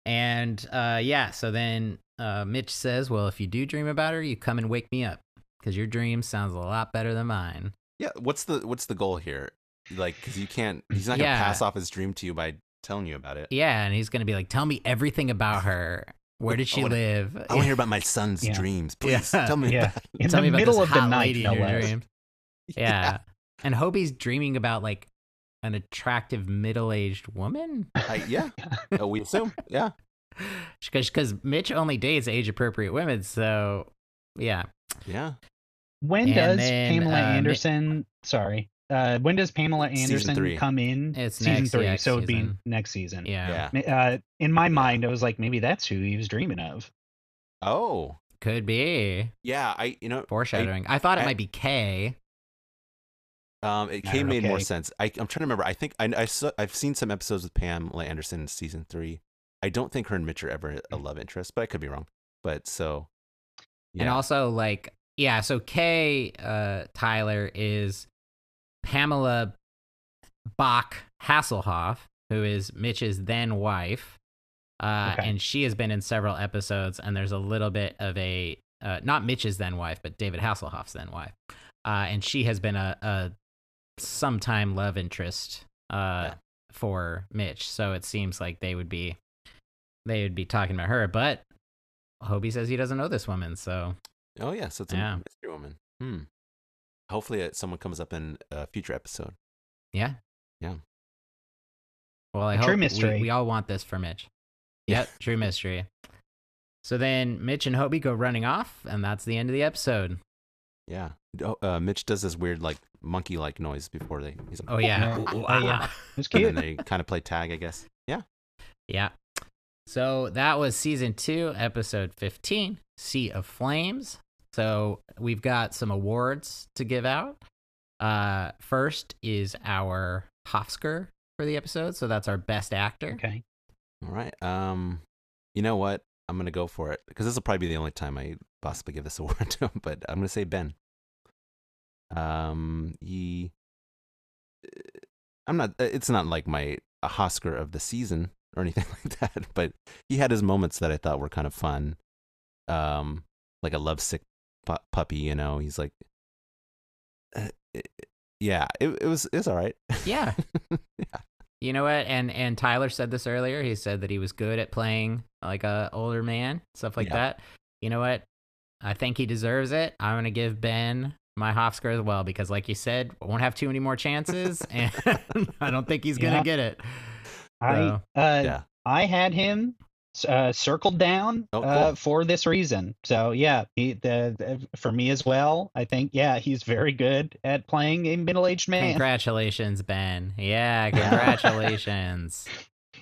Speaker 1: And uh, yeah, so then uh, Mitch says, "Well, if you do dream about her, you come and wake me up because your dream sounds a lot better than mine."
Speaker 2: Yeah, what's the what's the goal here? Like, because you can't. He's not gonna
Speaker 1: Yeah.
Speaker 2: pass off his dream to you by telling you about it.
Speaker 1: Yeah, and he's gonna be like, "Tell me everything about her. Where did
Speaker 2: I
Speaker 1: she
Speaker 2: wanna-
Speaker 1: live?"
Speaker 2: I want to hear about my son's
Speaker 3: Yeah.
Speaker 2: dreams. Please
Speaker 1: Yeah.
Speaker 2: tell me.
Speaker 3: Yeah.
Speaker 2: about-
Speaker 3: in
Speaker 1: Tell
Speaker 3: the
Speaker 1: me about
Speaker 3: middle
Speaker 1: this
Speaker 3: of the
Speaker 1: hot
Speaker 3: night,
Speaker 1: lady
Speaker 3: no
Speaker 1: in your
Speaker 3: less.
Speaker 1: dream. Yeah. and Hobie's dreaming about like an attractive middle-aged woman
Speaker 2: I, yeah. Uh, we assume. Yeah.
Speaker 1: because because Mitch only dates age-appropriate women, so yeah.
Speaker 2: Yeah.
Speaker 3: When
Speaker 1: And
Speaker 3: does
Speaker 1: then,
Speaker 3: Pamela
Speaker 1: uh, Mi-
Speaker 3: Anderson? sorry. Uh, when does Pamela
Speaker 2: Season
Speaker 3: Anderson
Speaker 2: three.
Speaker 3: come in?
Speaker 1: It's
Speaker 3: season
Speaker 1: next-
Speaker 3: three,
Speaker 1: yeah,
Speaker 3: so it'd be
Speaker 1: season.
Speaker 3: next season.
Speaker 1: Yeah.
Speaker 2: Yeah.
Speaker 3: Ma- Uh, in my mind, I was like, maybe that's who he was dreaming of.
Speaker 2: Oh.
Speaker 1: Could be
Speaker 2: Yeah. I. You know.
Speaker 1: foreshadowing. I, thought it
Speaker 2: I-
Speaker 1: might be K.
Speaker 2: Um. It
Speaker 3: No,
Speaker 2: K made more
Speaker 3: okay.
Speaker 2: sense. I, I'm trying to remember. I think I, I saw, I've seen some episodes with Pamela Anderson in season three. I don't think her and Mitch are ever a
Speaker 1: Mm.
Speaker 2: love interest, but I could be wrong. But so. Yeah.
Speaker 1: And also like yeah, so Kay uh Tyler is Pamela Bach Hasselhoff, who is Mitch's then wife. Uh
Speaker 3: Okay.
Speaker 1: and she has been in several episodes and there's a little bit of a uh, not Mitch's then wife, but David Hasselhoff's then wife. Uh and she has been a, a sometime love interest uh
Speaker 2: Yeah.
Speaker 1: for Mitch. So it seems like they would be they would be talking about her, but Hobie says he doesn't know this woman, so
Speaker 2: oh yeah. So it's a
Speaker 1: Yeah.
Speaker 2: mystery woman. Hmm. Hopefully, uh, someone comes up in a future episode.
Speaker 1: yeah.
Speaker 2: Yeah.
Speaker 1: Well, I
Speaker 3: True
Speaker 1: hope we-
Speaker 3: mystery.
Speaker 1: We, all want this for Mitch.
Speaker 2: Yeah.
Speaker 1: Yep, true mystery. So then Mitch and Hobie go running off, and that's the end of the episode.
Speaker 2: Yeah. Oh, uh, Mitch does this weird like monkey like noise before they. He's like,
Speaker 1: Oh yeah. ah,
Speaker 3: Yeah. Oh, yeah. It was
Speaker 2: And
Speaker 3: cute.
Speaker 2: then they kind of play tag, I guess. Yeah.
Speaker 1: Yeah. So that was season two, episode 15, Sea of Flames. So we've got some awards to give out. Uh, first is our Hofsker for the episode. So that's our best actor.
Speaker 3: okay.
Speaker 2: All right. Um, you know what? I'm gonna go for it because this will probably be the only time I possibly give this award to him. But I'm gonna say Ben. Um, he. I'm not. It's not like my a Oscar of the season or anything like that. But he had his moments that I thought were kind of fun. Um, like a lovesick pu- puppy. You know, he's like. Uh, yeah, it, it was it was all right.
Speaker 1: Yeah. You know what? And and Tyler said this earlier. He said that he was good at playing like a older man, stuff like
Speaker 2: Yeah.
Speaker 1: that. You know what? I think he deserves it. I'm gonna give Ben my Hofsker as well because, like you said, won't have too many more chances, and I don't think he's gonna
Speaker 3: Yeah.
Speaker 1: get it.
Speaker 3: I uh,
Speaker 1: So-
Speaker 2: Yeah.
Speaker 3: I had him uh, circled down
Speaker 2: Oh, cool.
Speaker 3: uh, for this reason. So yeah, he, the, the- for me as well. I think yeah, he's very good at playing a middle-aged man.
Speaker 1: Congratulations, Ben. Yeah, congratulations.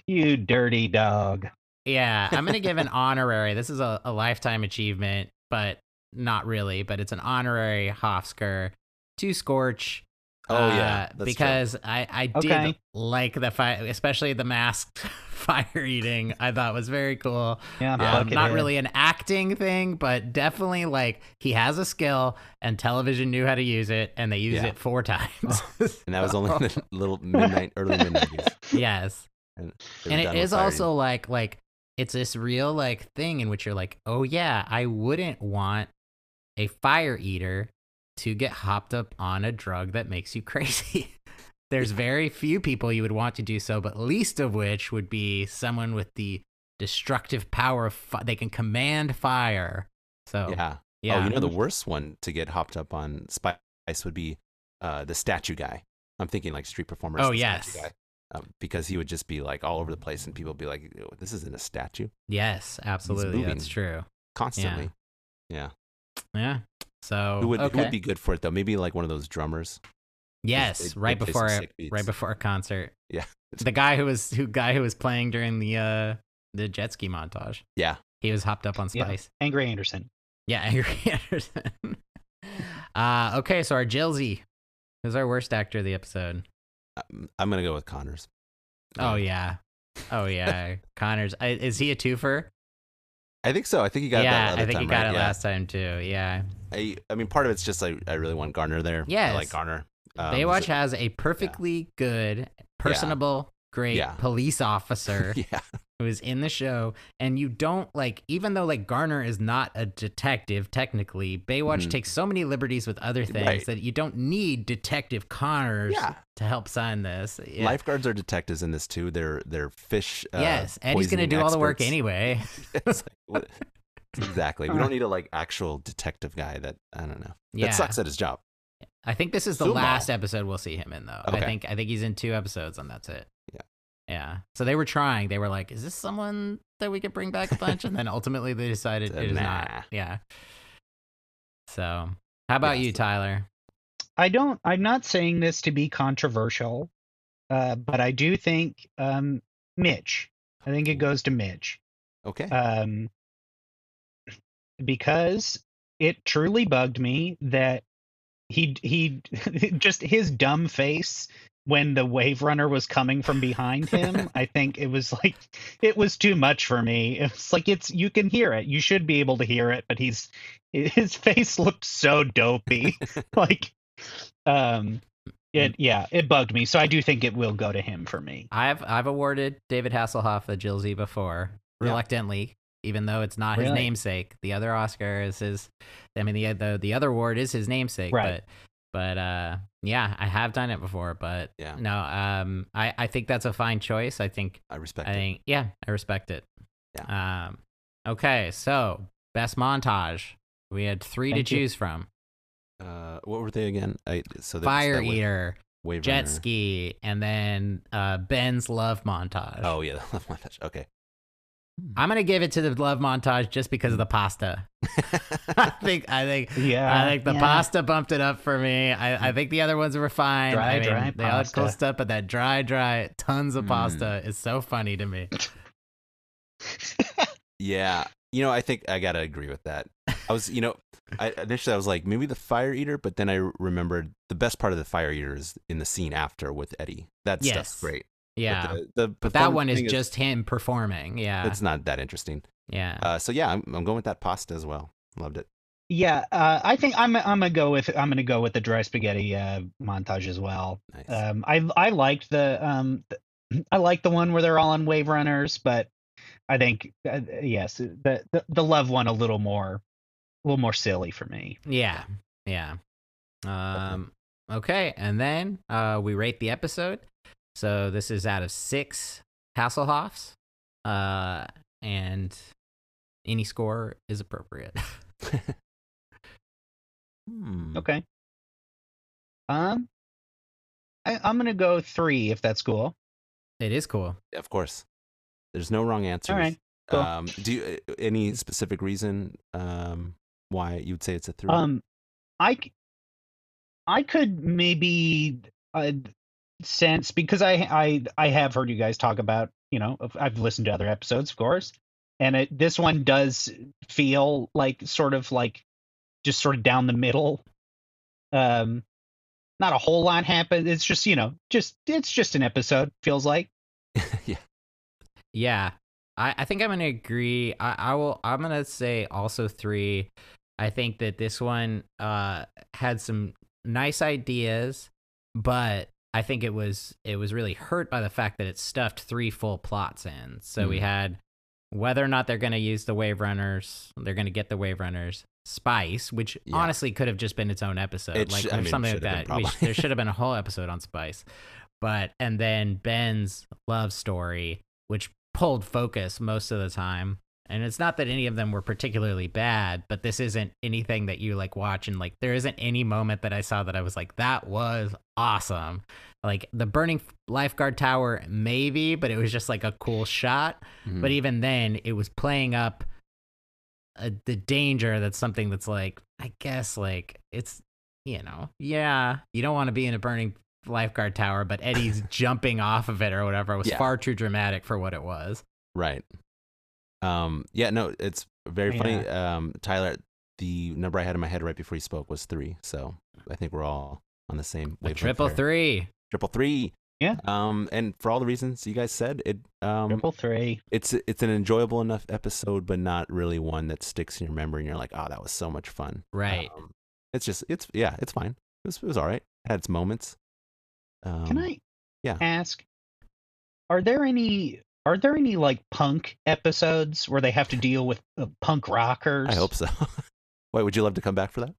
Speaker 3: You dirty dog.
Speaker 1: Yeah, I'm gonna give an honorary. This is a, a lifetime achievement, but not really. But it's an honorary Hofsker to Scorch.
Speaker 2: Oh yeah,
Speaker 1: uh,
Speaker 2: that's true.
Speaker 1: because I I did
Speaker 3: Okay.
Speaker 1: like the fire, especially the masked fire eating. I thought was very cool.
Speaker 3: Yeah,
Speaker 1: Um,
Speaker 3: Buckethead.
Speaker 1: not really an acting thing, but definitely like he has a skill, and television knew how to use it, and they used
Speaker 2: Yeah.
Speaker 1: it four times.
Speaker 2: and that was only in the little midnight, early mid nineties.
Speaker 1: yes. and it is also like like it's this real like thing in which you're like oh yeah i wouldn't want a fire eater to get hopped up on a drug that makes you crazy there's very few people you would want to do so but least of which would be someone with the destructive power of fi- they can command fire so yeah,
Speaker 2: yeah. Oh, you know the worst one to get hopped up on spice would be uh, the statue guy. I'm thinking like street performers.
Speaker 1: Oh,
Speaker 2: the statue
Speaker 1: yes.
Speaker 2: guy. Um, because he would just be like all over the place, and people would be like, "Ew, "This isn't a statue."
Speaker 1: yes absolutely
Speaker 2: moving.
Speaker 1: that's true
Speaker 2: Constantly,
Speaker 1: yeah so
Speaker 2: who would who
Speaker 1: okay.
Speaker 2: would be good for it though? Maybe like one of those drummers.
Speaker 1: Yes,
Speaker 2: they-
Speaker 1: right
Speaker 2: they play
Speaker 1: before
Speaker 2: some
Speaker 1: a-
Speaker 2: sick beats.
Speaker 1: right before a concert.
Speaker 2: Yeah.
Speaker 1: the guy who was who guy who was playing during the uh the jet ski montage.
Speaker 2: Yeah.
Speaker 1: He was hopped up on
Speaker 3: Yeah.
Speaker 1: Spice.
Speaker 3: Angry Anderson.
Speaker 1: Yeah, Angry Anderson. uh okay, so our Jilzy who's our worst actor of the episode.
Speaker 2: I'm, Uh, mm, I'm gonna go with Connors.
Speaker 1: Oh yeah. Oh yeah. Connors. I, is he a twofer?
Speaker 2: I think so. I think he got
Speaker 1: yeah,
Speaker 2: that. the
Speaker 1: I
Speaker 2: other
Speaker 1: think
Speaker 2: time,
Speaker 1: he got
Speaker 2: right?
Speaker 1: it
Speaker 2: yeah.
Speaker 1: last time too. Yeah.
Speaker 2: I, I mean, part of it's just like I really want Garner there. I like
Speaker 1: Yes.
Speaker 2: Garner. Um,
Speaker 1: Baywatch
Speaker 2: so-
Speaker 1: has a perfectly good, personable, great
Speaker 2: Yeah.
Speaker 1: police officer.
Speaker 2: Yeah,
Speaker 1: who is in the show and you don't like even though like garner is not a detective technically baywatch
Speaker 2: Mhm.
Speaker 1: takes so many liberties with other things
Speaker 2: Right.
Speaker 1: that you don't need detective connors
Speaker 2: yeah.
Speaker 1: to help sign this Yeah.
Speaker 2: Lifeguards are detectives in this too. They're they're fish. Uh,
Speaker 1: yes eddie's gonna
Speaker 2: poisoning
Speaker 1: do all the work
Speaker 2: experts.
Speaker 1: anyway
Speaker 2: It's like, what- exactly. We don't need a like actual detective guy that I don't know.
Speaker 1: yeah
Speaker 2: That sucks at his job.
Speaker 1: i think this is the
Speaker 2: Sumo.
Speaker 1: last episode we'll see him in though i
Speaker 2: Okay.
Speaker 1: think i think he's in two episodes and that's it
Speaker 2: Yeah.
Speaker 1: yeah so they were trying they were like is this someone that we could bring back a bunch and then ultimately they decided
Speaker 2: Said,
Speaker 1: it is
Speaker 2: "Nah."
Speaker 1: not yeah so how about
Speaker 2: Yeah,
Speaker 1: you
Speaker 2: so-
Speaker 1: tyler
Speaker 3: I don't. I'm not saying this to be controversial, uh, but I do think um, Mitch. I think it goes to Mitch
Speaker 2: Okay.
Speaker 3: um, because it truly bugged me that he he just his dumb face when the wave runner was coming from behind him i think it was like it was too much for me it's like it's you can hear it you should be able to hear it but he's his face looked so dopey like um
Speaker 1: Mm.
Speaker 3: it yeah it bugged me so i do think it will go to him for me
Speaker 1: I've I've awarded David Hasselhoff the Jill Z before,
Speaker 2: Yeah.
Speaker 1: reluctantly, even though it's not his
Speaker 3: Really?
Speaker 1: namesake. The other Oscar is his. I mean, the the, the other award is his namesake,
Speaker 3: Right.
Speaker 1: but but uh, yeah, I have done it before, but
Speaker 2: Yeah.
Speaker 1: no, um, I I think that's a fine choice. I think
Speaker 2: I respect
Speaker 1: I
Speaker 2: it.
Speaker 1: think yeah, I respect it. Yeah. Um, okay, so best montage. We had three
Speaker 3: Thank
Speaker 1: to
Speaker 3: you.
Speaker 1: choose from:
Speaker 2: Uh, what were they again? I, so there was
Speaker 1: fire
Speaker 2: that wa-
Speaker 1: eater,
Speaker 2: wave
Speaker 1: jet
Speaker 2: runner.
Speaker 1: ski, and then uh, Ben's love montage.
Speaker 2: Oh yeah, the love montage. Okay.
Speaker 1: I'm gonna give it to the love montage just because of the pasta. I think I think
Speaker 3: yeah
Speaker 1: I think the
Speaker 3: yeah.
Speaker 1: pasta bumped it up for me. I, I think the other ones were fine.
Speaker 3: Dry,
Speaker 1: I mean,
Speaker 3: dry
Speaker 1: they all had cool
Speaker 3: pasta. Hmm.
Speaker 1: stuff, but that dry, dry, tons of
Speaker 2: Mm.
Speaker 1: pasta is so funny to me.
Speaker 2: Yeah. You know, I think I gotta agree with that. I was, you know, I initially I was like maybe the fire eater, but then I remembered the best part of the fire eater is in the scene after with Eddie. That
Speaker 1: Yes.
Speaker 2: stuff's great. But
Speaker 1: Yeah,
Speaker 2: the- the
Speaker 1: but that
Speaker 2: performance
Speaker 1: one is
Speaker 2: thing
Speaker 1: just him performing. Yeah,
Speaker 2: it's not that interesting.
Speaker 1: yeah.
Speaker 2: Uh, so yeah, I'm, I'm going with that pasta as well. Loved it.
Speaker 3: Yeah, uh, I think I'm I'm gonna go with I'm gonna go with the dry spaghetti uh, montage as well.
Speaker 2: Nice.
Speaker 3: Um, I I liked the um th- I liked the one where they're all on wave runners, but I think uh, yes, the, the the love one a little more a little more silly for me.
Speaker 1: Yeah. Yeah. Um okay, and then uh we rate the episode. So this is out of 6 Hasselhoffs. Uh and any score is appropriate.
Speaker 2: Hmm.
Speaker 3: Okay. Um, I, I'm gonna go three if that's cool.
Speaker 1: it is cool.
Speaker 2: Of course. There's no wrong answers.
Speaker 3: All right. cool.
Speaker 2: Um, do you, uh, any specific reason um, why you'd say it's a three?
Speaker 3: Um, I, c- I could maybe uh, sense because I I I have heard you guys talk about you know of- I've listened to other episodes, of course, and it, this one does feel like sort of like just sort of down the middle. Um, not a whole lot happened. It's just you know just it's just an episode. Feels like
Speaker 2: yeah.
Speaker 1: Yeah. I, I think I'm gonna agree. I, I will I'm gonna say also three. I think that this one uh had some nice ideas, but I think it was it was really hurt by the fact that it stuffed three full plots in. So we
Speaker 2: Mm.
Speaker 1: had whether or not they're gonna use the wave runners, they're gonna get the wave runners. Spice, which
Speaker 2: Yeah.
Speaker 1: honestly could have just been its own episode,
Speaker 2: It
Speaker 1: like
Speaker 2: sh- I
Speaker 1: or
Speaker 2: mean,
Speaker 1: something like
Speaker 2: should have
Speaker 1: that.
Speaker 2: been
Speaker 1: We sh-
Speaker 2: probably.
Speaker 1: there should have been a whole episode on Spice, but and then Ben's love story, which pulled focus most of the time. And it's not that any of them were particularly bad, but this isn't anything that you like watch and like there isn't any moment that I saw that I was like, that was awesome. Like the burning lifeguard tower, maybe, but it was just like a cool shot.
Speaker 2: Mhm.
Speaker 3: e
Speaker 1: But even then, it was playing up uh the danger that's something that's like, I guess, like, it's, you know, yeah, you don't want to be in a burning lifeguard tower, but Eddie's jumping off of it or whatever was
Speaker 2: Yeah.
Speaker 1: far too dramatic for what it was.
Speaker 2: Right. Um, yeah, no, it's very funny. Um, Tyler, the number I had in my head right before you spoke was three. So I think we're all on the same
Speaker 1: A
Speaker 2: wavelength.
Speaker 1: triple
Speaker 2: there.
Speaker 1: three.
Speaker 2: Triple three.
Speaker 3: Yeah.
Speaker 2: Um, and for all the reasons you guys said, it um,
Speaker 3: triple three.
Speaker 2: it's it's an enjoyable enough episode, but not really one that sticks in your memory. And you're like, oh, that was so much fun.
Speaker 1: Right.
Speaker 2: Um, it's just it's yeah, it's fine. It was it was all right. It had its moments. Um,
Speaker 3: Can I
Speaker 2: yeah.
Speaker 3: ask? Are there any are there any like punk episodes where they have to deal with uh, punk rockers?
Speaker 2: I hope so. Wait, would you love to come back for that?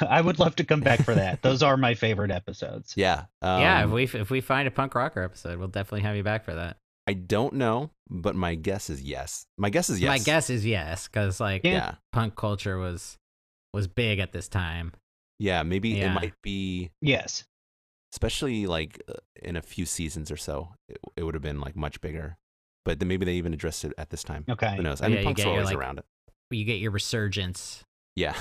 Speaker 3: I would love to come back for that. Those are my favorite episodes.
Speaker 2: Yeah. Um,
Speaker 1: yeah, if we if we find a punk rocker episode, we'll definitely have you back for that.
Speaker 2: I don't know, but my guess is yes. My guess is yes.
Speaker 1: My guess is yes, because like
Speaker 3: Yeah.
Speaker 2: Yeah.
Speaker 1: punk culture was was big at this time.
Speaker 2: Yeah. Maybe
Speaker 1: Yeah.
Speaker 2: it might be,
Speaker 3: Yes.
Speaker 2: especially like uh, in a few seasons or so, it, it would have been like much bigger. But then maybe they even addressed it at this time.
Speaker 3: Okay.
Speaker 2: Who knows? I
Speaker 1: Yeah,
Speaker 2: mean,
Speaker 1: you
Speaker 2: punk's
Speaker 1: get your,
Speaker 2: always
Speaker 1: like-
Speaker 2: around it.
Speaker 1: You get your resurgence,
Speaker 2: Yeah.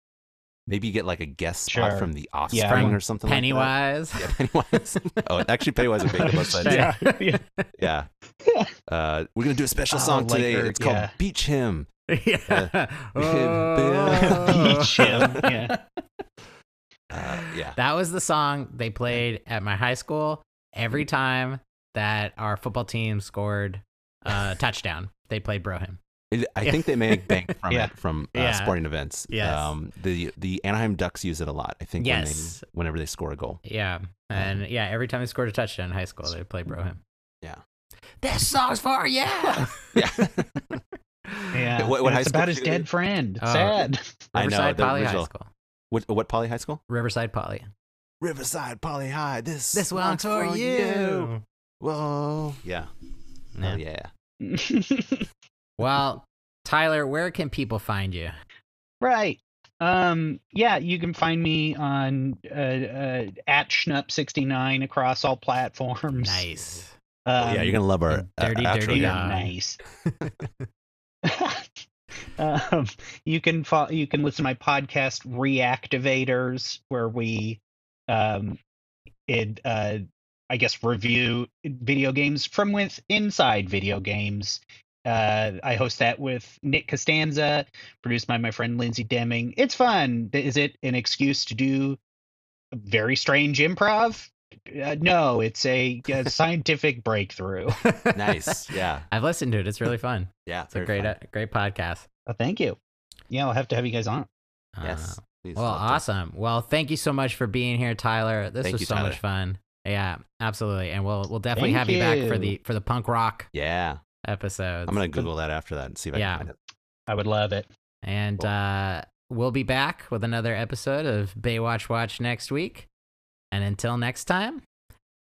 Speaker 2: maybe you get like a guest spot
Speaker 3: Sure.
Speaker 2: from the offspring
Speaker 3: Yeah.
Speaker 2: or something.
Speaker 1: Pennywise.
Speaker 2: Like that. Yeah, Pennywise. oh, actually, Pennywise would be the most
Speaker 3: Yeah.
Speaker 2: Yeah. Uh, we're gonna do a special
Speaker 3: Oh,
Speaker 2: song
Speaker 3: like
Speaker 2: today.
Speaker 3: her-
Speaker 2: it's called
Speaker 3: yeah.
Speaker 2: Beach Him.
Speaker 1: Yeah.
Speaker 2: Oh.
Speaker 3: Beach him, yeah.
Speaker 2: Uh, yeah.
Speaker 1: That was the song they played at my high school every time that our football team scored a touchdown. They played Bro Him.
Speaker 2: It- I
Speaker 1: Yeah.
Speaker 2: think they make bank from
Speaker 3: Yeah.
Speaker 2: it from uh,
Speaker 1: Yeah.
Speaker 2: sporting events. Um,
Speaker 1: Yes.
Speaker 2: the the Anaheim Ducks use it a lot. I think.
Speaker 1: Yes.
Speaker 2: When they, whenever they score a goal.
Speaker 1: Yeah. And yeah, every time they scored a touchdown in high school, they played Bro Him.
Speaker 2: Yeah.
Speaker 1: That song's for yeah.
Speaker 2: Yeah.
Speaker 3: Yeah.
Speaker 2: What- what
Speaker 3: And
Speaker 2: high
Speaker 3: it's
Speaker 2: school
Speaker 3: about his
Speaker 2: did you do?
Speaker 3: dead friend.
Speaker 1: Oh.
Speaker 3: Sad.
Speaker 2: I know,
Speaker 1: Riverside
Speaker 2: the
Speaker 1: Poly High
Speaker 2: original.
Speaker 1: School.
Speaker 2: what what poly high school?
Speaker 1: Riverside Poly.
Speaker 2: Riverside Poly High. This
Speaker 1: This one's for you.
Speaker 2: Whoa. Yeah.
Speaker 1: Yeah.
Speaker 2: Oh yeah.
Speaker 1: Well, Tyler, where can people find you?
Speaker 3: Right. Um, yeah, you can find me on uh, uh, at Schnup69 across all platforms.
Speaker 1: Nice.
Speaker 2: Oh, yeah.
Speaker 3: Um,
Speaker 2: You're gonna love our uh,
Speaker 1: Dirty,
Speaker 2: outro
Speaker 1: dirty
Speaker 2: here.
Speaker 1: Yeah.
Speaker 3: Yeah, nice. um, you can follow, you can listen to my podcast Reactivators, where we, um, it, uh, I guess review video games from with inside video games. Uh, I host that with Nick Costanza, produced by my friend Lindsay Deming. It's fun. Is it an excuse to do very strange improv? Uh, no, it's a, a scientific breakthrough.
Speaker 2: Nice. Yeah.
Speaker 1: I've listened to it. It's really fun.
Speaker 2: Yeah.
Speaker 1: It's a great, uh, great podcast.
Speaker 3: Oh, thank you. Yeah, I'll have to have you guys on.
Speaker 1: Uh,
Speaker 2: Yes. Please,
Speaker 1: Well,
Speaker 2: love to-
Speaker 1: awesome. Well, thank you so much for being here, Tyler. This
Speaker 2: Thank
Speaker 1: was
Speaker 2: you,
Speaker 1: so
Speaker 2: Tyler.
Speaker 1: much fun. Yeah, absolutely. And we'll we'll definitely have
Speaker 3: Thank
Speaker 1: you back for
Speaker 3: you.
Speaker 1: the for the punk rock
Speaker 2: Yeah.
Speaker 1: episodes.
Speaker 2: I'm gonna Google that after that and see if I
Speaker 1: Yeah.
Speaker 2: can find it.
Speaker 3: I would love it.
Speaker 1: and
Speaker 2: Cool.
Speaker 1: uh, we'll be back with another episode of Baywatch Watch next week. And until next time,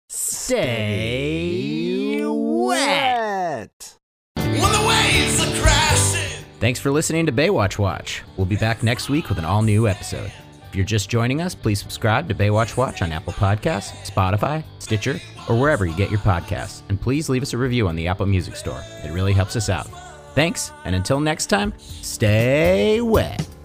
Speaker 1: stay, wet.
Speaker 2: wet.
Speaker 4: When the waves are crashing.
Speaker 1: Thanks for listening to Baywatch Watch. We'll be back next week with an all new episode. If you're just joining us, please subscribe to Baywatch Watch on Apple Podcasts, Spotify, Stitcher, or wherever you get your podcasts. And please leave us a review on the Apple Music Store. It really helps us out. Thanks, and until next time, stay wet.